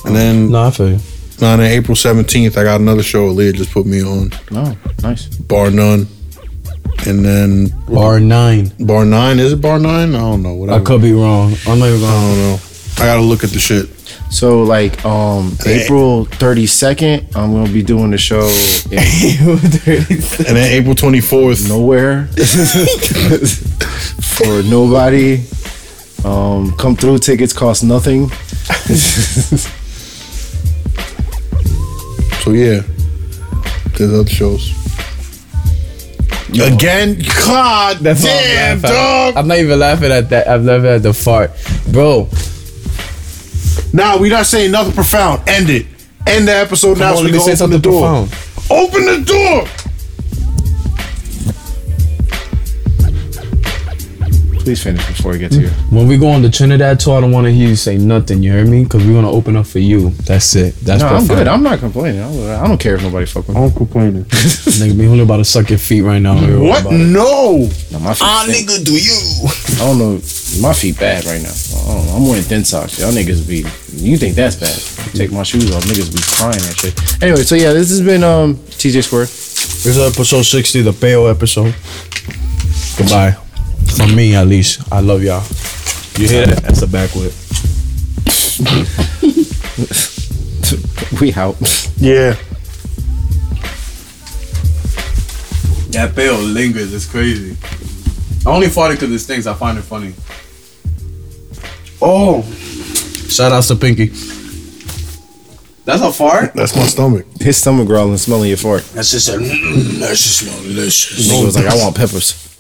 Speaker 1: And then
Speaker 2: No, I feel you.
Speaker 1: on April seventeenth, I got another show. Leah just put me on
Speaker 3: No, nice.
Speaker 1: Bar None, and then
Speaker 2: Bar nine.
Speaker 1: Bar Nine is it Bar Nine? I don't know.
Speaker 2: I
Speaker 1: Whatever.
Speaker 2: could be wrong. I'm not even
Speaker 1: I
Speaker 2: wrong.
Speaker 1: don't know. I gotta look at the shit.
Speaker 3: So like um April 32nd, I'm gonna be doing the show [LAUGHS] in
Speaker 1: And then April twenty fourth.
Speaker 3: [LAUGHS] nowhere for nobody. Um come through tickets cost nothing.
Speaker 1: So yeah, there's other shows. Again, God
Speaker 2: That's
Speaker 1: damn,
Speaker 2: all I'm laughing.
Speaker 1: dog.
Speaker 2: at. I'm not even laughing at that. I'm laughing at the fart, bro.
Speaker 1: Nah, we not saying nothing profound. End it. End the episode now.
Speaker 2: on,
Speaker 1: so
Speaker 2: let
Speaker 1: we
Speaker 2: me
Speaker 1: can open
Speaker 2: say something
Speaker 1: the door.
Speaker 2: profound.
Speaker 1: Open the door.
Speaker 3: Please finish before we get to you.
Speaker 2: When we go on the Trinidad tour, I don't want to hear you say nothing. You hear me? Because we're gonna open up for you. That's it. That's
Speaker 3: No, I'm
Speaker 2: profound.
Speaker 3: good. I'm not complaining. I don't- I don't care if nobody fuck with me.
Speaker 1: I'm complaining.
Speaker 2: Nigga, me only about to suck your feet right now. Don't worry
Speaker 1: What?
Speaker 2: about it.
Speaker 1: No.
Speaker 3: No, my feet stink.
Speaker 1: Ah, nigga, do you?
Speaker 3: I don't know. My feet bad right now. I don't know. I'm wearing thin socks. Y'all niggas be. You think that's bad? You take my shoes off. Niggas be crying and shit. Anyway, so yeah, this has been um TJ Square.
Speaker 2: This is episode 60, the Peo episode. Goodbye. From me, at least. I love y'all. You hear that? That's a back whip.
Speaker 3: We out. [LAUGHS]
Speaker 1: Yeah.
Speaker 2: That Peo lingers. It's crazy. I only farted because it stinks. I find it funny. Oh. Shout outs to Pinky. That's a fart?
Speaker 1: That's my stomach.
Speaker 3: His stomach growling, smelling your fart.
Speaker 2: [CLEARS THROAT] That's just a. That's just delicious.
Speaker 3: Nigga was like, I want peppers.